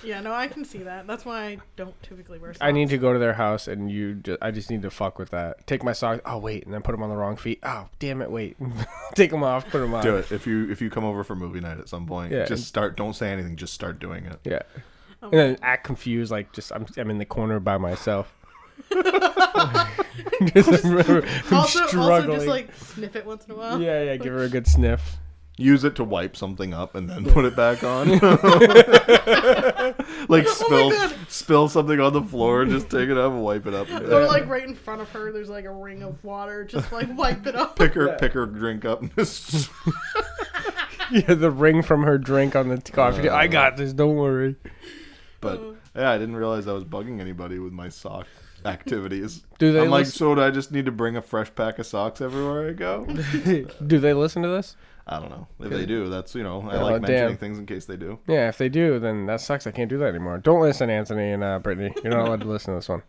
[SPEAKER 2] Yeah, no, I can see that. That's why I don't typically wear socks.
[SPEAKER 1] I need to go to their house, and you. Ju- I just need to fuck with that. Take my socks. Oh wait, and then put them on the wrong feet. Oh damn it! Wait, take them off. Put them on.
[SPEAKER 3] Do it if you if you come over for movie night at some point.
[SPEAKER 1] Yeah.
[SPEAKER 3] Just start. Don't say anything. Just start doing it.
[SPEAKER 1] Yeah.
[SPEAKER 2] Um,
[SPEAKER 1] And then act confused, like just I'm, I'm in the corner by myself. Just remember, I'm
[SPEAKER 2] Also, also just
[SPEAKER 1] struggling.
[SPEAKER 2] like sniff it once in a while.
[SPEAKER 1] yeah, yeah. Give her a good sniff.
[SPEAKER 3] Use it to wipe something up and then put it back on.
[SPEAKER 1] Oh
[SPEAKER 3] like spill
[SPEAKER 2] God.
[SPEAKER 3] spill something on the floor. Just take it up and wipe it up.
[SPEAKER 2] Or like right in front of her, there's like a ring of water. Just like wipe it up.
[SPEAKER 3] pick her pick her drink up. and just-
[SPEAKER 1] Yeah, the ring from her drink on the t- coffee. I got this. Don't worry.
[SPEAKER 3] but
[SPEAKER 1] Mm.
[SPEAKER 3] yeah, I didn't realize I was bugging anybody with my sock activities.
[SPEAKER 1] Do they
[SPEAKER 3] I'm like,
[SPEAKER 1] lis-
[SPEAKER 3] so do I just need to bring a fresh pack of socks everywhere I go?
[SPEAKER 1] do they listen to this?
[SPEAKER 3] I don't know. If they do, that's you know, I
[SPEAKER 1] Oh,
[SPEAKER 3] like mentioning
[SPEAKER 1] damn.
[SPEAKER 3] things in case they do.
[SPEAKER 1] Yeah, if they do, then that sucks. I can't do that anymore. Don't listen, Anthony and uh, Brittany. You're not allowed to listen to this one.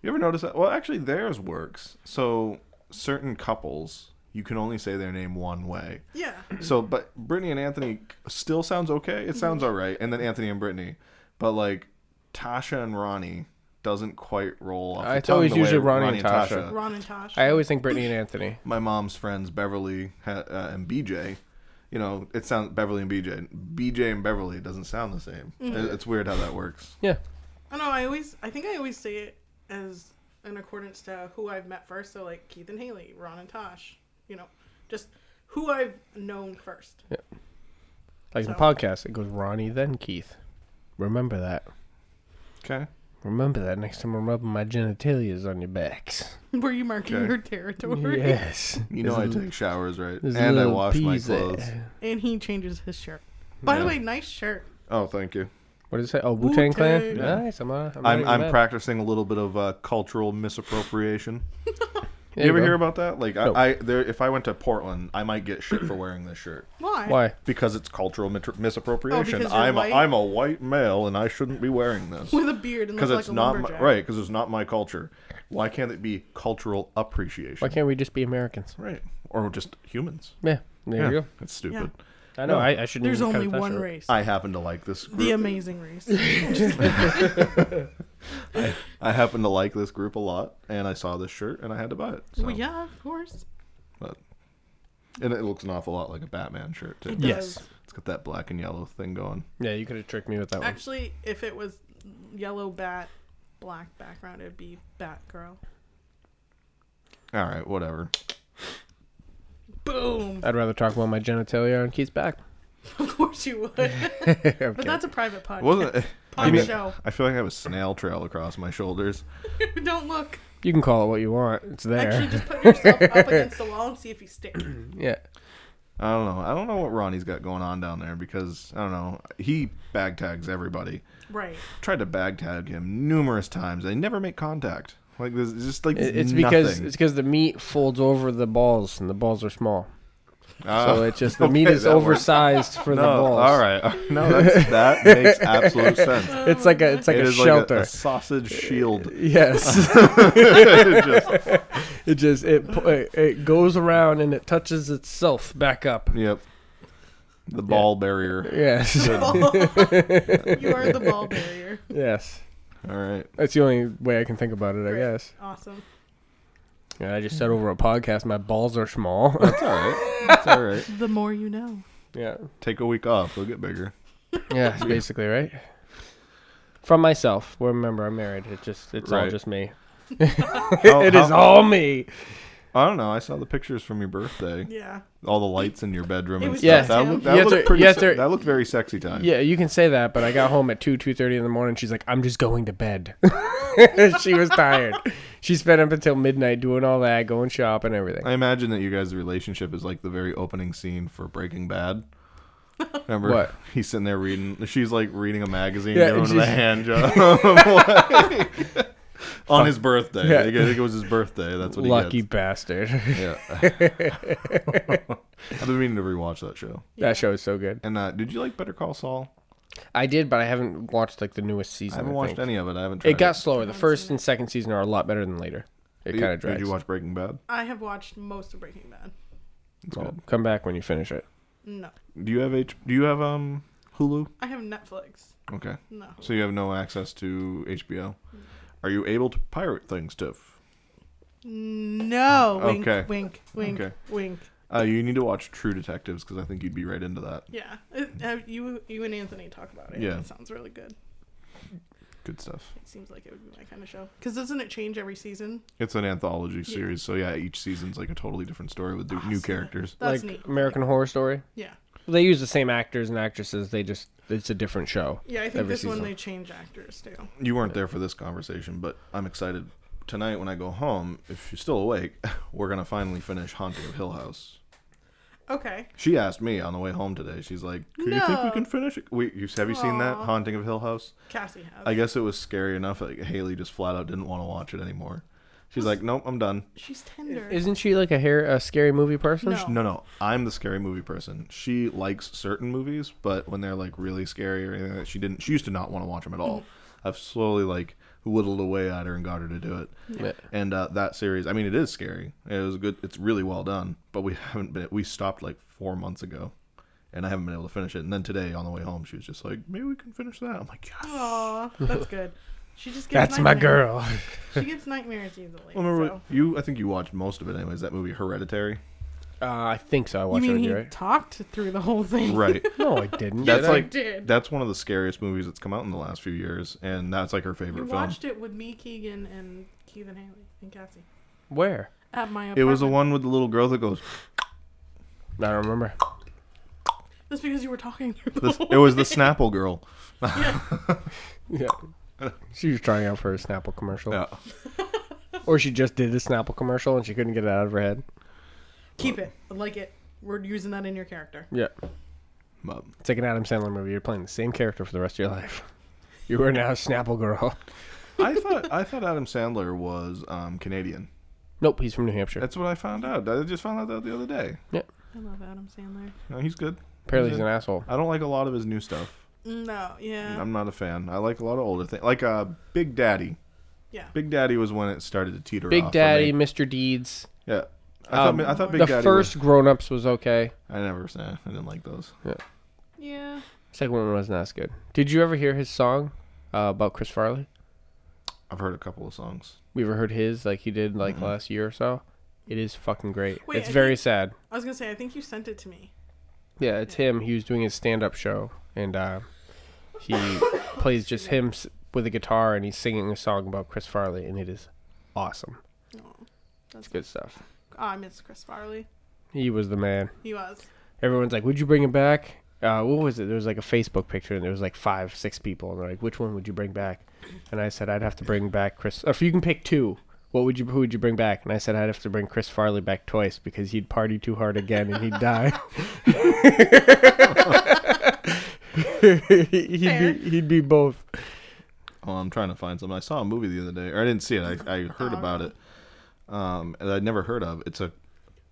[SPEAKER 3] You ever notice that? Well, actually, theirs works. So certain couples, you can only say their name one way.
[SPEAKER 2] Yeah.
[SPEAKER 3] So, but Brittany and Anthony still sounds okay. It sounds all right. And then Anthony and Brittany, but like Tasha and Ronnie doesn't quite roll off. the
[SPEAKER 1] It's
[SPEAKER 3] tongue
[SPEAKER 1] always
[SPEAKER 3] the way
[SPEAKER 1] usually Ronnie and Tasha.
[SPEAKER 2] Ron and Tosh.
[SPEAKER 1] I always think Brittany and Anthony.
[SPEAKER 3] My mom's friends Beverly ha- uh, and BJ. You know, it sounds Beverly and BJ. BJ and Beverly doesn't sound the same. It- It's weird how that works.
[SPEAKER 1] Yeah.
[SPEAKER 2] I don't know. I always, I think I always say it as in accordance to who I've met first. So like Keith and Haley, Ron and Tosh. You know, just who I've known first.
[SPEAKER 1] Like the podcast, it goes Ronnie, then Keith. Remember that.
[SPEAKER 3] Okay.
[SPEAKER 1] Remember that next time I'm rubbing my genitalias on your backs.
[SPEAKER 2] Were you marking
[SPEAKER 3] Okay.
[SPEAKER 2] your territory?
[SPEAKER 1] Yes.
[SPEAKER 3] You know, I
[SPEAKER 1] There's a-
[SPEAKER 3] take showers, right?
[SPEAKER 1] there's a
[SPEAKER 3] And I
[SPEAKER 1] little
[SPEAKER 3] wash my
[SPEAKER 1] piece there.
[SPEAKER 3] clothes.
[SPEAKER 2] And he changes his shirt. By the way, nice shirt.
[SPEAKER 3] Oh, thank you.
[SPEAKER 1] What did it say? Oh, Wu Tang Clan?
[SPEAKER 2] Wu-Tang.
[SPEAKER 1] Nice. I'm, uh, I'm, not
[SPEAKER 3] I'm,
[SPEAKER 1] even
[SPEAKER 3] I'm
[SPEAKER 1] mad.
[SPEAKER 3] practicing a little bit of uh, cultural misappropriation.
[SPEAKER 1] There
[SPEAKER 3] you ever
[SPEAKER 1] go.
[SPEAKER 3] hear about that? Like,
[SPEAKER 1] No.
[SPEAKER 3] I, I there, if I went to Portland, I might get shit for wearing this shirt
[SPEAKER 2] Why?
[SPEAKER 1] Why?
[SPEAKER 3] because it's cultural mit- misappropriation.
[SPEAKER 2] you're
[SPEAKER 3] I'm a,
[SPEAKER 2] white?
[SPEAKER 3] I'm a white male and I shouldn't be wearing this
[SPEAKER 2] With a beard and
[SPEAKER 3] because
[SPEAKER 2] looks like
[SPEAKER 3] it's
[SPEAKER 2] a
[SPEAKER 3] not my,
[SPEAKER 2] lumberjack.
[SPEAKER 3] right because it's not my culture. Why can't it be cultural appreciation?
[SPEAKER 1] Why can't we just be Americans?
[SPEAKER 3] right or just humans?
[SPEAKER 1] Yeah. There you
[SPEAKER 3] Yeah,
[SPEAKER 1] go.
[SPEAKER 3] it's stupid.
[SPEAKER 1] I know.
[SPEAKER 3] No.
[SPEAKER 1] I, I shouldn't.
[SPEAKER 2] There's
[SPEAKER 1] even cut
[SPEAKER 2] only
[SPEAKER 1] it that
[SPEAKER 2] one
[SPEAKER 1] short.
[SPEAKER 2] race.
[SPEAKER 3] I happen to like this. Group.
[SPEAKER 2] the amazing race.
[SPEAKER 3] I happen to like this group a lot, and I saw this shirt and I had to buy it. So.
[SPEAKER 2] well, yeah, of course.
[SPEAKER 3] but and it looks an awful lot like a Batman shirt too.
[SPEAKER 1] Yes.
[SPEAKER 2] Does-
[SPEAKER 3] It's got that black and yellow thing going.
[SPEAKER 1] Yeah, you could have tricked me with that one.
[SPEAKER 2] Actually, if it was yellow bat, black background, it'd be Batgirl.
[SPEAKER 3] All right, whatever.
[SPEAKER 2] Boom.
[SPEAKER 1] I'd rather talk about my genitalia on Keith's back.
[SPEAKER 2] Of course you would. but
[SPEAKER 1] Okay.
[SPEAKER 2] that's a private podcast.
[SPEAKER 3] Wasn't it-
[SPEAKER 2] Pod
[SPEAKER 3] uh, I mean,
[SPEAKER 2] show.
[SPEAKER 3] I feel like I have a snail trail across my shoulders.
[SPEAKER 2] Don't look.
[SPEAKER 1] You can call it what you want. It's there.
[SPEAKER 2] Actually, just put yourself up against the wall and see if you stick.
[SPEAKER 1] yeah.
[SPEAKER 3] I don't know. I don't know what Ronnie's got going on down there because I don't know. He bag tags everybody.
[SPEAKER 2] Right.
[SPEAKER 3] Tried to bag tag him numerous times. They never make contact. Like there's just like
[SPEAKER 1] It- It's
[SPEAKER 3] nothing.
[SPEAKER 1] because it's because the meat folds over the balls and the balls are small.
[SPEAKER 3] Ah,
[SPEAKER 1] So it's just the
[SPEAKER 3] okay,
[SPEAKER 1] meat is
[SPEAKER 3] that works.
[SPEAKER 1] oversized for the
[SPEAKER 3] No,
[SPEAKER 1] balls.
[SPEAKER 3] all right. No, that's, that makes absolute sense.
[SPEAKER 1] It's like a it's like
[SPEAKER 3] It
[SPEAKER 1] a
[SPEAKER 3] is
[SPEAKER 1] shelter.
[SPEAKER 3] like a, a sausage shield.
[SPEAKER 1] Yes.
[SPEAKER 3] Just-
[SPEAKER 1] It just it pu- it it goes around and it touches itself back up.
[SPEAKER 3] Yep. The ball barrier.
[SPEAKER 1] Yes.
[SPEAKER 2] You are the ball barrier.
[SPEAKER 1] yes.
[SPEAKER 3] All right.
[SPEAKER 1] That's the only way I can think about it, I
[SPEAKER 2] Right.
[SPEAKER 1] guess.
[SPEAKER 2] Awesome.
[SPEAKER 1] Yeah, I just said over a podcast my balls are small.
[SPEAKER 3] That's all right. That's all right.
[SPEAKER 2] The more you know.
[SPEAKER 1] yeah.
[SPEAKER 3] Take a week off. They'll get bigger.
[SPEAKER 1] Yeah, it's basically right. From myself. Well, remember I'm married. It just it's all
[SPEAKER 3] Right.
[SPEAKER 1] just me.
[SPEAKER 3] How-
[SPEAKER 1] It is
[SPEAKER 3] how-
[SPEAKER 1] all me.
[SPEAKER 3] I don't know. I saw the pictures from your birthday.
[SPEAKER 2] Yeah.
[SPEAKER 3] All the lights in your bedroom
[SPEAKER 2] It
[SPEAKER 3] and
[SPEAKER 2] was
[SPEAKER 3] stuff.
[SPEAKER 1] just
[SPEAKER 3] That,
[SPEAKER 2] him.
[SPEAKER 3] looked, that,
[SPEAKER 1] You have
[SPEAKER 3] looked
[SPEAKER 1] to-
[SPEAKER 3] pretty
[SPEAKER 1] you have
[SPEAKER 3] se-
[SPEAKER 1] to-
[SPEAKER 3] that looked very sexy time.
[SPEAKER 1] Yeah, you can say that, but I got home at two two thirty in the morning. She's like, "I'm just going to bed." she was tired. She spent up until midnight doing all that, going shop and everything.
[SPEAKER 3] I imagine that you guys' relationship is like the very opening scene for Breaking Bad. Remember?
[SPEAKER 1] What?
[SPEAKER 3] He's sitting there reading. She's like reading a magazine,
[SPEAKER 1] Yeah,
[SPEAKER 3] giving
[SPEAKER 1] and
[SPEAKER 3] him the
[SPEAKER 1] she's-
[SPEAKER 3] hand job. On his birthday.
[SPEAKER 1] Yeah.
[SPEAKER 3] I think it was his birthday. That's what he
[SPEAKER 1] Lucky
[SPEAKER 3] gets.
[SPEAKER 1] bastard.
[SPEAKER 3] Yeah. I've been meaning to rewatch that show.
[SPEAKER 1] that show is so good.
[SPEAKER 3] And uh, did you like Better Call Saul?
[SPEAKER 1] I did, but I haven't watched like the newest season.
[SPEAKER 3] I haven't
[SPEAKER 1] I
[SPEAKER 3] watched
[SPEAKER 1] think.
[SPEAKER 3] any of it. I haven't. Tried
[SPEAKER 1] It got slower. The first and second season are a lot better than later. It
[SPEAKER 3] Did-
[SPEAKER 1] kind of drags.
[SPEAKER 3] Did you watch Breaking Bad?
[SPEAKER 2] I have watched most of Breaking Bad.
[SPEAKER 1] Well, come back when you finish it.
[SPEAKER 2] No.
[SPEAKER 3] Do you have H? Do you have um Hulu?
[SPEAKER 2] I have Netflix.
[SPEAKER 3] Okay.
[SPEAKER 2] No.
[SPEAKER 3] So you have no access to HBO. Are you able to pirate things, Tiff?
[SPEAKER 2] No. Wink,
[SPEAKER 3] Okay.
[SPEAKER 2] wink, wink,
[SPEAKER 3] Okay.
[SPEAKER 2] wink.
[SPEAKER 3] Uh, you need to watch True Detectives because I think you'd be right into that.
[SPEAKER 2] Yeah. It, uh, you you and Anthony talk about it.
[SPEAKER 3] Yeah.
[SPEAKER 2] It sounds really good.
[SPEAKER 3] Good stuff.
[SPEAKER 2] It seems like it would be my kind of show. Because doesn't it change every season?
[SPEAKER 3] It's an anthology series, so yeah, each season's like a totally different story with du- new
[SPEAKER 2] Awesome.
[SPEAKER 3] characters.
[SPEAKER 2] That's
[SPEAKER 1] like
[SPEAKER 2] neat.
[SPEAKER 1] American Horror Story.
[SPEAKER 2] Yeah.
[SPEAKER 1] They use the same actors and actresses. They just it's a different show.
[SPEAKER 2] Yeah, I think
[SPEAKER 1] every
[SPEAKER 2] this one
[SPEAKER 1] season.
[SPEAKER 2] they change actors too.
[SPEAKER 3] You weren't there for this conversation, but I'm excited. Tonight, when I go home, if she's still awake, we're gonna finally finish Haunting of Hill House.
[SPEAKER 2] Okay.
[SPEAKER 3] She asked me on the way home today. She's like, "Do you think we
[SPEAKER 2] No.
[SPEAKER 3] can finish it?" Wait, you have you seen that
[SPEAKER 2] Aw.
[SPEAKER 3] Haunting of Hill House?
[SPEAKER 2] Cassie has.
[SPEAKER 3] I guess it was scary enough that Haley just flat out didn't want to watch it anymore. She's like, "Nope, I'm done."
[SPEAKER 2] She's tender.
[SPEAKER 1] Isn't she like a hair a scary movie person?
[SPEAKER 2] No.
[SPEAKER 3] No, no, I'm the scary movie person. She likes certain movies, but when they're like really scary or anything, like that, she didn't. She used to not want to watch them at all. I've slowly like whittled away at her and got her to do it.
[SPEAKER 1] Yeah.
[SPEAKER 3] And uh, that series, I mean, it is scary. It was good. It's really well done, but we haven't been. We stopped like four months ago, and I haven't been able to finish it. And then today on the way home, she was just like, "Maybe we can finish that." I'm like, "Yeah."
[SPEAKER 2] Aw, that's good. She just gets
[SPEAKER 1] That's my
[SPEAKER 2] nightmares.
[SPEAKER 1] girl.
[SPEAKER 2] She gets nightmares easily.
[SPEAKER 3] Well, remember
[SPEAKER 2] so.
[SPEAKER 3] what- you? I think you watched most of it, anyways. That movie, Hereditary.
[SPEAKER 1] Uh, I think so. I
[SPEAKER 2] You
[SPEAKER 1] watched it
[SPEAKER 2] mean
[SPEAKER 1] with
[SPEAKER 2] he
[SPEAKER 1] you, right?
[SPEAKER 2] talked through the whole thing?
[SPEAKER 3] Right.
[SPEAKER 1] no, I didn't.
[SPEAKER 3] That's
[SPEAKER 1] Did I?
[SPEAKER 3] like
[SPEAKER 2] did.
[SPEAKER 3] that's one of the scariest movies that's come out in the last few years, and that's like her
[SPEAKER 2] You
[SPEAKER 3] favorite film.
[SPEAKER 2] watched it with me, Keegan, and Keegan Haley and Cassie
[SPEAKER 1] where?
[SPEAKER 2] at my apartment.
[SPEAKER 3] It was the one with the little girl that goes.
[SPEAKER 1] I don't remember.
[SPEAKER 2] That's because you were talking through the
[SPEAKER 3] This,
[SPEAKER 2] whole
[SPEAKER 3] it was the Snapple girl.
[SPEAKER 1] Yeah. She was trying out for a Snapple commercial,
[SPEAKER 3] Yeah.
[SPEAKER 1] or she just did a Snapple commercial and she couldn't get it out of her head.
[SPEAKER 2] Keep it. I like it. We're using that in your character.
[SPEAKER 1] Yeah,
[SPEAKER 3] But
[SPEAKER 1] it's like an Adam Sandler movie. You're playing the same character for the rest of your life. You are now Snapple girl.
[SPEAKER 3] I thought I thought Adam Sandler was um, Canadian.
[SPEAKER 1] Nope, he's from New Hampshire.
[SPEAKER 3] That's what I found out. I just found out that the other day.
[SPEAKER 2] I love Adam Sandler.
[SPEAKER 3] No, he's good.
[SPEAKER 1] Apparently, he's an asshole.
[SPEAKER 3] I don't like a lot of his new stuff.
[SPEAKER 2] No, yeah.
[SPEAKER 3] I'm not a fan. I like a lot of older things, like uh, Big Daddy.
[SPEAKER 2] Yeah.
[SPEAKER 3] Big Daddy was when it started to teeter.
[SPEAKER 1] Big
[SPEAKER 3] off for me.
[SPEAKER 1] Daddy, Mr. Deeds.
[SPEAKER 3] Yeah. I
[SPEAKER 1] Um,
[SPEAKER 3] thought I thought Big
[SPEAKER 1] the
[SPEAKER 3] Daddy.
[SPEAKER 1] first Grown Ups was okay.
[SPEAKER 3] was, I never. Nah, I didn't like those.
[SPEAKER 2] Yeah.
[SPEAKER 1] Second one wasn't as good. Did you ever hear his song uh, about Chris Farley?
[SPEAKER 3] I've heard a couple of songs.
[SPEAKER 1] We ever heard his like he did like last year or so. It is fucking great.
[SPEAKER 2] Wait,
[SPEAKER 1] it's
[SPEAKER 2] I
[SPEAKER 1] very
[SPEAKER 2] think-
[SPEAKER 1] sad.
[SPEAKER 2] I was gonna say I think you sent it to me.
[SPEAKER 1] Yeah, it's him. He was doing his stand-up show, and uh, he plays just him s- with a guitar, and he's singing a song about Chris Farley, and it is awesome.
[SPEAKER 2] Oh,
[SPEAKER 1] It's good stuff.
[SPEAKER 2] oh I miss Chris Farley.
[SPEAKER 1] He was the man.
[SPEAKER 2] He was.
[SPEAKER 1] Everyone's like, "Would you bring him back?" Uh, what was it? There was like a Facebook picture, and there was like five, six people, and they're like, "Which one would you bring back?" And I said, "I'd have to bring back Chris. If you can pick two, what would you? Who would you bring back?" And I said, "I'd have to bring Chris Farley back twice because he'd party too hard again and he'd die."
[SPEAKER 2] Fair.
[SPEAKER 1] he'd, be, he'd be both.
[SPEAKER 3] Oh, I'm trying to find something. I saw a movie the other day, or I didn't see it. I, I heard about it, um, that I'd never heard of. It's a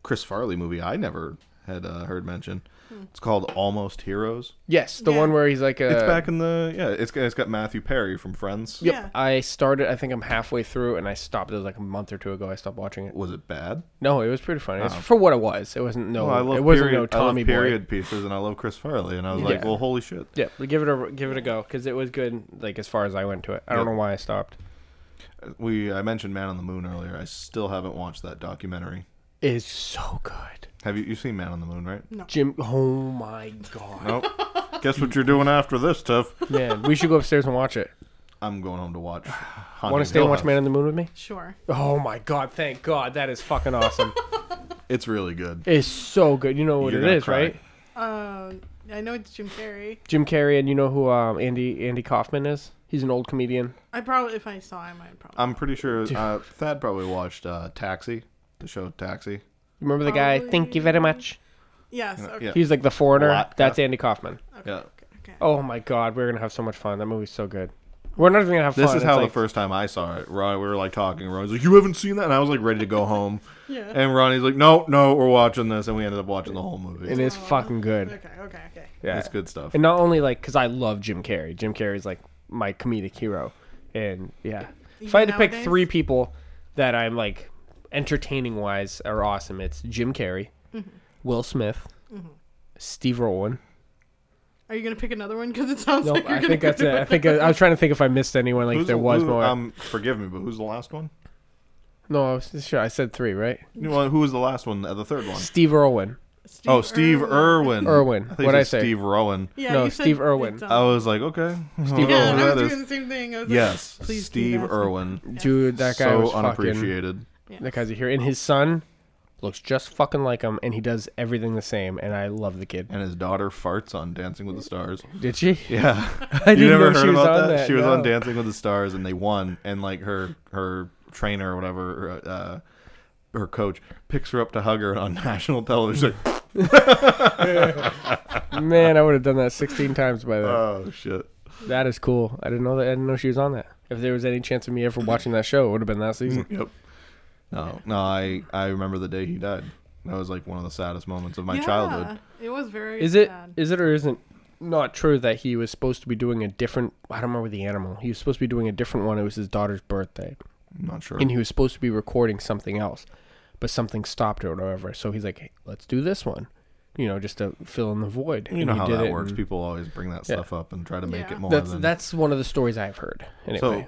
[SPEAKER 3] Chris Farley movie I never had uh, heard mentioned. It's called Almost Heroes.
[SPEAKER 1] Yes, the
[SPEAKER 2] Yeah.
[SPEAKER 1] one where he's like a.
[SPEAKER 3] It's back in the yeah. It's got- it's got Matthew Perry from Friends.
[SPEAKER 1] Yep.
[SPEAKER 2] Yeah.
[SPEAKER 1] I started. I think I'm halfway through, and I stopped. It was like a month or two ago. I stopped watching it.
[SPEAKER 3] Was it bad?
[SPEAKER 1] No, it was pretty funny. It's for what it was. It wasn't no.
[SPEAKER 3] Oh, I love
[SPEAKER 1] it wasn't
[SPEAKER 3] period,
[SPEAKER 1] no Tommy
[SPEAKER 3] I love
[SPEAKER 1] Boy.
[SPEAKER 3] period pieces, and I love Chris Farley, and I was like,
[SPEAKER 1] Yeah.
[SPEAKER 3] well, holy shit.
[SPEAKER 1] Yeah, but give it a give it a go because it was good. Like as far as I went to it, I don't
[SPEAKER 3] Yep.
[SPEAKER 1] know why I stopped.
[SPEAKER 3] We I mentioned Man on the Moon earlier. I still haven't watched that documentary.
[SPEAKER 1] It's so good,
[SPEAKER 3] Have you you seen Man on the Moon, right?
[SPEAKER 1] Jim. Oh my god,
[SPEAKER 3] Nope. Guess what you're doing after this, Tiff?
[SPEAKER 1] man, we should go upstairs and watch it.
[SPEAKER 3] I'm going home to watch. Want
[SPEAKER 1] Want to stay and watch Man on the Moon with me?
[SPEAKER 2] Sure.
[SPEAKER 1] Oh my god, thank God, that is fucking awesome.
[SPEAKER 3] It's really good.
[SPEAKER 1] it's so good. You know what
[SPEAKER 3] You're
[SPEAKER 1] it
[SPEAKER 3] gonna
[SPEAKER 1] is,
[SPEAKER 3] cry.
[SPEAKER 1] right?
[SPEAKER 2] Um, I know it's Jim Carrey.
[SPEAKER 1] Jim Carrey, and you know who um, Andy Andy Kaufman is? He's an old comedian.
[SPEAKER 2] I probably if I saw him, I'd probably.
[SPEAKER 3] I'm pretty sure uh, Thad probably watched uh, Taxi, the show Taxi.
[SPEAKER 1] Remember the guy? Thank you very much.
[SPEAKER 2] yes. Okay.
[SPEAKER 3] yeah.
[SPEAKER 1] He's like the foreigner.
[SPEAKER 3] Latka.
[SPEAKER 1] That's Andy Kaufman.
[SPEAKER 2] Okay.
[SPEAKER 3] Yeah.
[SPEAKER 2] Okay. okay.
[SPEAKER 1] Oh my god, we're gonna have so much fun. That movie's so good. We're not even gonna have fun.
[SPEAKER 3] This is
[SPEAKER 1] It's
[SPEAKER 3] how
[SPEAKER 1] like-
[SPEAKER 3] the first time I saw it. Ronnie, we were like talking. Ronnie's like, "You haven't seen that," and I was like, ready to go home.
[SPEAKER 2] Yeah.
[SPEAKER 3] And Ronnie's like, "No, no, we're watching this," and we ended up watching the whole movie.
[SPEAKER 1] It is fucking good.
[SPEAKER 2] Okay. Okay. Okay.
[SPEAKER 1] Yeah.
[SPEAKER 3] It's good stuff.
[SPEAKER 1] And not only like because I love Jim Carrey. Jim Carrey's like my comedic hero, and yeah. if I had to pick
[SPEAKER 2] nowadays?
[SPEAKER 1] three people that I'm like entertaining wise are awesome, it's Jim Carrey, Will Smith, Steve Rowan,
[SPEAKER 2] Are you gonna pick another one? Because it sounds
[SPEAKER 1] No,
[SPEAKER 2] like you're
[SPEAKER 1] I
[SPEAKER 2] gonna
[SPEAKER 1] think
[SPEAKER 2] go
[SPEAKER 1] that's
[SPEAKER 2] to
[SPEAKER 1] it. uh, I think I, I was trying to think if I missed anyone. Like
[SPEAKER 3] Who's
[SPEAKER 1] there
[SPEAKER 3] the-
[SPEAKER 1] was
[SPEAKER 3] who-
[SPEAKER 1] more.
[SPEAKER 3] Um, forgive me, but who's the last one?
[SPEAKER 1] no, I was, sure. I said three, right?
[SPEAKER 3] You know, who was the last one? Uh, the third one.
[SPEAKER 1] Steve Irwin.
[SPEAKER 2] Steve
[SPEAKER 3] oh, Steve Irwin.
[SPEAKER 1] Irwin.
[SPEAKER 3] I think
[SPEAKER 1] What'd
[SPEAKER 3] it
[SPEAKER 1] I say?
[SPEAKER 3] said Steve Rowan.
[SPEAKER 2] Yeah,
[SPEAKER 1] No,
[SPEAKER 2] you said
[SPEAKER 1] Steve Irwin.
[SPEAKER 2] it's, um,
[SPEAKER 3] I was like, okay. I don't know
[SPEAKER 2] yeah,
[SPEAKER 3] who
[SPEAKER 2] I was
[SPEAKER 3] that is.
[SPEAKER 2] doing the same thing. I was
[SPEAKER 3] Yes,
[SPEAKER 2] Please do
[SPEAKER 3] Steve
[SPEAKER 2] that.
[SPEAKER 3] Irwin.
[SPEAKER 1] Dude, that guy was
[SPEAKER 3] So
[SPEAKER 1] fucking.
[SPEAKER 3] unappreciated.
[SPEAKER 1] That guy's a hero. And his son looks just fucking like him, and he does everything the same. And I love the kid.
[SPEAKER 3] And his daughter farts on Dancing with the Stars.
[SPEAKER 1] Did she?
[SPEAKER 3] Yeah,
[SPEAKER 1] I
[SPEAKER 3] you
[SPEAKER 1] didn't
[SPEAKER 3] never
[SPEAKER 1] know
[SPEAKER 3] heard
[SPEAKER 1] she was
[SPEAKER 3] about
[SPEAKER 1] on
[SPEAKER 3] that?
[SPEAKER 1] that,
[SPEAKER 3] She was on
[SPEAKER 1] no.
[SPEAKER 3] Dancing with the Stars, and they won. And like her her trainer or whatever, uh, her coach picks her up to hug her on national television. She's like,
[SPEAKER 1] Man, I would have done that 16 times by then.
[SPEAKER 3] oh shit.
[SPEAKER 1] that is cool. I didn't know that. I didn't know she was on that. If there was any chance of me ever watching that show, it would have been that season.
[SPEAKER 3] Yep. No, no, I I remember the day he died. That was like one of the saddest moments of my childhood.
[SPEAKER 2] It was very.
[SPEAKER 1] Is it? Is
[SPEAKER 2] sad.
[SPEAKER 1] it or isn't not true that he was supposed to be doing a different? I don't remember the animal. He was supposed to be doing a different one. It was his daughter's birthday,
[SPEAKER 3] I'm not sure.
[SPEAKER 1] and he was supposed to be recording something else, but something stopped or whatever. So he's like, hey, "Let's do this one," you know, just to fill in the void.
[SPEAKER 3] you
[SPEAKER 1] And
[SPEAKER 3] know
[SPEAKER 1] he
[SPEAKER 3] how
[SPEAKER 1] did
[SPEAKER 3] that
[SPEAKER 1] it,
[SPEAKER 3] works.
[SPEAKER 1] and
[SPEAKER 3] People always bring that
[SPEAKER 1] Yeah.
[SPEAKER 3] stuff up and try to make
[SPEAKER 2] Yeah.
[SPEAKER 3] it more
[SPEAKER 1] That's
[SPEAKER 3] than
[SPEAKER 1] that's one of the stories I've heard. Anyway,
[SPEAKER 3] So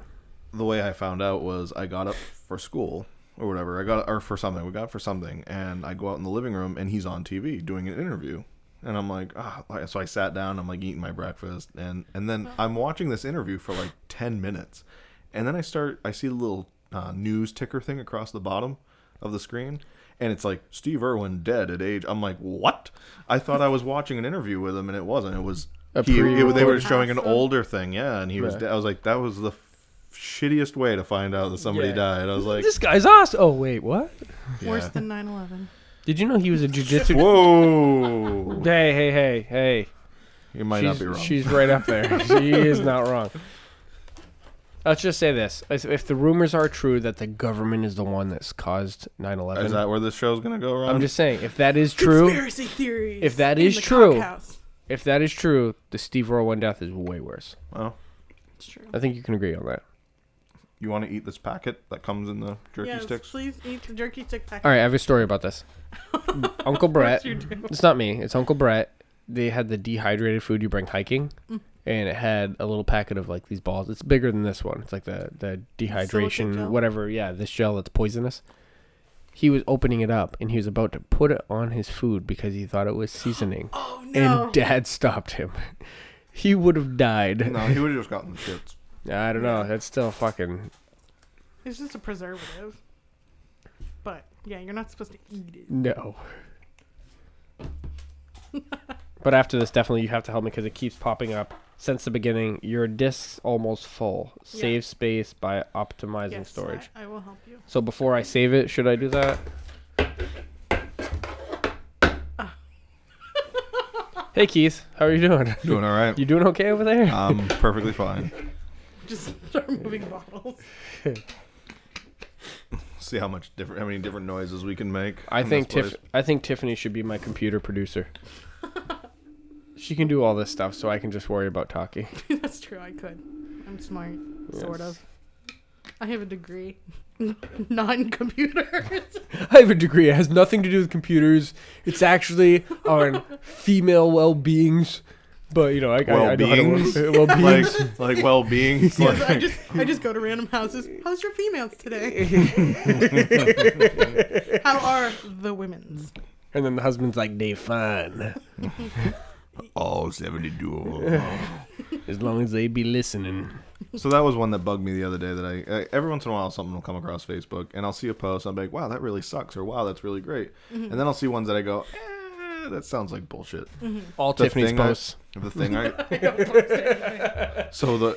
[SPEAKER 3] the way I found out was I got up for school or whatever. I got or for something. We got up for something, and I go out in the living room, and he's on TV doing an interview. And I'm like, ah. like- So I sat down. I'm like eating my breakfast, and and then I'm watching this interview for like ten minutes, and then I start. I see a little uh, news ticker thing across the bottom of the screen, and it's like Steve Irwin dead at age. I'm like, what? I thought I was watching an interview with him, and it wasn't. It was.
[SPEAKER 1] A
[SPEAKER 3] He, it- they were
[SPEAKER 1] pre-recorded.
[SPEAKER 3] showing an
[SPEAKER 2] Awesome.
[SPEAKER 3] old older thing, yeah. And he was,
[SPEAKER 1] Right.
[SPEAKER 3] I was like, that was the f- shittiest way to find out that somebody
[SPEAKER 1] Yeah.
[SPEAKER 3] died. I was like,
[SPEAKER 1] this guy's awesome. Oh wait, what?
[SPEAKER 2] worse
[SPEAKER 3] yeah.
[SPEAKER 2] than 9/11?
[SPEAKER 1] Did you know he was a jujitsu?
[SPEAKER 3] whoa,
[SPEAKER 1] hey, hey, hey, hey.
[SPEAKER 3] you might
[SPEAKER 1] she's,
[SPEAKER 3] not be wrong.
[SPEAKER 1] she's right up there. she is not wrong. Let's just say this: If- if the rumors are true that the government is the one that's caused 9/11,
[SPEAKER 3] Is that where this show's gonna go around?
[SPEAKER 1] I'm just saying, if that is true,
[SPEAKER 2] Conspiracy theories.
[SPEAKER 1] If that
[SPEAKER 2] in
[SPEAKER 1] is
[SPEAKER 2] the
[SPEAKER 1] true-
[SPEAKER 2] cock house.
[SPEAKER 1] if that is true, the Steve Irwin death is way worse.
[SPEAKER 3] Oh,
[SPEAKER 2] It's true.
[SPEAKER 1] I think you can agree on that.
[SPEAKER 3] you want to eat this packet that comes in the jerky
[SPEAKER 2] Yes,
[SPEAKER 3] sticks?
[SPEAKER 2] please eat the jerky stick packet.
[SPEAKER 1] All right, I have a story about this. Uncle Brett,
[SPEAKER 2] you do.
[SPEAKER 1] it's not me, it's Uncle Brett. They had the dehydrated food you bring hiking,
[SPEAKER 2] Mm.
[SPEAKER 1] and it had a little packet of like these balls. It's bigger than this one. It's like the the dehydration,
[SPEAKER 2] gel?
[SPEAKER 1] whatever. Yeah, this gel that's poisonous. He was opening it up, and he was about to put it on his food because he thought it was seasoning,
[SPEAKER 2] Oh no.
[SPEAKER 1] and Dad stopped him. He would have died.
[SPEAKER 3] No, he would have just gotten the shits.
[SPEAKER 1] I don't know. That's still fucking.
[SPEAKER 2] It's just a preservative. But yeah, you're not supposed to eat it.
[SPEAKER 1] No. but after this, definitely you have to help me because it keeps popping up since the beginning. Your disk's almost full.
[SPEAKER 2] Yeah.
[SPEAKER 1] Save space by optimizing
[SPEAKER 2] Yes,
[SPEAKER 1] storage.
[SPEAKER 2] I, I will help you.
[SPEAKER 1] So before I save it, should I do that?
[SPEAKER 2] Ah.
[SPEAKER 1] hey Keith, how are you doing?
[SPEAKER 3] Doing Uh, all right.
[SPEAKER 1] You doing okay over there?
[SPEAKER 3] I'm perfectly fine.
[SPEAKER 2] Just start moving bottles.
[SPEAKER 3] See how much different, how many different noises we can make.
[SPEAKER 1] I
[SPEAKER 3] in
[SPEAKER 1] think
[SPEAKER 3] this
[SPEAKER 1] Tiff-
[SPEAKER 3] place.
[SPEAKER 1] I think Tiffany should be my computer producer. she can do all this stuff, so I can just worry about talking.
[SPEAKER 2] That's true. I could. I'm smart, sort
[SPEAKER 1] Yes.
[SPEAKER 2] of. I have a degree, non-computers.
[SPEAKER 1] I have a degree. It has nothing to do with computers. It's actually on female well beings. But you know, I, I, I know how to work.
[SPEAKER 3] Well-beings?
[SPEAKER 1] Well beings.
[SPEAKER 3] like like well being.
[SPEAKER 2] Yes, I just I just go to random houses. How's your females today? How are the women's?
[SPEAKER 1] and then the husband's like, they fine
[SPEAKER 3] All seventy duo.
[SPEAKER 1] as long as they be listening.
[SPEAKER 3] So that was one that bugged me the other day. That I, I every once in a while something will come across Facebook, and I'll see a post. And I'll be like, "Wow, that really sucks," or "Wow, that's really great," and then I'll see ones that I go, eh, "That sounds like bullshit."
[SPEAKER 1] All
[SPEAKER 3] The
[SPEAKER 1] Tiffany's
[SPEAKER 3] thing I-
[SPEAKER 1] posts.
[SPEAKER 3] the thing I. so the,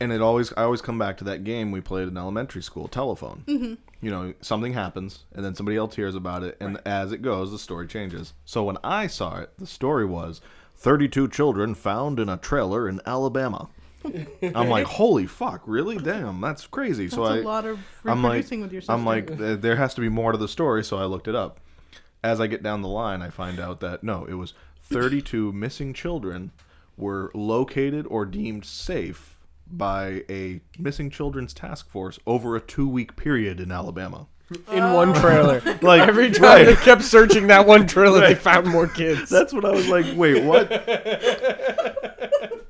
[SPEAKER 3] and it always I always come back to that game we played in elementary school, telephone. Mm-hmm. You know, something happens, and then somebody else hears about it, and as it goes, the story changes. So when I saw it, the story was. 32 children found in a trailer in Alabama. I'm like, holy fuck, really? Damn, that's crazy. so
[SPEAKER 2] That's
[SPEAKER 3] I,
[SPEAKER 2] a lot of
[SPEAKER 3] I'm like,
[SPEAKER 2] reproducing with your sister.
[SPEAKER 3] I'm like, "Th- there has to be more to the story, so I looked it up. As I get down the line, I find out that no, it was 32 missing children were located or deemed safe by a missing children's task force over a two week period in Alabama.
[SPEAKER 1] In one trailer.
[SPEAKER 3] Like
[SPEAKER 1] Every time they
[SPEAKER 3] right.
[SPEAKER 1] kept searching that one trailer, they found more kids.
[SPEAKER 3] That's what I was like. Wait, what?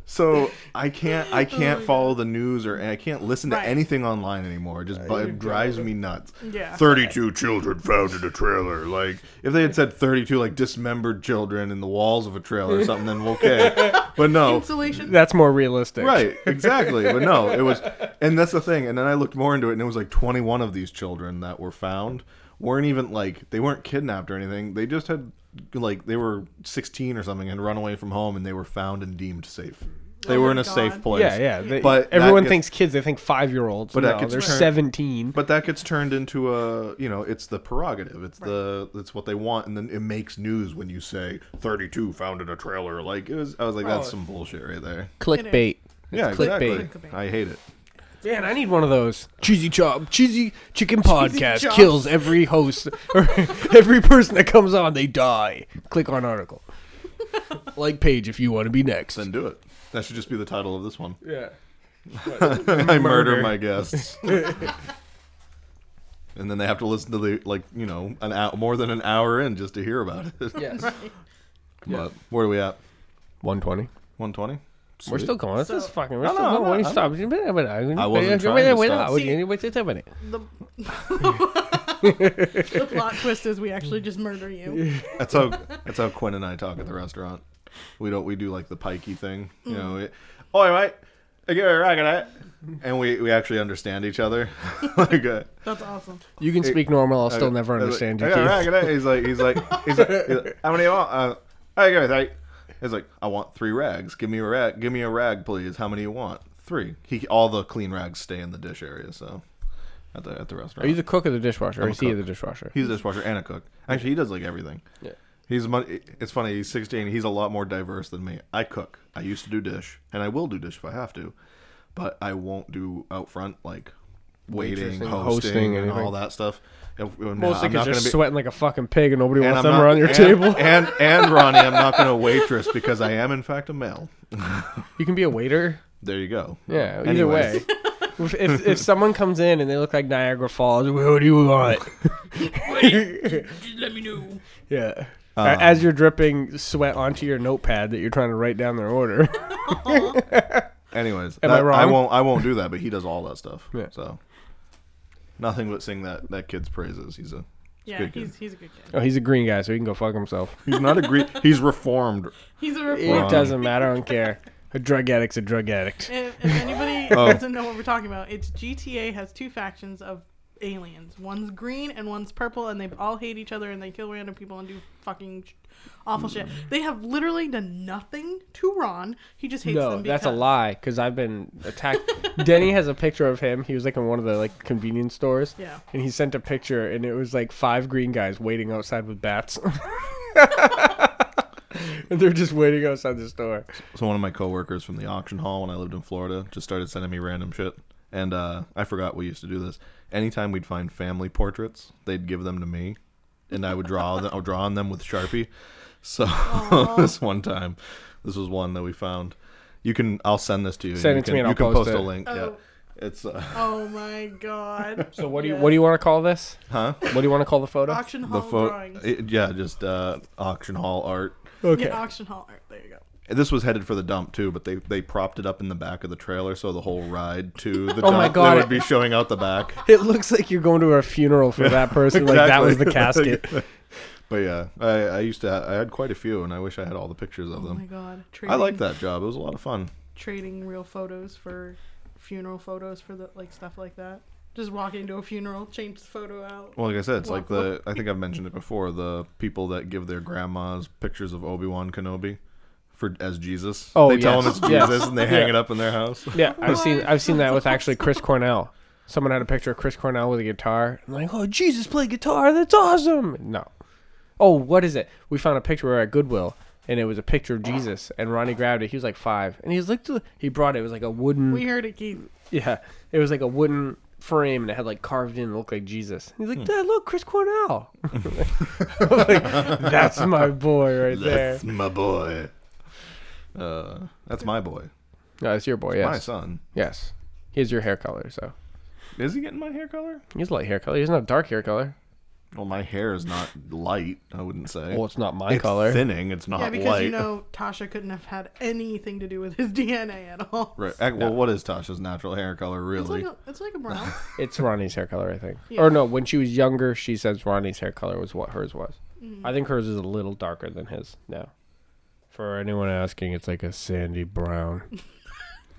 [SPEAKER 3] So I can't I can't follow the news or I can't listen to
[SPEAKER 2] Oh Right.
[SPEAKER 3] anything online anymore. It just bu- it drives me nuts.
[SPEAKER 2] Yeah.
[SPEAKER 3] 32 children found in a trailer. Like if they had said 32 like dismembered children in the walls of a trailer or something then okay. But no.
[SPEAKER 2] Insulation.
[SPEAKER 1] That's more realistic.
[SPEAKER 3] Right, exactly. But no, it was, and that's the thing. And then I looked more into it, and it was like 21 of these children that were found weren't even like they weren't kidnapped or anything. They just had like they were 16 or something and run away from home, and they were found and deemed safe. They
[SPEAKER 2] Oh
[SPEAKER 3] were
[SPEAKER 2] my
[SPEAKER 3] in a safe
[SPEAKER 2] God.
[SPEAKER 3] place.
[SPEAKER 1] Yeah, yeah. They,
[SPEAKER 3] But
[SPEAKER 1] but
[SPEAKER 3] that
[SPEAKER 1] everyone
[SPEAKER 3] gets-
[SPEAKER 1] thinks kids. They think five year olds. But
[SPEAKER 3] But that
[SPEAKER 1] no,
[SPEAKER 3] gets
[SPEAKER 1] they're
[SPEAKER 3] turned-
[SPEAKER 1] seventeen.
[SPEAKER 3] But that gets turned into a you know it's the prerogative. It's the it's what they want, and then it makes news when you say
[SPEAKER 5] 32 found in a trailer. Like,
[SPEAKER 3] like it was. I was like, that's
[SPEAKER 1] Oh.
[SPEAKER 3] some bullshit right there.
[SPEAKER 1] clickbait.
[SPEAKER 3] yeah,
[SPEAKER 1] It's clickbait.
[SPEAKER 3] exactly. I hate it.
[SPEAKER 1] Man, I need one of those cheesy chop, cheesy chicken podcast
[SPEAKER 2] chops.
[SPEAKER 1] kills every host, or every person that comes on. They die. Click on article. like page if you want to be next.
[SPEAKER 3] Then do it. That should just be the title of this one.
[SPEAKER 1] yeah.
[SPEAKER 3] I
[SPEAKER 1] Murder.
[SPEAKER 3] murder my guests. and then they have to listen to the like you know an hour, more than an hour in just to hear about it.
[SPEAKER 1] Yes.
[SPEAKER 3] But where are we at?
[SPEAKER 1] One twenty.
[SPEAKER 3] One twenty.
[SPEAKER 1] We're still going. This is fucking. We're
[SPEAKER 3] No,
[SPEAKER 1] still
[SPEAKER 3] no,
[SPEAKER 1] going.
[SPEAKER 3] no,
[SPEAKER 1] Stop.
[SPEAKER 3] I wasn't trying to stop.
[SPEAKER 2] The, the plot twist is we actually just murder you.
[SPEAKER 3] That's how that's how Quinn and I talk at the restaurant. We don't we do like the pikey thing, you know. It, oh, mate, I get a rocket at, and we we actually understand each other. like, uh,
[SPEAKER 2] That's awesome.
[SPEAKER 1] You can speak normal. I'll still never
[SPEAKER 3] I was
[SPEAKER 1] understand you.
[SPEAKER 3] like, I got a
[SPEAKER 1] Keith.
[SPEAKER 3] rocket at. He's like he's like he's like, he's like, how many you want? Uh, I got three. He's like I want three rags. Give me a rag. Give me a rag, please. How many you want? Three. He all the clean rags stay in the dish area. So at the at the restaurant.
[SPEAKER 1] Are you the cook or the dishwasher? Or
[SPEAKER 3] a
[SPEAKER 1] is he
[SPEAKER 3] cook.
[SPEAKER 1] the dishwasher?
[SPEAKER 3] He's a dishwasher and a cook. Actually, he does like everything.
[SPEAKER 1] Yeah.
[SPEAKER 3] He's mon- it's funny. He's 16. He's a lot more diverse than me. I cook. I used to do dish, and I will do dish if I have to, but I won't do out front like waiting,
[SPEAKER 1] Waitressing,
[SPEAKER 3] hosting,
[SPEAKER 1] hosting,
[SPEAKER 3] and
[SPEAKER 1] anything.
[SPEAKER 3] all that stuff. If- when-
[SPEAKER 1] Mostly because
[SPEAKER 3] I'm not
[SPEAKER 1] you're
[SPEAKER 3] gonna be-
[SPEAKER 1] sweating like a fucking pig and nobody
[SPEAKER 3] and
[SPEAKER 1] wants
[SPEAKER 3] I'm
[SPEAKER 1] them
[SPEAKER 3] not-
[SPEAKER 1] around your
[SPEAKER 3] and-
[SPEAKER 1] table.
[SPEAKER 3] And and Ronnie, I'm not going to waitress because I am in fact a male.
[SPEAKER 1] You can be a waiter.
[SPEAKER 3] There you go.
[SPEAKER 1] Yeah. Either
[SPEAKER 3] Anyways.
[SPEAKER 1] way. If, if, if someone comes in and they look like Niagara Falls, what do you want?
[SPEAKER 2] Just let me know.
[SPEAKER 1] Yeah. A- As you're dripping sweat onto your notepad that you're trying to write down their order.
[SPEAKER 3] Anyways,
[SPEAKER 1] Am
[SPEAKER 3] that-
[SPEAKER 1] I wrong?
[SPEAKER 3] won't. I won't do that. But he does all that stuff.
[SPEAKER 1] Yeah.
[SPEAKER 3] So nothing but sing that that kid's praises. He's a
[SPEAKER 2] Yeah,
[SPEAKER 3] Good kid.
[SPEAKER 2] he's, he's a good kid.
[SPEAKER 1] Oh, he's a green guy, so he can go fuck himself.
[SPEAKER 3] he's not a Greek. he's reformed.
[SPEAKER 2] He's a
[SPEAKER 1] It
[SPEAKER 2] reformer.
[SPEAKER 1] doesn't matter. I don't care. A drug addict's a drug addict.
[SPEAKER 2] If, if anybody
[SPEAKER 1] Oh.
[SPEAKER 2] doesn't know what we're talking about, it's GTA has two factions of aliens. One's green and one's purple, and they all hate each other and they kill random people and do fucking sh- awful shit. They have literally done nothing to Ron. He just hates
[SPEAKER 1] No,
[SPEAKER 2] them.
[SPEAKER 1] that's a
[SPEAKER 2] because-
[SPEAKER 1] lie. Because I've been attacked. Denny has a picture of him. He was like in one of the like convenience stores.
[SPEAKER 2] Yeah.
[SPEAKER 1] And he sent a picture, and it was like five green guys waiting outside with bats. and they're just waiting outside the store.
[SPEAKER 3] So one of my coworkers from the auction hall when I lived in Florida just started sending me random shit, and uh, I forgot we used to do this. Anytime we'd find family portraits, they'd give them to me, and I would draw them. I would draw on them with Sharpie. So this one time, this was one that we found. You can. I'll send this to you.
[SPEAKER 1] Send
[SPEAKER 3] you
[SPEAKER 1] it to
[SPEAKER 3] can,
[SPEAKER 1] me and
[SPEAKER 3] you
[SPEAKER 1] I'll
[SPEAKER 3] can
[SPEAKER 1] post
[SPEAKER 3] post,
[SPEAKER 1] it.
[SPEAKER 3] a link. Yeah,
[SPEAKER 2] Oh.
[SPEAKER 3] it's uh,
[SPEAKER 2] Oh my god.
[SPEAKER 1] So what do you what do you want to call this?
[SPEAKER 3] huh
[SPEAKER 1] What do you want to call the photo?
[SPEAKER 2] Auction hall
[SPEAKER 3] the photo.
[SPEAKER 2] drawings.
[SPEAKER 3] yeah, just uh, auction hall art.
[SPEAKER 1] Okay.
[SPEAKER 2] Yeah, auction hall art. There you go.
[SPEAKER 3] And This was headed for the dump too, but they they propped it up in the back of the trailer, so the whole ride to the
[SPEAKER 1] Oh
[SPEAKER 3] dump
[SPEAKER 1] my
[SPEAKER 3] they
[SPEAKER 1] God.
[SPEAKER 3] would be showing out the back.
[SPEAKER 1] It looks like you're going to a funeral for that person. Like that was the
[SPEAKER 3] Exactly.
[SPEAKER 1] casket.
[SPEAKER 3] But yeah, I, I used to I had quite a few, and I wish I had all the pictures of
[SPEAKER 2] Oh my
[SPEAKER 3] them.
[SPEAKER 2] god. Trading,
[SPEAKER 3] I like that job; it was a lot of fun.
[SPEAKER 2] Trading real photos for funeral photos for the like stuff like that. Just walk into a funeral, change the photo out.
[SPEAKER 3] Well, like I said, it's like the I think I've mentioned it before the people that give their grandmas pictures of Obi Wan Kenobi for as Jesus.
[SPEAKER 1] Oh,
[SPEAKER 3] they tell
[SPEAKER 1] yes.
[SPEAKER 3] them it's
[SPEAKER 1] Yes.
[SPEAKER 3] Jesus, and they hang it up in their house.
[SPEAKER 1] Yeah, I've seen I've seen that with actually Chris Cornell. Someone had a picture of Chris Cornell with a guitar. I'm like, oh Jesus, play guitar. That's awesome. No. Oh, what is it? We found a picture we were at Goodwill, and it was a picture of Jesus. And Ronnie grabbed it. He was like five, and he was like, he brought it. It was like a wooden.
[SPEAKER 2] We heard it, Keith.
[SPEAKER 3] Uh,
[SPEAKER 1] Yeah, it was like a wooden frame, and it had like carved in, it looked like Jesus. And he's like, Dad, look, Chris Cornell. I was like, That's my boy right there.
[SPEAKER 3] That's my boy. Uh, that's my boy,
[SPEAKER 1] No, it's your boy. Yes,
[SPEAKER 3] my son.
[SPEAKER 1] yes. He has your hair color, so
[SPEAKER 3] Is he getting my hair color?
[SPEAKER 1] he has light hair color. He doesn't have dark hair color.
[SPEAKER 3] Well, my hair is not light. I wouldn't say.
[SPEAKER 1] Well, it's not my
[SPEAKER 3] it's
[SPEAKER 1] color.
[SPEAKER 3] thinning. It's not
[SPEAKER 2] Yeah, because
[SPEAKER 3] light.
[SPEAKER 2] you know Tasha couldn't have had anything to do with his DNA at all.
[SPEAKER 3] Right. ac- Well, what is Tasha's natural hair color
[SPEAKER 2] It's like
[SPEAKER 3] really?
[SPEAKER 2] a, it's like a brown.
[SPEAKER 1] It's Ronnie's hair color, I think. Or no, when she was younger, she says Ronnie's hair color was what hers was. I think hers is a little darker than his now. For anyone asking, it's like a sandy brown.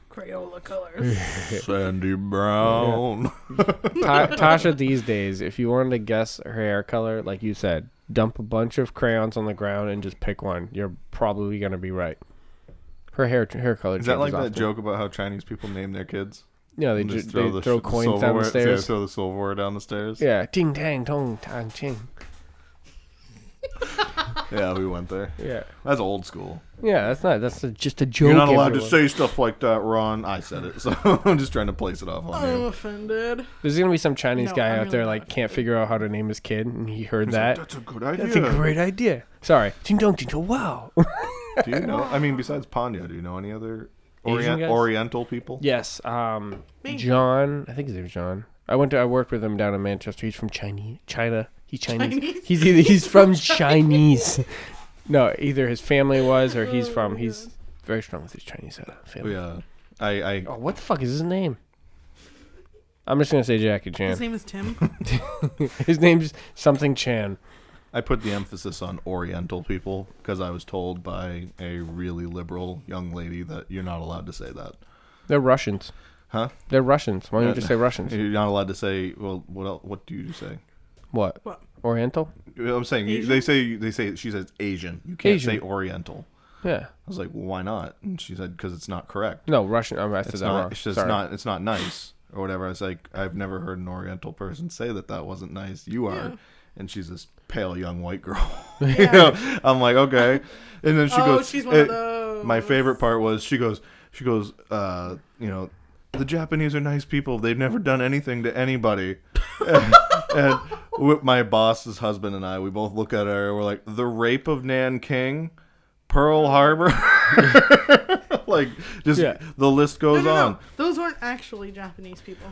[SPEAKER 2] Crayola colors.
[SPEAKER 3] Sandy Brown.
[SPEAKER 1] Ta- Tasha these days, if you wanted to guess her hair color, like you said, dump a bunch of crayons on the ground and just pick one. You're probably gonna be right. Her hair hair color.
[SPEAKER 3] Is that like that
[SPEAKER 1] often.
[SPEAKER 3] joke about how Chinese people name their kids?
[SPEAKER 1] Yeah, they, ju-
[SPEAKER 3] Just
[SPEAKER 1] throw, they
[SPEAKER 3] the
[SPEAKER 1] throw
[SPEAKER 3] sh-
[SPEAKER 1] coins
[SPEAKER 3] silverware-
[SPEAKER 1] down the
[SPEAKER 3] Yeah,
[SPEAKER 1] stairs.
[SPEAKER 3] throw the silverware down the stairs.
[SPEAKER 1] Yeah, ting tang tong tang ting.
[SPEAKER 3] Yeah, we went there.
[SPEAKER 1] Yeah,
[SPEAKER 3] That's old school.
[SPEAKER 1] yeah. That's not. That's a, just a joke.
[SPEAKER 3] You're not allowed to
[SPEAKER 1] everyone.
[SPEAKER 3] say stuff like that, Ron. I said it, so I'm just trying to place it off on
[SPEAKER 1] Oh.
[SPEAKER 2] I'm
[SPEAKER 3] you.
[SPEAKER 2] offended.
[SPEAKER 1] There's gonna be some Chinese
[SPEAKER 2] No,
[SPEAKER 1] guy
[SPEAKER 2] I'm
[SPEAKER 1] out there
[SPEAKER 2] really
[SPEAKER 1] like
[SPEAKER 2] not.
[SPEAKER 1] can't figure out how to name his kid, and he heard that.
[SPEAKER 3] That's a good idea.
[SPEAKER 1] That's a great idea. Sorry, ding dong ding dong. Wow.
[SPEAKER 3] Do you know? I mean, besides Panya, do you know any other
[SPEAKER 1] Asian
[SPEAKER 3] orient,
[SPEAKER 1] guys?
[SPEAKER 3] Oriental people?
[SPEAKER 1] yes. Um,
[SPEAKER 2] Me.
[SPEAKER 1] John. I think his name's John. I went to. I worked with him down in Manchester. He's from Chinese. China. He's Chinese.
[SPEAKER 2] Chinese?
[SPEAKER 1] He's either he's from Chinese. no, either his family was or he's
[SPEAKER 2] Oh
[SPEAKER 1] from.
[SPEAKER 2] my
[SPEAKER 1] He's very strong with his Chinese uh,
[SPEAKER 3] Oh,
[SPEAKER 1] family.
[SPEAKER 3] yeah. I, I
[SPEAKER 1] Oh, what the fuck is his name? I'm just gonna say Jackie
[SPEAKER 2] His
[SPEAKER 1] Chan.
[SPEAKER 2] name is Tim.
[SPEAKER 1] His name's something Chan.
[SPEAKER 3] I put the emphasis on Oriental people because I was told by a really liberal young lady that you're not allowed to say that.
[SPEAKER 1] They're Russians.
[SPEAKER 3] Huh?
[SPEAKER 1] They're Russians. Why don't
[SPEAKER 3] Yeah.
[SPEAKER 1] you just say Russians?
[SPEAKER 3] You're not allowed to say. Well, what else, what do you say?
[SPEAKER 1] What?
[SPEAKER 2] What?
[SPEAKER 1] Oriental?
[SPEAKER 3] I'm saying you- they say they say she says Asian. You can't
[SPEAKER 1] Asian.
[SPEAKER 3] say Oriental.
[SPEAKER 1] Yeah.
[SPEAKER 3] I was like, well, why not? And she said because it's not correct.
[SPEAKER 1] No, Russian. I, mean, I said
[SPEAKER 3] It's
[SPEAKER 1] that wrong.
[SPEAKER 3] not. It's just
[SPEAKER 1] Sorry.
[SPEAKER 3] not. It's not nice or whatever. I was like, I've never heard an Oriental person say that that wasn't nice. You are. And she's this pale young white girl. you know? I'm like, okay. And then she
[SPEAKER 2] Oh,
[SPEAKER 3] goes.
[SPEAKER 2] she's one of
[SPEAKER 3] eh,
[SPEAKER 2] those.
[SPEAKER 3] My favorite part was she goes. She goes. Uh, you know, the Japanese are nice people. They've never done anything to anybody. and with my boss's husband and I, we both look at her. and We're like, the rape of Nanking, Pearl Harbor. like, just
[SPEAKER 1] Yeah.
[SPEAKER 3] the list
[SPEAKER 2] No,
[SPEAKER 3] goes
[SPEAKER 2] no, no.
[SPEAKER 3] on.
[SPEAKER 2] Those weren't actually Japanese people.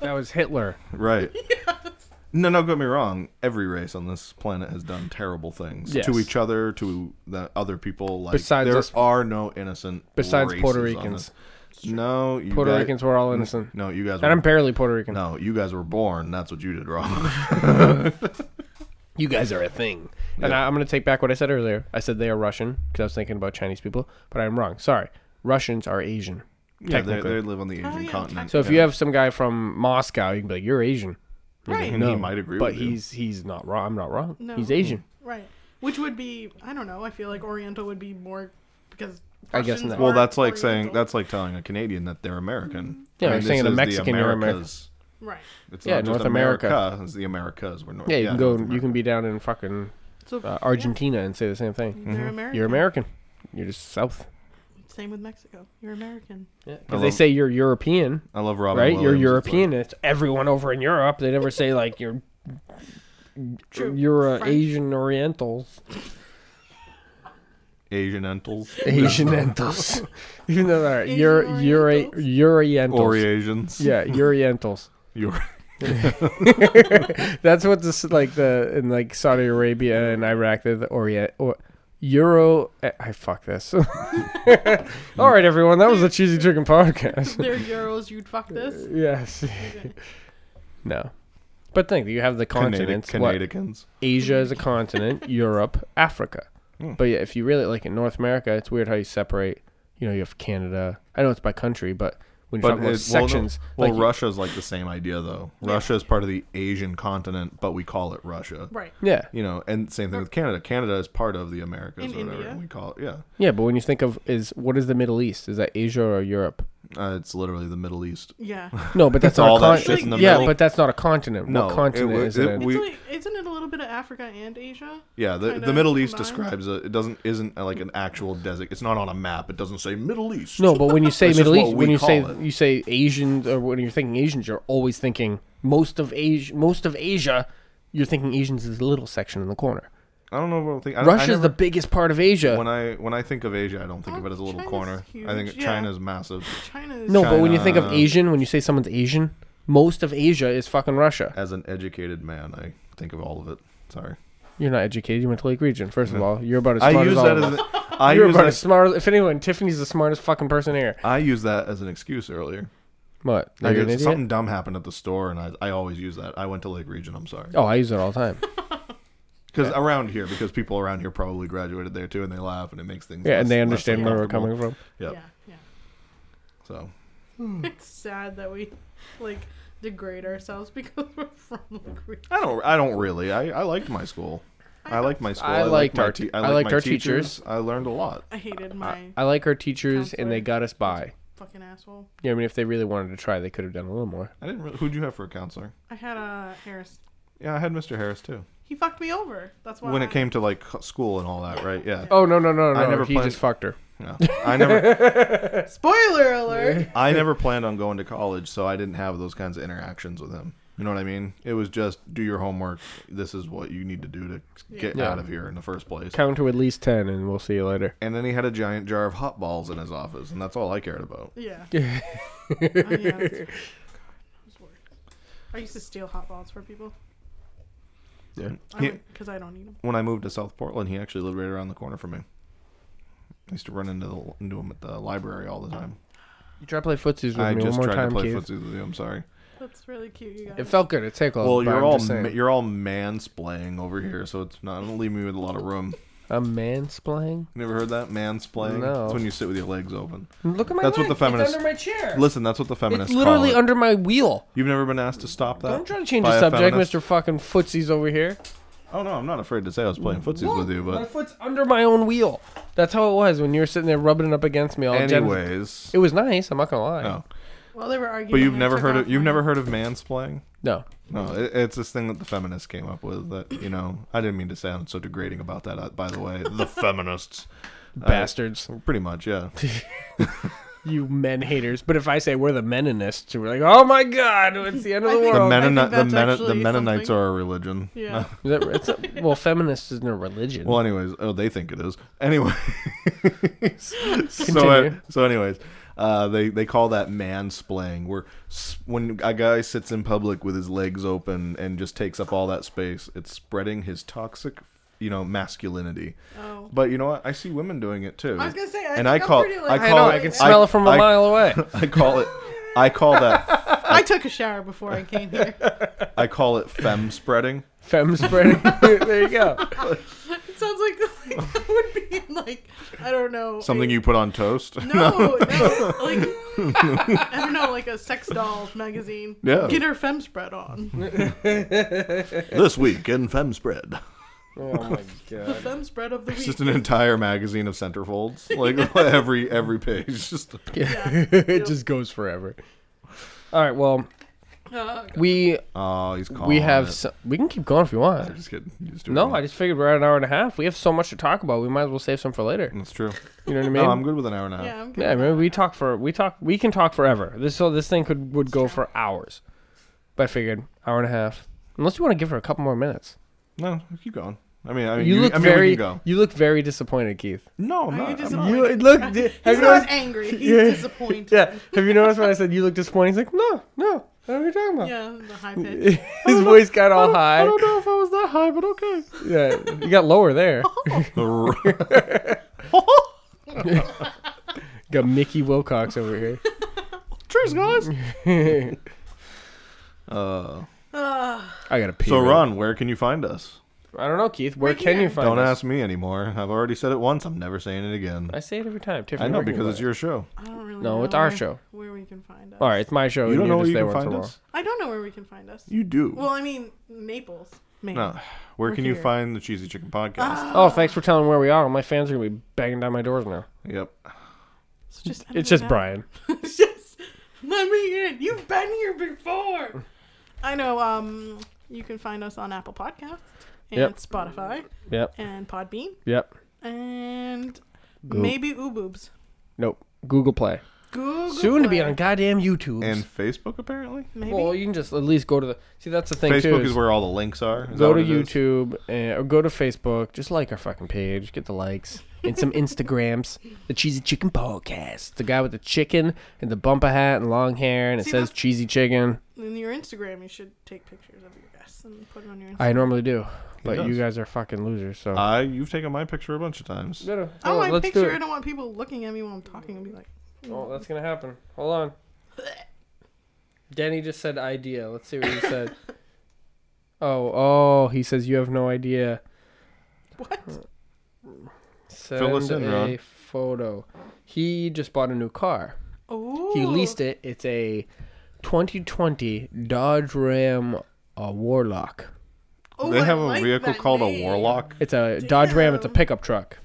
[SPEAKER 1] That was Hitler.
[SPEAKER 3] Right. No, no, get me wrong. Every race on this planet has done terrible things
[SPEAKER 1] Yes.
[SPEAKER 3] to each other, to the other people. Like
[SPEAKER 1] Besides
[SPEAKER 3] there
[SPEAKER 1] us-
[SPEAKER 3] are no innocent.
[SPEAKER 1] Besides
[SPEAKER 3] races
[SPEAKER 1] Puerto
[SPEAKER 3] on
[SPEAKER 1] Ricans.
[SPEAKER 3] this. No, you
[SPEAKER 1] Puerto
[SPEAKER 3] guys-
[SPEAKER 1] Ricans were all innocent.
[SPEAKER 3] No, you guys.
[SPEAKER 1] And I'm
[SPEAKER 3] Were,
[SPEAKER 1] barely Puerto Rican.
[SPEAKER 3] no, you guys were born. That's what you did wrong.
[SPEAKER 1] You guys are a thing. And I, I'm going to take back what I said earlier. I said they are Russian because I was thinking about Chinese people, but I'm wrong. Sorry. Russians are Asian.
[SPEAKER 3] yeah, they,
[SPEAKER 1] Technically.
[SPEAKER 3] they live on the Asian
[SPEAKER 2] yeah,
[SPEAKER 3] continent.
[SPEAKER 1] So if you have some guy from Moscow, you can be like, you're Asian.
[SPEAKER 2] Right.
[SPEAKER 3] And he might agree
[SPEAKER 1] But
[SPEAKER 3] with you. Mm.
[SPEAKER 1] he's he's not wrong. I'm not wrong.
[SPEAKER 2] No.
[SPEAKER 1] He's Asian.
[SPEAKER 2] Right. Which would be, I don't know, I feel like Oriental would be more because.
[SPEAKER 1] I guess
[SPEAKER 2] Russians
[SPEAKER 1] not.
[SPEAKER 3] Well,
[SPEAKER 2] aren't
[SPEAKER 3] that's like
[SPEAKER 2] Oriental.
[SPEAKER 3] saying that's like telling a Canadian that they're American.
[SPEAKER 1] Yeah,
[SPEAKER 3] I
[SPEAKER 1] like
[SPEAKER 3] mean,
[SPEAKER 1] saying
[SPEAKER 3] this
[SPEAKER 1] a
[SPEAKER 3] is the
[SPEAKER 1] Mexican, you're American.
[SPEAKER 3] Americas.
[SPEAKER 2] Right.
[SPEAKER 3] It's
[SPEAKER 1] Yeah,
[SPEAKER 3] not just
[SPEAKER 1] North
[SPEAKER 3] America.
[SPEAKER 1] America.
[SPEAKER 3] It's the Americas. We're North.
[SPEAKER 1] Yeah, you can go.
[SPEAKER 3] North
[SPEAKER 1] You
[SPEAKER 3] America.
[SPEAKER 1] can be down in fucking
[SPEAKER 2] So
[SPEAKER 1] uh, Argentina and say the same thing.
[SPEAKER 2] yeah, they're American.
[SPEAKER 1] You're American. You're just South.
[SPEAKER 2] Same with Mexico. You're American.
[SPEAKER 1] Yeah,
[SPEAKER 3] I
[SPEAKER 1] because they
[SPEAKER 3] love-
[SPEAKER 1] say you're European,
[SPEAKER 3] I love Robin.
[SPEAKER 1] right? You're
[SPEAKER 3] Williams. It's like-
[SPEAKER 1] European. and It's everyone over in Europe. They never say like you're you're uh,
[SPEAKER 2] French.
[SPEAKER 1] Asian Orientals,
[SPEAKER 3] Asian Entals.
[SPEAKER 1] Asian Orientals. Even though they're you're you're
[SPEAKER 2] Orientals?
[SPEAKER 1] Orientals.
[SPEAKER 3] Orientals.
[SPEAKER 1] Yeah, Orientals.
[SPEAKER 3] You're,
[SPEAKER 1] That's what this like the in like Saudi Arabia and Iraq they're the Orient or Euro. I I- fuck this. All right, everyone. That was the cheesy chicken podcast.
[SPEAKER 2] They're Euros, you'd fuck
[SPEAKER 3] Uh,
[SPEAKER 2] this.
[SPEAKER 1] Yes. no. But think you have the
[SPEAKER 3] Canadic,
[SPEAKER 1] continents. what?
[SPEAKER 3] Canadigans.
[SPEAKER 1] Asia is a continent, Europe, Africa.
[SPEAKER 3] Hmm.
[SPEAKER 1] But yeah, if you really like in North America, it's weird how you separate. You know, you have Canada. I know it's by country, but when you
[SPEAKER 3] But
[SPEAKER 1] talk about
[SPEAKER 3] it's
[SPEAKER 1] sections,
[SPEAKER 3] Well, no, well
[SPEAKER 1] like,
[SPEAKER 3] Russia's like the same idea though. Russia is part of the Asian continent, but we call it Russia.
[SPEAKER 2] Right.
[SPEAKER 1] yeah,
[SPEAKER 3] You know, and same thing with Canada. Canada is part of the Americas
[SPEAKER 2] In
[SPEAKER 3] or whatever
[SPEAKER 2] India.
[SPEAKER 3] and we call it. Yeah,
[SPEAKER 1] yeah. But when you think of is what is the Middle East? Is that Asia or Europe?
[SPEAKER 3] uh, it's literally the Middle East.
[SPEAKER 2] Yeah.
[SPEAKER 1] No, but that's not
[SPEAKER 3] All
[SPEAKER 1] a
[SPEAKER 3] that
[SPEAKER 1] con-
[SPEAKER 3] shit's in the
[SPEAKER 1] Yeah,
[SPEAKER 3] middle.
[SPEAKER 1] but that's not a continent.
[SPEAKER 3] No,
[SPEAKER 1] what
[SPEAKER 3] it
[SPEAKER 1] continent
[SPEAKER 3] wa-
[SPEAKER 1] is
[SPEAKER 3] it
[SPEAKER 1] it? in?
[SPEAKER 3] wa- We-
[SPEAKER 2] It's like- isn't it a little bit of Africa and Asia?
[SPEAKER 3] Yeah, the,
[SPEAKER 2] Kinda
[SPEAKER 3] the Middle East
[SPEAKER 2] combined?
[SPEAKER 3] describes a, it doesn't isn't uh, like an actual desert. It's not on a map. It doesn't say Middle East.
[SPEAKER 1] No, but when you say
[SPEAKER 3] That's just
[SPEAKER 1] Middle
[SPEAKER 3] what
[SPEAKER 1] East, when
[SPEAKER 3] we
[SPEAKER 1] you say
[SPEAKER 3] call it.
[SPEAKER 1] you say Asians, or when you're thinking Asians, you're always thinking most of Asia. Most of Asia, you're thinking Asians is a little section in the corner.
[SPEAKER 3] I don't know what I'm thinking. I- I
[SPEAKER 1] Russia's the
[SPEAKER 3] never-
[SPEAKER 1] biggest part of Asia.
[SPEAKER 3] when I when I think of Asia, I don't think of it as a little
[SPEAKER 2] China's
[SPEAKER 3] corner. I think
[SPEAKER 2] huge, yeah.
[SPEAKER 3] China's massive.
[SPEAKER 2] China is.
[SPEAKER 1] no, but when you think of
[SPEAKER 3] China-
[SPEAKER 1] Asian, when you say someone's Asian, Most of Asia is fucking Russia.
[SPEAKER 3] As an educated man, I think of all of it. Sorry.
[SPEAKER 1] You're not educated. You went to Lake Region. First of all, you're about as
[SPEAKER 3] I
[SPEAKER 1] smart
[SPEAKER 3] use
[SPEAKER 1] as all
[SPEAKER 3] that
[SPEAKER 1] of us.
[SPEAKER 3] as an, I
[SPEAKER 1] You're
[SPEAKER 3] use
[SPEAKER 1] about
[SPEAKER 3] that,
[SPEAKER 1] as smart. as- If anyone, Tiffany's the smartest fucking person here.
[SPEAKER 3] I use that as an excuse earlier.
[SPEAKER 1] What? Are
[SPEAKER 3] Like
[SPEAKER 1] you an
[SPEAKER 3] if
[SPEAKER 1] idiot?
[SPEAKER 3] something dumb happened at the store, and I, I always use that. I went to Lake Region. I'm sorry.
[SPEAKER 1] Oh, I use it all the time.
[SPEAKER 3] Because around here, because people around here probably graduated there too, and they laugh, and it makes things.
[SPEAKER 1] Yeah,
[SPEAKER 3] less-
[SPEAKER 1] and they
[SPEAKER 3] less
[SPEAKER 1] understand where we're coming
[SPEAKER 3] uncomfortable.
[SPEAKER 1] from.
[SPEAKER 3] Yep.
[SPEAKER 2] Yeah, yeah.
[SPEAKER 3] So
[SPEAKER 2] It's sad that we like degrade ourselves because we're from Lake Region.
[SPEAKER 3] I don't. I don't really. I, I liked my school. I liked my school.
[SPEAKER 1] I liked
[SPEAKER 3] my
[SPEAKER 1] our
[SPEAKER 3] te-
[SPEAKER 1] t- I liked
[SPEAKER 3] my
[SPEAKER 1] our teachers.
[SPEAKER 3] I learned a lot.
[SPEAKER 2] I hated my
[SPEAKER 1] I like our teachers, and they
[SPEAKER 2] Counselor.
[SPEAKER 1] got us by.
[SPEAKER 2] fucking asshole.
[SPEAKER 1] Yeah, I mean, if they really wanted to try, they could have done a little more.
[SPEAKER 3] I didn't. Really, who'd you have for a counselor?
[SPEAKER 2] I had a Harris.
[SPEAKER 3] Yeah, I had Mr. Harris too.
[SPEAKER 2] He fucked me over. That's why
[SPEAKER 3] When
[SPEAKER 2] I,
[SPEAKER 3] it came to like c- school and all that, right? Yeah.
[SPEAKER 1] Oh no no no no!
[SPEAKER 3] I never
[SPEAKER 1] he
[SPEAKER 3] planned-
[SPEAKER 1] just fucked her.
[SPEAKER 3] No. I never.
[SPEAKER 2] Spoiler alert.
[SPEAKER 3] I never planned on going to college, so I didn't have those kinds of interactions with him. You know what I mean? It was just do your homework. This is what you need to do to get
[SPEAKER 1] Yeah.
[SPEAKER 3] out of here in the first place.
[SPEAKER 1] Count to at least ten, and we'll see you later.
[SPEAKER 3] And then he had a giant jar of hot balls in his office, and that's all I cared about.
[SPEAKER 2] Yeah. oh, yeah that's- God, those were- I used to steal hot balls for people
[SPEAKER 3] Yeah. He-
[SPEAKER 2] because I don't need them.
[SPEAKER 3] when I moved to South Portland, he actually lived right around the corner from me. I used to run into the, into him at the library all the time.
[SPEAKER 1] You try to play footsies with
[SPEAKER 3] I
[SPEAKER 1] me
[SPEAKER 3] just
[SPEAKER 1] one more
[SPEAKER 3] tried
[SPEAKER 1] time,
[SPEAKER 3] to play
[SPEAKER 1] Keith.
[SPEAKER 3] footsie with you. I'm sorry.
[SPEAKER 2] That's really cute, you guys.
[SPEAKER 1] It felt good. It tickled.
[SPEAKER 3] Well,
[SPEAKER 1] Uh, but
[SPEAKER 3] you're
[SPEAKER 1] I'm
[SPEAKER 3] all
[SPEAKER 1] just
[SPEAKER 3] ma-
[SPEAKER 1] saying.
[SPEAKER 3] you're all mansplaying over here, so it's not it'll leave me with a lot of room.
[SPEAKER 1] I'm mansplaining.
[SPEAKER 3] You never heard that mansplaying?
[SPEAKER 1] No.
[SPEAKER 3] It's when you sit with your legs open.
[SPEAKER 1] Look at my.
[SPEAKER 3] That's what
[SPEAKER 1] leg.
[SPEAKER 3] the feminists-
[SPEAKER 1] It's under my chair.
[SPEAKER 3] Listen, that's what the
[SPEAKER 1] it's
[SPEAKER 3] feminists.
[SPEAKER 1] literally
[SPEAKER 3] call it.
[SPEAKER 1] under my wheel.
[SPEAKER 3] You've never been asked to stop that.
[SPEAKER 1] Don't try to change
[SPEAKER 3] by
[SPEAKER 1] the
[SPEAKER 3] a
[SPEAKER 1] subject,
[SPEAKER 3] feminist?
[SPEAKER 1] Mister Fucking Footsies over here.
[SPEAKER 3] Oh no, I'm not afraid to say I was playing footsies
[SPEAKER 1] Look,
[SPEAKER 3] with you,
[SPEAKER 1] my
[SPEAKER 3] but
[SPEAKER 1] foot's under my own wheel. That's how it was when you were sitting there rubbing it up against me all gen-
[SPEAKER 3] anyways.
[SPEAKER 1] It was nice. I'm not gonna lie.
[SPEAKER 3] No,
[SPEAKER 2] Well, they were arguing.
[SPEAKER 3] but you've
[SPEAKER 2] I
[SPEAKER 3] never
[SPEAKER 2] took
[SPEAKER 3] heard
[SPEAKER 2] off
[SPEAKER 3] of you've
[SPEAKER 2] my-
[SPEAKER 3] never heard of mansplaying.
[SPEAKER 1] No.
[SPEAKER 3] No, it, it's this thing that the feminists came up with. That you know, I didn't mean to sound so degrading about that. uh, By the way, the feminists, Uh,
[SPEAKER 1] Bastards.
[SPEAKER 3] pretty much, yeah.
[SPEAKER 1] You men haters. But if I say we're the Mennonists, you're like, oh my God, it's the end of
[SPEAKER 2] I
[SPEAKER 1] the
[SPEAKER 2] think-
[SPEAKER 1] world.
[SPEAKER 3] The, Mennonite, the,
[SPEAKER 2] that's
[SPEAKER 3] Menno- the
[SPEAKER 2] actually
[SPEAKER 3] Mennonites
[SPEAKER 2] something.
[SPEAKER 3] are a religion.
[SPEAKER 2] Yeah.
[SPEAKER 1] Is that- it's a- well, feminist isn't a religion.
[SPEAKER 3] Well, anyways, oh, they think it is. Anyway, so uh,
[SPEAKER 1] Continue.
[SPEAKER 3] so anyways, uh, they they call that mansplaying, where s- when a guy sits in public with his legs open and just takes up all that space, it's spreading his toxic, you know, masculinity.
[SPEAKER 2] Oh.
[SPEAKER 3] But you know what? I see women doing it too.
[SPEAKER 2] I was gonna say, I
[SPEAKER 3] and
[SPEAKER 2] think
[SPEAKER 3] I
[SPEAKER 2] I'm
[SPEAKER 3] call
[SPEAKER 2] pretty, like,
[SPEAKER 3] I
[SPEAKER 1] I
[SPEAKER 3] call
[SPEAKER 1] know.
[SPEAKER 3] it,
[SPEAKER 1] I can smell it from a
[SPEAKER 3] I-
[SPEAKER 1] mile away.
[SPEAKER 3] I call it I call that
[SPEAKER 2] I took a shower before I came here.
[SPEAKER 3] I call it fem spreading.
[SPEAKER 1] Fem spreading. there you go.
[SPEAKER 2] It sounds like, like that would be in, like I don't know
[SPEAKER 3] Something you put on toast.
[SPEAKER 2] No, no, like I don't know, like a sex doll magazine.
[SPEAKER 3] Yeah.
[SPEAKER 2] Get her fem spread on.
[SPEAKER 3] this week in fem spread.
[SPEAKER 1] Oh my God.
[SPEAKER 2] Fem spread of the
[SPEAKER 3] It's
[SPEAKER 2] week.
[SPEAKER 3] just an entire magazine of centerfolds. Like every every page. Just
[SPEAKER 1] it just goes forever. All right. Well,
[SPEAKER 2] Uh,
[SPEAKER 1] we
[SPEAKER 3] oh, he's calling.
[SPEAKER 1] we have
[SPEAKER 3] it.
[SPEAKER 1] so, we can keep going if you
[SPEAKER 3] I'm
[SPEAKER 1] want.
[SPEAKER 3] just kidding. He's doing
[SPEAKER 1] No,
[SPEAKER 3] it.
[SPEAKER 1] I just figured we're at an hour and a half. We have so much to talk about. We might as well save some for later.
[SPEAKER 3] That's true.
[SPEAKER 1] You know what I mean?
[SPEAKER 3] No, I'm good with an hour and a half.
[SPEAKER 2] yeah, I'm good.
[SPEAKER 1] Yeah, I mean, we talk for we talk we can talk forever. This so this thing could would go for hours. But I figured hour and a half. Unless you want to give her a couple more minutes.
[SPEAKER 3] No, keep going. I mean, I mean,
[SPEAKER 1] You
[SPEAKER 3] you-
[SPEAKER 1] look
[SPEAKER 3] I mean,
[SPEAKER 1] very
[SPEAKER 3] we can go.
[SPEAKER 1] you look very disappointed, Keith.
[SPEAKER 3] No, I'm
[SPEAKER 2] Are you
[SPEAKER 3] not. I'm-
[SPEAKER 2] disappointed?
[SPEAKER 1] look.
[SPEAKER 2] He's not angry. He's
[SPEAKER 1] Yeah.
[SPEAKER 2] disappointed.
[SPEAKER 1] yeah. Have you noticed when I said you look disappointed? He's like, no, no. I don't know what you're talking about.
[SPEAKER 2] Yeah, the high pitch.
[SPEAKER 1] His voice got all high.
[SPEAKER 3] I don't know if I was that high, but okay.
[SPEAKER 1] Yeah, you got lower there. got Mickey Wilcox over here.
[SPEAKER 3] Cheers, guys. uh,
[SPEAKER 2] Uh,
[SPEAKER 1] I gotta pee.
[SPEAKER 3] so,
[SPEAKER 1] really-
[SPEAKER 3] Ron, where can you find us?
[SPEAKER 1] I don't know, Keith. Where
[SPEAKER 2] Right
[SPEAKER 1] can you
[SPEAKER 2] here.
[SPEAKER 1] find?
[SPEAKER 3] Don't
[SPEAKER 1] us?
[SPEAKER 3] ask me anymore. I've already said it once. I'm never saying it again.
[SPEAKER 1] I say it every time. Tiffany,
[SPEAKER 3] I know
[SPEAKER 1] where can you
[SPEAKER 3] because
[SPEAKER 1] find
[SPEAKER 3] it's
[SPEAKER 1] us?
[SPEAKER 3] your show.
[SPEAKER 2] I don't really
[SPEAKER 1] No,
[SPEAKER 2] know
[SPEAKER 1] it's our
[SPEAKER 2] where-
[SPEAKER 1] show.
[SPEAKER 2] Where we can find us.
[SPEAKER 1] All right, it's my show.
[SPEAKER 3] You
[SPEAKER 1] and
[SPEAKER 3] don't know
[SPEAKER 1] you're
[SPEAKER 3] where
[SPEAKER 1] just
[SPEAKER 3] you
[SPEAKER 1] there
[SPEAKER 3] can
[SPEAKER 1] once in
[SPEAKER 3] find
[SPEAKER 1] a while.
[SPEAKER 3] us?
[SPEAKER 2] I don't know where we can find us.
[SPEAKER 3] You do.
[SPEAKER 2] Well, I mean Naples, Maine.
[SPEAKER 3] no. Where
[SPEAKER 2] We're
[SPEAKER 3] can you
[SPEAKER 2] here. Ah.
[SPEAKER 3] find the Cheesy Chicken Podcast?
[SPEAKER 1] Oh, thanks for telling where we are. All my fans are gonna be banging down my doors now.
[SPEAKER 3] Yep.
[SPEAKER 2] It's just,
[SPEAKER 1] It's just
[SPEAKER 2] Brian.
[SPEAKER 1] Brian.
[SPEAKER 2] It's just let me in. You've been here before. I know. Um, you can find us on Apple Podcasts and
[SPEAKER 1] Yep.
[SPEAKER 2] Spotify
[SPEAKER 1] Yep.
[SPEAKER 2] and Podbean
[SPEAKER 1] Yep.
[SPEAKER 2] and
[SPEAKER 1] Go-
[SPEAKER 2] maybe Uboobs.
[SPEAKER 1] Nope. Google Play.
[SPEAKER 2] Google
[SPEAKER 1] Soon to be
[SPEAKER 2] it.
[SPEAKER 1] on goddamn YouTube.
[SPEAKER 3] and Facebook apparently.
[SPEAKER 2] Maybe.
[SPEAKER 1] well, you can just at least go to the. See, that's the thing too.
[SPEAKER 3] Facebook
[SPEAKER 1] is
[SPEAKER 3] is where all the links are. Is that
[SPEAKER 1] go
[SPEAKER 3] what
[SPEAKER 1] to
[SPEAKER 3] it is?
[SPEAKER 1] YouTube and, or go to Facebook. Just like our fucking page. Get the likes and some Instagrams. The Cheesy Chicken Podcast. The guy with the chicken and the bumper hat and long hair, and it
[SPEAKER 2] See,
[SPEAKER 1] says
[SPEAKER 2] that's-
[SPEAKER 1] Cheesy Chicken.
[SPEAKER 2] in your Instagram, you should take pictures of your guests and put them on your Instagram.
[SPEAKER 1] I normally do, but
[SPEAKER 3] does.
[SPEAKER 1] you guys are fucking losers. So
[SPEAKER 3] I you've taken my picture a bunch of times.
[SPEAKER 1] No, no,
[SPEAKER 2] I don't
[SPEAKER 1] no,
[SPEAKER 2] want Oh, my
[SPEAKER 1] let's
[SPEAKER 2] picture.
[SPEAKER 1] do
[SPEAKER 2] I
[SPEAKER 1] it.
[SPEAKER 2] don't want people looking at me while I'm talking and be like,
[SPEAKER 1] Oh, that's gonna happen. Hold on. Danny just said idea. Let's see what he said. Oh, oh, he says you have no idea.
[SPEAKER 2] what?
[SPEAKER 1] Send
[SPEAKER 3] Fill us in,
[SPEAKER 1] a
[SPEAKER 3] Ron.
[SPEAKER 1] photo. He just bought a new car.
[SPEAKER 2] Oh.
[SPEAKER 1] He leased it. It's a 2020 Dodge Ram uh, Warlock.
[SPEAKER 2] Oh,
[SPEAKER 3] they
[SPEAKER 2] I
[SPEAKER 3] have a
[SPEAKER 2] like
[SPEAKER 3] vehicle
[SPEAKER 2] that
[SPEAKER 3] called
[SPEAKER 2] name.
[SPEAKER 3] a Warlock.
[SPEAKER 1] It's a Dodge Ram. It's a
[SPEAKER 2] Damn.
[SPEAKER 1] pickup truck.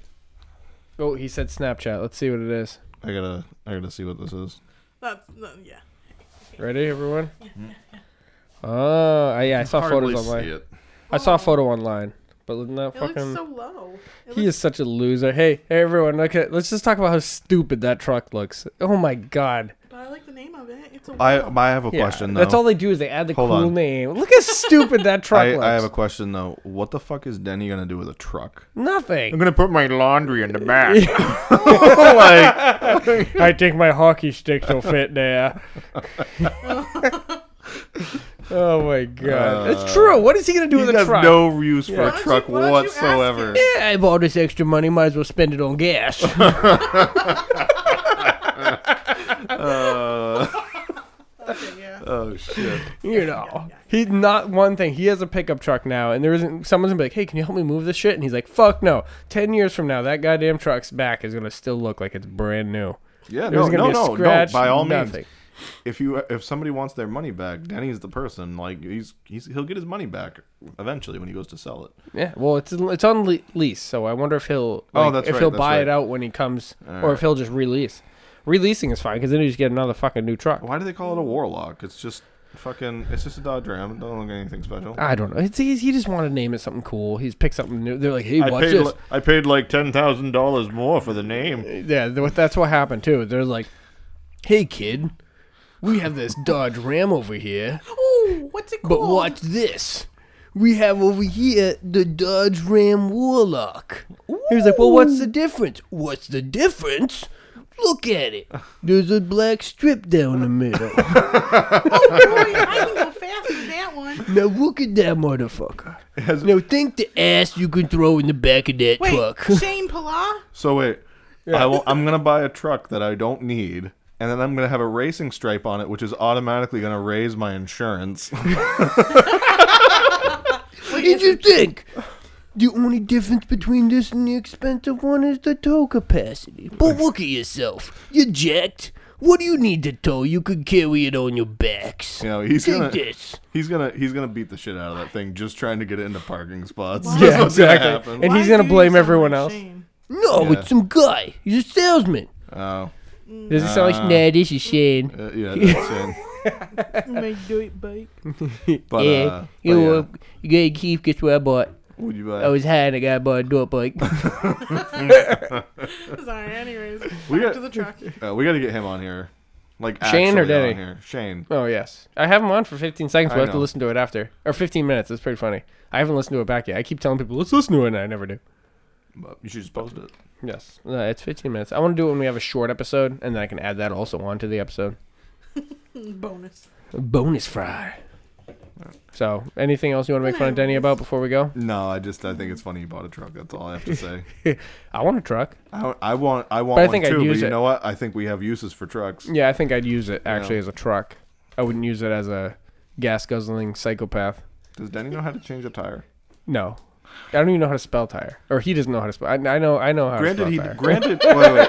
[SPEAKER 1] Oh, he said Snapchat. Let's see what it is.
[SPEAKER 3] I gotta I gotta see what this is.
[SPEAKER 2] That's that, yeah.
[SPEAKER 1] Ready, everyone? Oh, I- yeah, I saw
[SPEAKER 3] Hardly
[SPEAKER 1] photos online.
[SPEAKER 3] see it.
[SPEAKER 1] I saw a photo online, but isn't
[SPEAKER 2] It
[SPEAKER 1] that fucking.
[SPEAKER 2] looks so low. It
[SPEAKER 1] he is such a loser. Hey, hey everyone, look at. Let's just talk about how stupid that truck looks. Oh my god.
[SPEAKER 2] looks, but I like the name of it. It's a
[SPEAKER 3] I
[SPEAKER 2] Warlock.
[SPEAKER 3] I have a
[SPEAKER 1] Yeah,
[SPEAKER 3] question though.
[SPEAKER 1] That's all they do is they add the
[SPEAKER 3] Hold
[SPEAKER 1] cool
[SPEAKER 3] on.
[SPEAKER 1] name. Look how stupid that truck
[SPEAKER 3] I,
[SPEAKER 1] looks.
[SPEAKER 3] I have a question though. What the fuck is Denny gonna do with a truck?
[SPEAKER 5] I'm
[SPEAKER 1] Nothing.
[SPEAKER 5] gonna put my laundry in the back.
[SPEAKER 3] like
[SPEAKER 1] I think my hockey sticks will fit there. oh my god. That's true. What is he gonna do
[SPEAKER 3] Uh, he
[SPEAKER 1] with a
[SPEAKER 3] has
[SPEAKER 1] truck?
[SPEAKER 3] no use for
[SPEAKER 2] Why
[SPEAKER 3] a
[SPEAKER 2] don't
[SPEAKER 3] truck
[SPEAKER 2] you- why don't you ask
[SPEAKER 3] whatsoever.
[SPEAKER 2] him?
[SPEAKER 1] Yeah, I have all this extra money, might as well spend it on gas.
[SPEAKER 3] Uh,
[SPEAKER 2] Okay, yeah.
[SPEAKER 3] oh shit.
[SPEAKER 1] you know, he's not one thing. He has a pickup truck now, and there isn't someone's gonna be like, "Hey, can you help me move this shit?" And he's like, "Fuck no!" Ten years from now, that goddamn truck's back is gonna still look like it's brand new.
[SPEAKER 3] Yeah,
[SPEAKER 1] There's
[SPEAKER 3] no,
[SPEAKER 1] gonna
[SPEAKER 3] no,
[SPEAKER 1] be a
[SPEAKER 3] no,
[SPEAKER 1] scratch,
[SPEAKER 3] no. By all
[SPEAKER 1] nothing.
[SPEAKER 3] means, if you if somebody wants their money back, Denny's the person. Like he's he's he'll get his money back eventually when he goes to sell it.
[SPEAKER 1] Yeah, well, it's it's on le- lease, so I wonder if he'll
[SPEAKER 3] Oh,
[SPEAKER 1] like,
[SPEAKER 3] that's
[SPEAKER 1] if
[SPEAKER 3] right,
[SPEAKER 1] he'll
[SPEAKER 3] that's
[SPEAKER 1] buy
[SPEAKER 3] right.
[SPEAKER 1] it out when he comes, or
[SPEAKER 3] right.
[SPEAKER 1] if he'll just release. Releasing is fine because then you just get another fucking new truck.
[SPEAKER 3] Why do they call it a warlock? It's just fucking. It's just a Dodge Ram. It don't look anything special.
[SPEAKER 1] I don't know. It's, he's, he just wanted to name it something cool. He's picked something new. They're like, "Hey,
[SPEAKER 5] I
[SPEAKER 1] watch
[SPEAKER 5] paid,
[SPEAKER 1] this."
[SPEAKER 5] li- I paid like ten thousand dollars more for the name.
[SPEAKER 1] Yeah, th- that's what happened too. They're like, "Hey, kid, we have this Dodge Ram over here,
[SPEAKER 2] Oh, what's it
[SPEAKER 1] but
[SPEAKER 2] called?
[SPEAKER 1] watch this. We have over here the Dodge Ram Warlock." He was like, "Well, what's the difference? What's the difference? Look at it. There's a black strip down the
[SPEAKER 2] Oh,
[SPEAKER 1] middle.
[SPEAKER 2] boy, I can go faster than that one.
[SPEAKER 1] now look at that motherfucker. Now think the ass you can throw in the back of that
[SPEAKER 2] Wait,
[SPEAKER 1] truck."
[SPEAKER 2] Shane Pala?
[SPEAKER 3] So wait, I will, I'm gonna buy a truck that I don't need, and then I'm gonna have a racing stripe on it, which is automatically gonna raise my insurance.
[SPEAKER 1] What did you think? The only difference between this and the expensive one is the tow capacity. But look at yourself. You're jacked. What do you need to tow? You could carry it on your backs.
[SPEAKER 3] you know, he's
[SPEAKER 1] Take
[SPEAKER 3] gonna
[SPEAKER 1] this.
[SPEAKER 3] he's gonna he's gonna beat the shit out of that thing just trying to get it into parking spots.
[SPEAKER 2] Yeah,
[SPEAKER 3] That's what's gonna happen.
[SPEAKER 1] And he's
[SPEAKER 2] Why
[SPEAKER 1] gonna
[SPEAKER 2] do you
[SPEAKER 1] blame
[SPEAKER 2] sound like
[SPEAKER 1] everyone else.
[SPEAKER 2] Shane?
[SPEAKER 1] No,
[SPEAKER 3] Yeah.
[SPEAKER 1] it's some guy. He's a salesman.
[SPEAKER 3] Oh,
[SPEAKER 1] Does he sound like, nah, this is Shane.
[SPEAKER 3] uh, yeah, that's it.
[SPEAKER 2] My dirt bike.
[SPEAKER 3] But,
[SPEAKER 1] yeah.
[SPEAKER 3] uh, but
[SPEAKER 1] you know,
[SPEAKER 3] yeah,
[SPEAKER 1] uh, you gotta keep, guess what I bought?
[SPEAKER 3] would you buy?
[SPEAKER 1] I was high and I got bought a dirt bike.
[SPEAKER 2] Sorry, anyways. Back
[SPEAKER 3] We got-
[SPEAKER 2] to the truck.
[SPEAKER 3] Uh, we got to get him on here, like
[SPEAKER 1] Shane or
[SPEAKER 3] actually
[SPEAKER 1] Denny?
[SPEAKER 3] on here. Shane.
[SPEAKER 1] Oh yes, I have him on for 15 seconds.
[SPEAKER 3] I
[SPEAKER 1] but I have to
[SPEAKER 3] know.
[SPEAKER 1] listen to it after, or 15 minutes. It's pretty funny. I haven't listened to it back yet. I keep telling people, let's listen to it, and I never do.
[SPEAKER 3] But you should just post it.
[SPEAKER 1] Yes, no, it's 15 minutes. I want to do it when we have a short episode, and then I can add that also onto the episode.
[SPEAKER 2] Bonus.
[SPEAKER 1] Bonus fry. So, anything else you want to make fun of Denny about before we go?
[SPEAKER 3] No, I just I think it's funny you bought a truck. That's all I have to say.
[SPEAKER 1] I want a truck.
[SPEAKER 3] I, I want I want
[SPEAKER 1] But I
[SPEAKER 3] one
[SPEAKER 1] think I'd
[SPEAKER 3] too. But
[SPEAKER 1] use
[SPEAKER 3] you
[SPEAKER 1] it.
[SPEAKER 3] know what? I think we have uses for trucks.
[SPEAKER 1] Yeah, I think I'd use it actually as a truck. I wouldn't use it as a gas guzzling psychopath.
[SPEAKER 3] Does Denny know how to change a tire?
[SPEAKER 1] No, I don't even know how to spell tire, or he doesn't know how to spell. I, I know, I know how.
[SPEAKER 3] Granted,
[SPEAKER 1] to
[SPEAKER 3] he
[SPEAKER 1] spell tire.
[SPEAKER 3] granted wait, wait,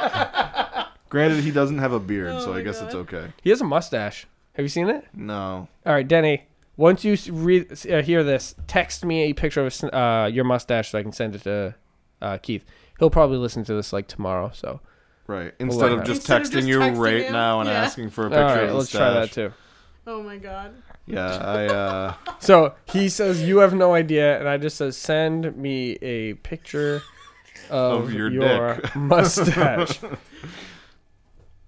[SPEAKER 3] wait. granted he doesn't have a beard,
[SPEAKER 1] Oh
[SPEAKER 3] so I guess it's okay.
[SPEAKER 1] he has a mustache. Have you seen it?
[SPEAKER 3] No,
[SPEAKER 1] All right, Denny. Once you s- re- s- uh, hear this, text me a picture of a s uh, your mustache so I can send it to uh, Keith. He'll probably listen to this like tomorrow. So
[SPEAKER 3] right. Instead
[SPEAKER 1] not?
[SPEAKER 3] of just
[SPEAKER 2] Instead of
[SPEAKER 3] texting
[SPEAKER 2] just
[SPEAKER 3] you
[SPEAKER 2] texting
[SPEAKER 3] right
[SPEAKER 2] him?
[SPEAKER 3] now and
[SPEAKER 2] Yeah.
[SPEAKER 3] asking for a
[SPEAKER 1] Oh, all
[SPEAKER 3] picture
[SPEAKER 1] right,
[SPEAKER 3] of the
[SPEAKER 1] let's
[SPEAKER 3] stash.
[SPEAKER 1] try that too.
[SPEAKER 2] Oh my god.
[SPEAKER 3] Yeah, I uh,
[SPEAKER 1] So he says you have no idea, and I just says send me a picture of,
[SPEAKER 3] Of
[SPEAKER 1] your,
[SPEAKER 3] your
[SPEAKER 1] mustache.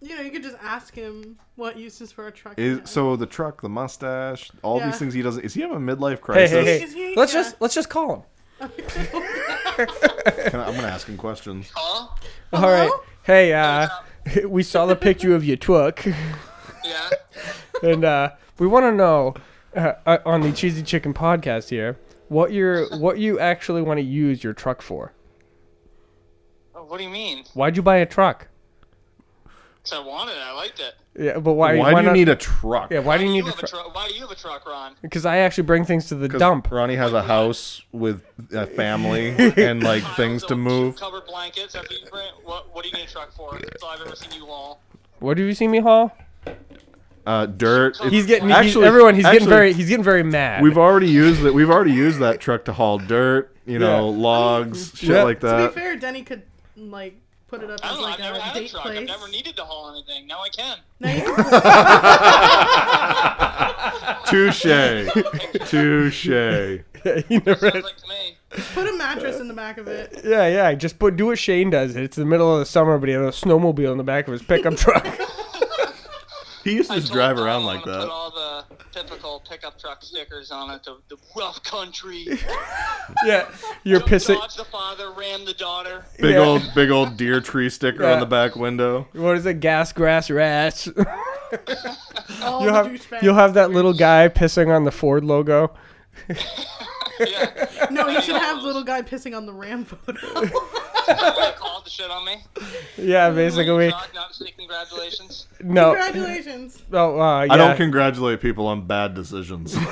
[SPEAKER 2] You know, you could just ask him what uses for a truck. he
[SPEAKER 3] Is,
[SPEAKER 2] has.
[SPEAKER 3] so the truck, the mustache, all
[SPEAKER 2] Yeah.
[SPEAKER 3] these things he doesn't. Is he have a midlife
[SPEAKER 1] Hey,
[SPEAKER 3] crisis?
[SPEAKER 1] hey,
[SPEAKER 2] Is
[SPEAKER 1] hey!
[SPEAKER 2] he-
[SPEAKER 1] Let's
[SPEAKER 2] yeah.
[SPEAKER 1] just let's just call him.
[SPEAKER 3] Can I, I'm gonna ask him questions.
[SPEAKER 4] Huh?
[SPEAKER 1] All right. Hey, uh, we saw the picture of your truck,
[SPEAKER 4] Yeah.
[SPEAKER 1] and uh, we want to know uh, uh, on the Cheesy Chicken podcast here what your what you actually want to use your truck for.
[SPEAKER 4] Oh, what do you mean?
[SPEAKER 1] Why'd you buy a truck?
[SPEAKER 4] 'Cause I wanted it. I liked it.
[SPEAKER 1] Yeah, but why?
[SPEAKER 3] Why, do you
[SPEAKER 1] not-
[SPEAKER 3] need a truck?
[SPEAKER 1] Yeah, why do you need a
[SPEAKER 4] have
[SPEAKER 1] truck?
[SPEAKER 4] truck? Why do you have a truck, Ron?
[SPEAKER 1] Because I actually bring things to the
[SPEAKER 3] 'Cause
[SPEAKER 1] dump.
[SPEAKER 3] Ronnie has a house with a family and like things to
[SPEAKER 4] Piles of
[SPEAKER 3] move.
[SPEAKER 4] Cover blankets. After you bring, what, what do you need a truck for? That's all I've ever seen you haul.
[SPEAKER 1] What do you see me haul?
[SPEAKER 3] Uh, dirt. It's-
[SPEAKER 1] He's getting
[SPEAKER 3] Actually-
[SPEAKER 1] actually, everyone. He's getting
[SPEAKER 3] actually,
[SPEAKER 1] very he's getting very mad.
[SPEAKER 3] We've already used that. We've already used that truck to haul dirt. You know, logs, shit
[SPEAKER 1] Yeah.
[SPEAKER 3] like
[SPEAKER 2] To be
[SPEAKER 3] that.
[SPEAKER 2] fair, Denny could like put it up
[SPEAKER 4] I
[SPEAKER 2] as
[SPEAKER 4] don't know.
[SPEAKER 2] like
[SPEAKER 4] I've never
[SPEAKER 2] a
[SPEAKER 4] had a
[SPEAKER 2] date
[SPEAKER 4] truck. I've
[SPEAKER 2] place.
[SPEAKER 4] never needed to haul anything. Now I can.
[SPEAKER 2] Now you
[SPEAKER 3] Touche. Touche.
[SPEAKER 1] You never-
[SPEAKER 4] Sounds like to me.
[SPEAKER 2] put a mattress in the back of it.
[SPEAKER 1] yeah, yeah. Just put do what Shane does. It's the middle of the summer, but he has a snowmobile in the back of his pickup truck.
[SPEAKER 3] He used to just
[SPEAKER 4] told
[SPEAKER 3] drive
[SPEAKER 4] Paul
[SPEAKER 3] around
[SPEAKER 4] I
[SPEAKER 3] like
[SPEAKER 4] wanna Put
[SPEAKER 3] that.
[SPEAKER 4] all the typical pickup truck stickers on it. The, the rough country.
[SPEAKER 1] yeah, you're pissing.
[SPEAKER 4] Dodge the father, ram the daughter.
[SPEAKER 3] Big
[SPEAKER 1] Yeah.
[SPEAKER 3] old, big old deer tree sticker on
[SPEAKER 1] Yeah.
[SPEAKER 3] the back window.
[SPEAKER 1] What is it? Gas, grass, rats.
[SPEAKER 2] All
[SPEAKER 1] you'll
[SPEAKER 2] the
[SPEAKER 1] have
[SPEAKER 2] douchebags.
[SPEAKER 1] you'll have that little guy pissing on the Ford logo.
[SPEAKER 4] Yeah.
[SPEAKER 2] No, you should have little guy pissing on the ram photo.
[SPEAKER 4] Called the shit on me.
[SPEAKER 1] Yeah, basically.
[SPEAKER 4] Truck, not sick, congratulations.
[SPEAKER 1] No.
[SPEAKER 2] Congratulations.
[SPEAKER 1] Oh, uh, yeah.
[SPEAKER 3] I don't congratulate people on bad decisions.
[SPEAKER 4] Keith,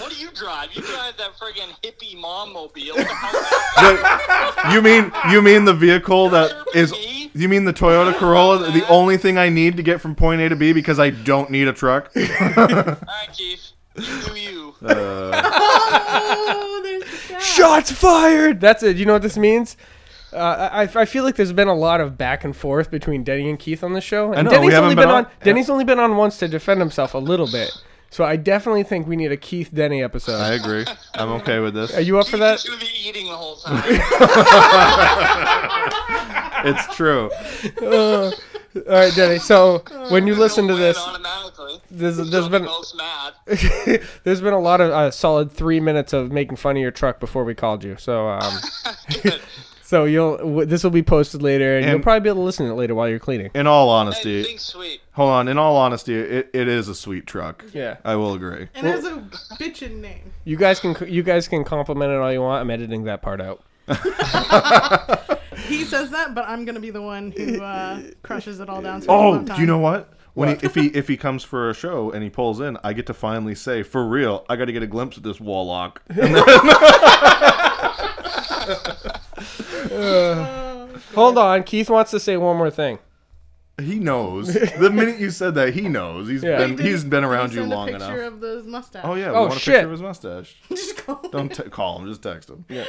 [SPEAKER 4] what do you drive? You drive that friggin' hippie mom mobile. How
[SPEAKER 3] The- you mean you mean the vehicle that is you mean the Toyota Corolla the only thing I need to get from point A to B because I don't need a truck?
[SPEAKER 4] All right, Keith. You do you.
[SPEAKER 2] Oh, there's the dad.
[SPEAKER 1] Shots fired. That's it. You know what this means? Uh, I, I feel like there's been a lot of back and forth between Denny and Keith on the show. And
[SPEAKER 3] know, we
[SPEAKER 1] Denny's
[SPEAKER 3] haven't
[SPEAKER 1] only
[SPEAKER 3] been
[SPEAKER 1] been on.
[SPEAKER 3] on- yeah.
[SPEAKER 1] Denny's only been on once to defend himself a little bit. So I definitely think we need a Keith Denny episode.
[SPEAKER 3] I agree. I'm okay with this.
[SPEAKER 1] Are you up for that?
[SPEAKER 4] He's gonna be eating the whole time.
[SPEAKER 3] It's true.
[SPEAKER 1] All right, Denny. So when you listen to
[SPEAKER 4] Win
[SPEAKER 1] this,
[SPEAKER 4] Automatically.
[SPEAKER 1] there's,
[SPEAKER 4] He'll
[SPEAKER 1] there's
[SPEAKER 4] be
[SPEAKER 1] been
[SPEAKER 4] most mad.
[SPEAKER 1] there's been a lot of uh, solid three minutes of making fun of your truck before we called you. So um, so you'll w- this will be posted later, and, you'll
[SPEAKER 3] And-
[SPEAKER 1] probably be able to listen to it later while you're cleaning.
[SPEAKER 3] In all
[SPEAKER 4] Hey,
[SPEAKER 3] honesty,
[SPEAKER 4] think sweet.
[SPEAKER 3] hold on. In all honesty, it, it is a sweet truck.
[SPEAKER 1] Yeah.
[SPEAKER 3] I will agree.
[SPEAKER 2] And has a bitchin' name.
[SPEAKER 1] You guys can you guys can compliment it all you want. I'm editing that part out.
[SPEAKER 2] He says that, but I'm gonna be the one who uh, crushes it all down. So
[SPEAKER 3] Oh,
[SPEAKER 2] do
[SPEAKER 3] do you know what? When He, if he if he comes for a show and he pulls in, I get to finally say, for real, I got to get a glimpse of this Warlock.
[SPEAKER 1] Hold on, Keith wants to say one more thing.
[SPEAKER 3] He knows. The minute you said that, he knows. He's
[SPEAKER 1] Yeah.
[SPEAKER 3] been he's been around
[SPEAKER 2] He
[SPEAKER 3] you
[SPEAKER 2] sent
[SPEAKER 3] long
[SPEAKER 2] a picture
[SPEAKER 3] enough.
[SPEAKER 2] of the mustache.
[SPEAKER 3] Oh yeah, we
[SPEAKER 1] Oh,
[SPEAKER 3] want a
[SPEAKER 1] shit.
[SPEAKER 3] picture of his mustache.
[SPEAKER 2] Just call him.
[SPEAKER 3] Don't t- call him, just text him. Yeah.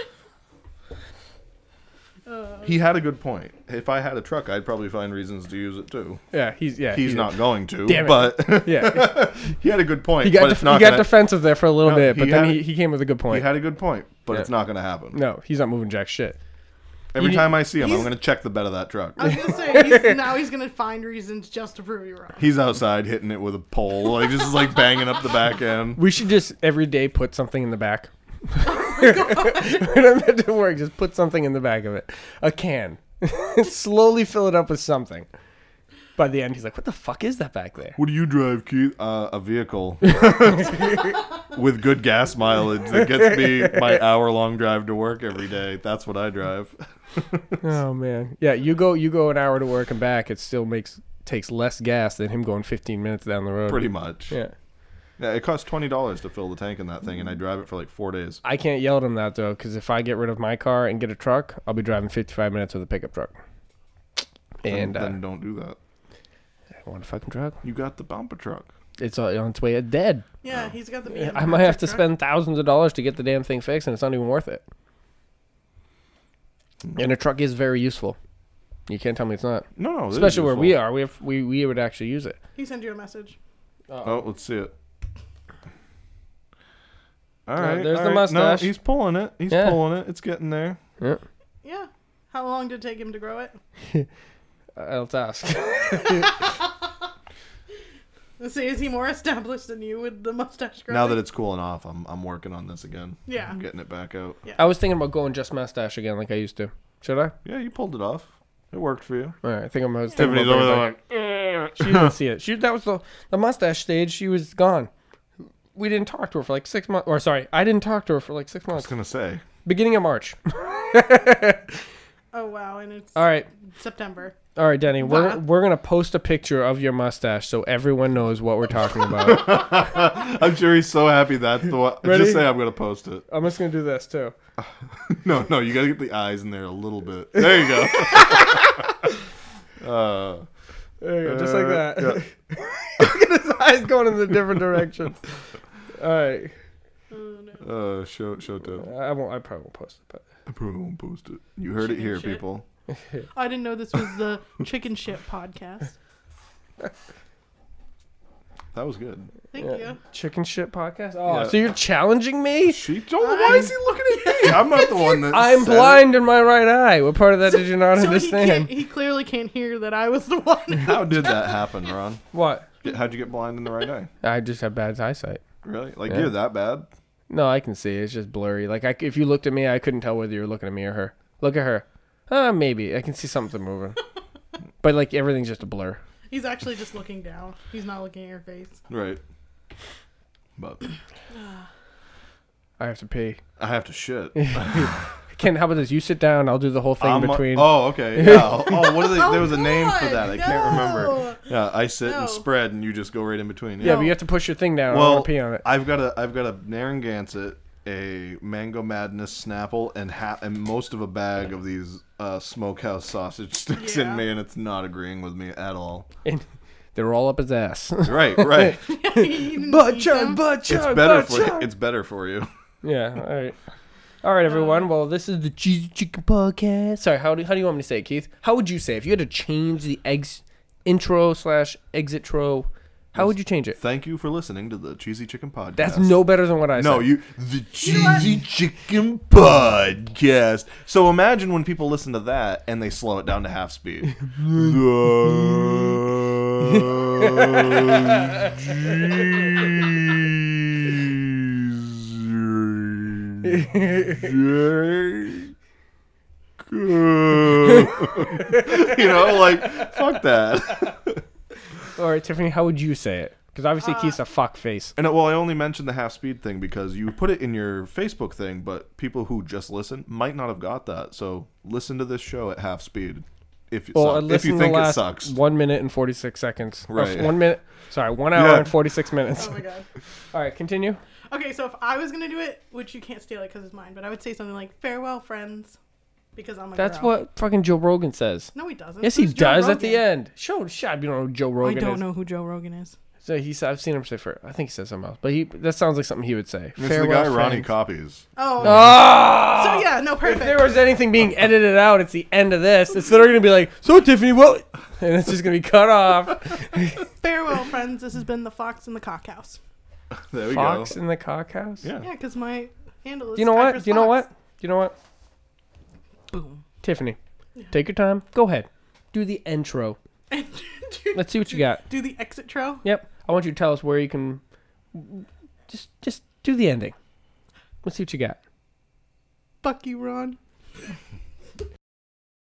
[SPEAKER 3] he had a good point. If I had a truck, I'd probably find reasons to use it too.
[SPEAKER 1] Yeah, he's yeah
[SPEAKER 3] He's not going to,
[SPEAKER 1] Damn it.
[SPEAKER 3] but
[SPEAKER 1] Yeah,
[SPEAKER 3] he had a good point.
[SPEAKER 1] he got
[SPEAKER 3] but
[SPEAKER 1] def-
[SPEAKER 3] it's
[SPEAKER 1] he
[SPEAKER 3] not
[SPEAKER 1] got
[SPEAKER 3] gonna,
[SPEAKER 1] defensive there for a little
[SPEAKER 3] No,
[SPEAKER 1] bit, but
[SPEAKER 3] he
[SPEAKER 1] then
[SPEAKER 3] had-
[SPEAKER 1] he, he came with a good
[SPEAKER 3] He
[SPEAKER 1] point.
[SPEAKER 3] had a good point, but it's
[SPEAKER 1] Yeah.
[SPEAKER 3] not going to happen.
[SPEAKER 1] no, he's not moving jack shit.
[SPEAKER 3] Every
[SPEAKER 1] You-
[SPEAKER 3] time I see him, I'm
[SPEAKER 2] he's-
[SPEAKER 3] going to check the bed of that truck.
[SPEAKER 2] I was gonna say he's, now he's gonna find reasons just to prove you wrong.
[SPEAKER 3] He's outside hitting it with a pole, like just like banging up the back end.
[SPEAKER 1] We should just every day put something in the back. when I'm at work, just put something in the back of it. A can. Slowly fill it up with something. By the end, he's like, "What the fuck is that back there?"
[SPEAKER 3] What do you drive, Keith? Uh, a vehicle with good gas mileage that gets me my hour-long drive to work every day. That's what I drive.
[SPEAKER 1] Oh man, yeah. You go, you go an hour to work and back. It still makes takes less gas than him going 15 minutes down the road.
[SPEAKER 3] pretty much.
[SPEAKER 1] Yeah.
[SPEAKER 3] Yeah, it costs twenty dollars to fill the tank in that thing, and I drive it for like four days.
[SPEAKER 1] I can't yell at him that though, because if I get rid of my car and get a truck, I'll be driving 55 minutes with a pickup truck. And uh,
[SPEAKER 3] then don't do that.
[SPEAKER 1] I want a fucking truck.
[SPEAKER 3] You got the bumper truck.
[SPEAKER 1] It's uh, on its way dead.
[SPEAKER 2] Yeah, he's got the.
[SPEAKER 1] I
[SPEAKER 2] BMW
[SPEAKER 1] might have to
[SPEAKER 2] truck.
[SPEAKER 1] spend thousands of dollars to get the damn thing fixed, and it's not even worth it. And a truck is very useful. You can't tell me it's not,
[SPEAKER 3] No, no, it is
[SPEAKER 1] especially where we
[SPEAKER 3] useful.
[SPEAKER 1] are. We have, we we would actually use it.
[SPEAKER 2] He sent you a message.
[SPEAKER 3] Oh, let's see it. All
[SPEAKER 1] No,
[SPEAKER 3] right,
[SPEAKER 1] there's
[SPEAKER 3] all
[SPEAKER 1] the
[SPEAKER 3] right.
[SPEAKER 1] mustache.
[SPEAKER 3] No, he's pulling it. He's
[SPEAKER 1] Yeah.
[SPEAKER 3] pulling it. It's getting there.
[SPEAKER 1] Yeah.
[SPEAKER 2] Yeah. How long did it take him to grow it?
[SPEAKER 1] Uh, I'll ask.
[SPEAKER 2] See, is he more established than you with the mustache growing?
[SPEAKER 3] Now that it's cooling off, I'm I'm working on this again.
[SPEAKER 2] Yeah.
[SPEAKER 1] Mm.
[SPEAKER 3] I'm getting it back out.
[SPEAKER 2] Yeah.
[SPEAKER 1] I was thinking about going just mustache again, like I used to. Should I?
[SPEAKER 3] Yeah, you pulled it off. It worked for you.
[SPEAKER 1] All right, I think I'm. I was thinking
[SPEAKER 3] Tiffany's
[SPEAKER 1] about
[SPEAKER 3] over
[SPEAKER 1] bringing
[SPEAKER 3] there
[SPEAKER 1] it back.
[SPEAKER 3] like, "Eh."
[SPEAKER 1] She didn't see it. She that was the the mustache stage. She was gone. We didn't talk to her for like six months. Or sorry, I didn't talk to her for like six
[SPEAKER 3] I was
[SPEAKER 1] months.
[SPEAKER 3] gonna say.
[SPEAKER 1] Beginning of March.
[SPEAKER 2] oh wow, and it's
[SPEAKER 1] All right,
[SPEAKER 2] September.
[SPEAKER 1] all right, Denny. We're
[SPEAKER 2] Wow.
[SPEAKER 1] we're gonna post a picture of your mustache so everyone knows what we're talking about.
[SPEAKER 3] I'm sure he's so happy that's the one.
[SPEAKER 1] Ready? Oh.
[SPEAKER 3] Just say I'm gonna post it.
[SPEAKER 1] I'm just gonna do this too.
[SPEAKER 3] No, no, you gotta get the eyes in there a little bit. There you go. Uh,
[SPEAKER 1] There you go, just like
[SPEAKER 3] Uh,
[SPEAKER 1] that. Look at his eyes going in the different directions. All right,
[SPEAKER 3] uh, show, show to.
[SPEAKER 1] I won't. I probably won't post it, but
[SPEAKER 3] I probably won't post it. You heard it
[SPEAKER 2] Chicken
[SPEAKER 3] here,
[SPEAKER 2] shit.
[SPEAKER 3] people.
[SPEAKER 2] I didn't know this was the chicken shit podcast.
[SPEAKER 3] That was good.
[SPEAKER 2] Thank you.
[SPEAKER 1] chicken shit podcast. Oh,
[SPEAKER 3] Yeah.
[SPEAKER 1] so you're challenging me?
[SPEAKER 3] She told. Why is he looking at me? I'm not the one that.
[SPEAKER 1] I'm
[SPEAKER 3] said it.
[SPEAKER 1] blind in my right eye. What part of that did you not
[SPEAKER 2] So he, can't,
[SPEAKER 1] understand?
[SPEAKER 2] he clearly can't hear that I was the one.
[SPEAKER 3] How did that happen, Ron?
[SPEAKER 1] What?
[SPEAKER 3] How'd you get blind in the right eye?
[SPEAKER 1] I just have bad eyesight.
[SPEAKER 3] Really? Like
[SPEAKER 1] Yeah.
[SPEAKER 3] you're that bad?
[SPEAKER 1] No, I can see. It's just blurry. Like I, if you looked at me, I couldn't tell whether you were looking at me or her. Look at her. Uh, maybe I can see something moving, but like everything's just a blur.
[SPEAKER 2] He's actually just looking down. He's not looking at your face.
[SPEAKER 3] Right. But
[SPEAKER 1] I have to pee.
[SPEAKER 3] I have to shit.
[SPEAKER 1] Ken, how about this? You sit down. I'll do the whole thing
[SPEAKER 3] I'm a-
[SPEAKER 1] between.
[SPEAKER 3] oh, okay. Yeah. Oh, what are they?
[SPEAKER 2] Oh,
[SPEAKER 3] there was a name for
[SPEAKER 2] God,
[SPEAKER 3] that. I can't remember.
[SPEAKER 2] no.
[SPEAKER 3] Yeah, I sit
[SPEAKER 2] No.
[SPEAKER 3] and spread, and you just go right in between.
[SPEAKER 1] yeah, but you have to push your thing down. I
[SPEAKER 3] Well,
[SPEAKER 1] want to pee on it.
[SPEAKER 3] I've got a I've got a Narragansett, a Mango Madness Snapple, and ha- and most of a bag of these uh, smokehouse sausage sticks
[SPEAKER 2] Yeah.
[SPEAKER 3] in me, and it's not agreeing with me at all.
[SPEAKER 1] And they're all up his ass.
[SPEAKER 3] Right, right.
[SPEAKER 2] He didn't eat them.
[SPEAKER 1] butcher,
[SPEAKER 3] it's better for it's better for you.
[SPEAKER 1] Yeah. All right. All
[SPEAKER 2] Uh,
[SPEAKER 1] right, everyone. Well, this is the Cheesy Chicken Podcast. Sorry, how do, how do you want me to say it, Keith? How would you say it? if you had to change the ex intro slash exit tro? How would you change it?
[SPEAKER 3] Thank you for listening to the Cheesy Chicken Podcast.
[SPEAKER 1] That's no better than what I
[SPEAKER 3] No,
[SPEAKER 1] said.
[SPEAKER 3] you the cheesy chicken podcast. So imagine when people listen to that and they slow it down to half speed. The cheesy chicken. you know, like fuck that.
[SPEAKER 1] All right, Tiffany, how would you say it? Because obviously Keith's a fuck face.
[SPEAKER 3] And uh, well, I only mentioned the half speed thing because you put it in your Facebook thing, but people who just listen might not have got that. So listen to this show at half speed if it
[SPEAKER 1] Well, I
[SPEAKER 3] suck- if
[SPEAKER 1] listened
[SPEAKER 3] you think
[SPEAKER 1] the last
[SPEAKER 3] it sucks.
[SPEAKER 1] one minute and forty six seconds. Or
[SPEAKER 3] Right.
[SPEAKER 1] One minute. Sorry, one hour
[SPEAKER 3] Yeah.
[SPEAKER 1] and forty six minutes.
[SPEAKER 2] Oh my god.
[SPEAKER 1] All right, continue.
[SPEAKER 2] Okay, so if I was gonna do it, which you can't steal it because it's mine, but I would say something like "Farewell, friends," because I'm a
[SPEAKER 1] That's
[SPEAKER 2] girl.
[SPEAKER 1] what fucking Joe Rogan says.
[SPEAKER 2] No, he doesn't.
[SPEAKER 1] Yes, he
[SPEAKER 2] Who's Joe
[SPEAKER 1] does at the
[SPEAKER 2] Rogan?
[SPEAKER 1] end. Show, shut up. You don't know who Joe Rogan
[SPEAKER 2] I
[SPEAKER 1] is.
[SPEAKER 2] don't know who Joe Rogan is.
[SPEAKER 1] So he said, I've seen him say for, I think he said something else, but he that sounds like something he would say.
[SPEAKER 3] It's the guy Ronnie
[SPEAKER 1] friends.
[SPEAKER 3] copies.
[SPEAKER 2] Oh,
[SPEAKER 1] Ah!
[SPEAKER 2] so yeah, no,
[SPEAKER 1] If
[SPEAKER 2] perfect.
[SPEAKER 1] there was anything being edited out, it's the end of this. It's literally gonna be like, so Tiffany, well, and it's just gonna be cut off.
[SPEAKER 2] Farewell, friends. This has been the Fox in the Cock House.
[SPEAKER 3] There we
[SPEAKER 1] Fox
[SPEAKER 3] go.
[SPEAKER 1] in the cock house.
[SPEAKER 3] Yeah.
[SPEAKER 2] Yeah, because my handle is.
[SPEAKER 1] Do you know what?
[SPEAKER 2] Cypress
[SPEAKER 1] Do you know what?
[SPEAKER 2] Fox.
[SPEAKER 1] Do you know what?
[SPEAKER 2] Boom.
[SPEAKER 1] Tiffany, take your time. Go ahead. Do the intro. Let's see what you got.
[SPEAKER 2] Do the exit tro.
[SPEAKER 1] Yep. I want you to tell us where you can. Just, just do the ending. Let's see what you got.
[SPEAKER 2] Fuck you, Ron.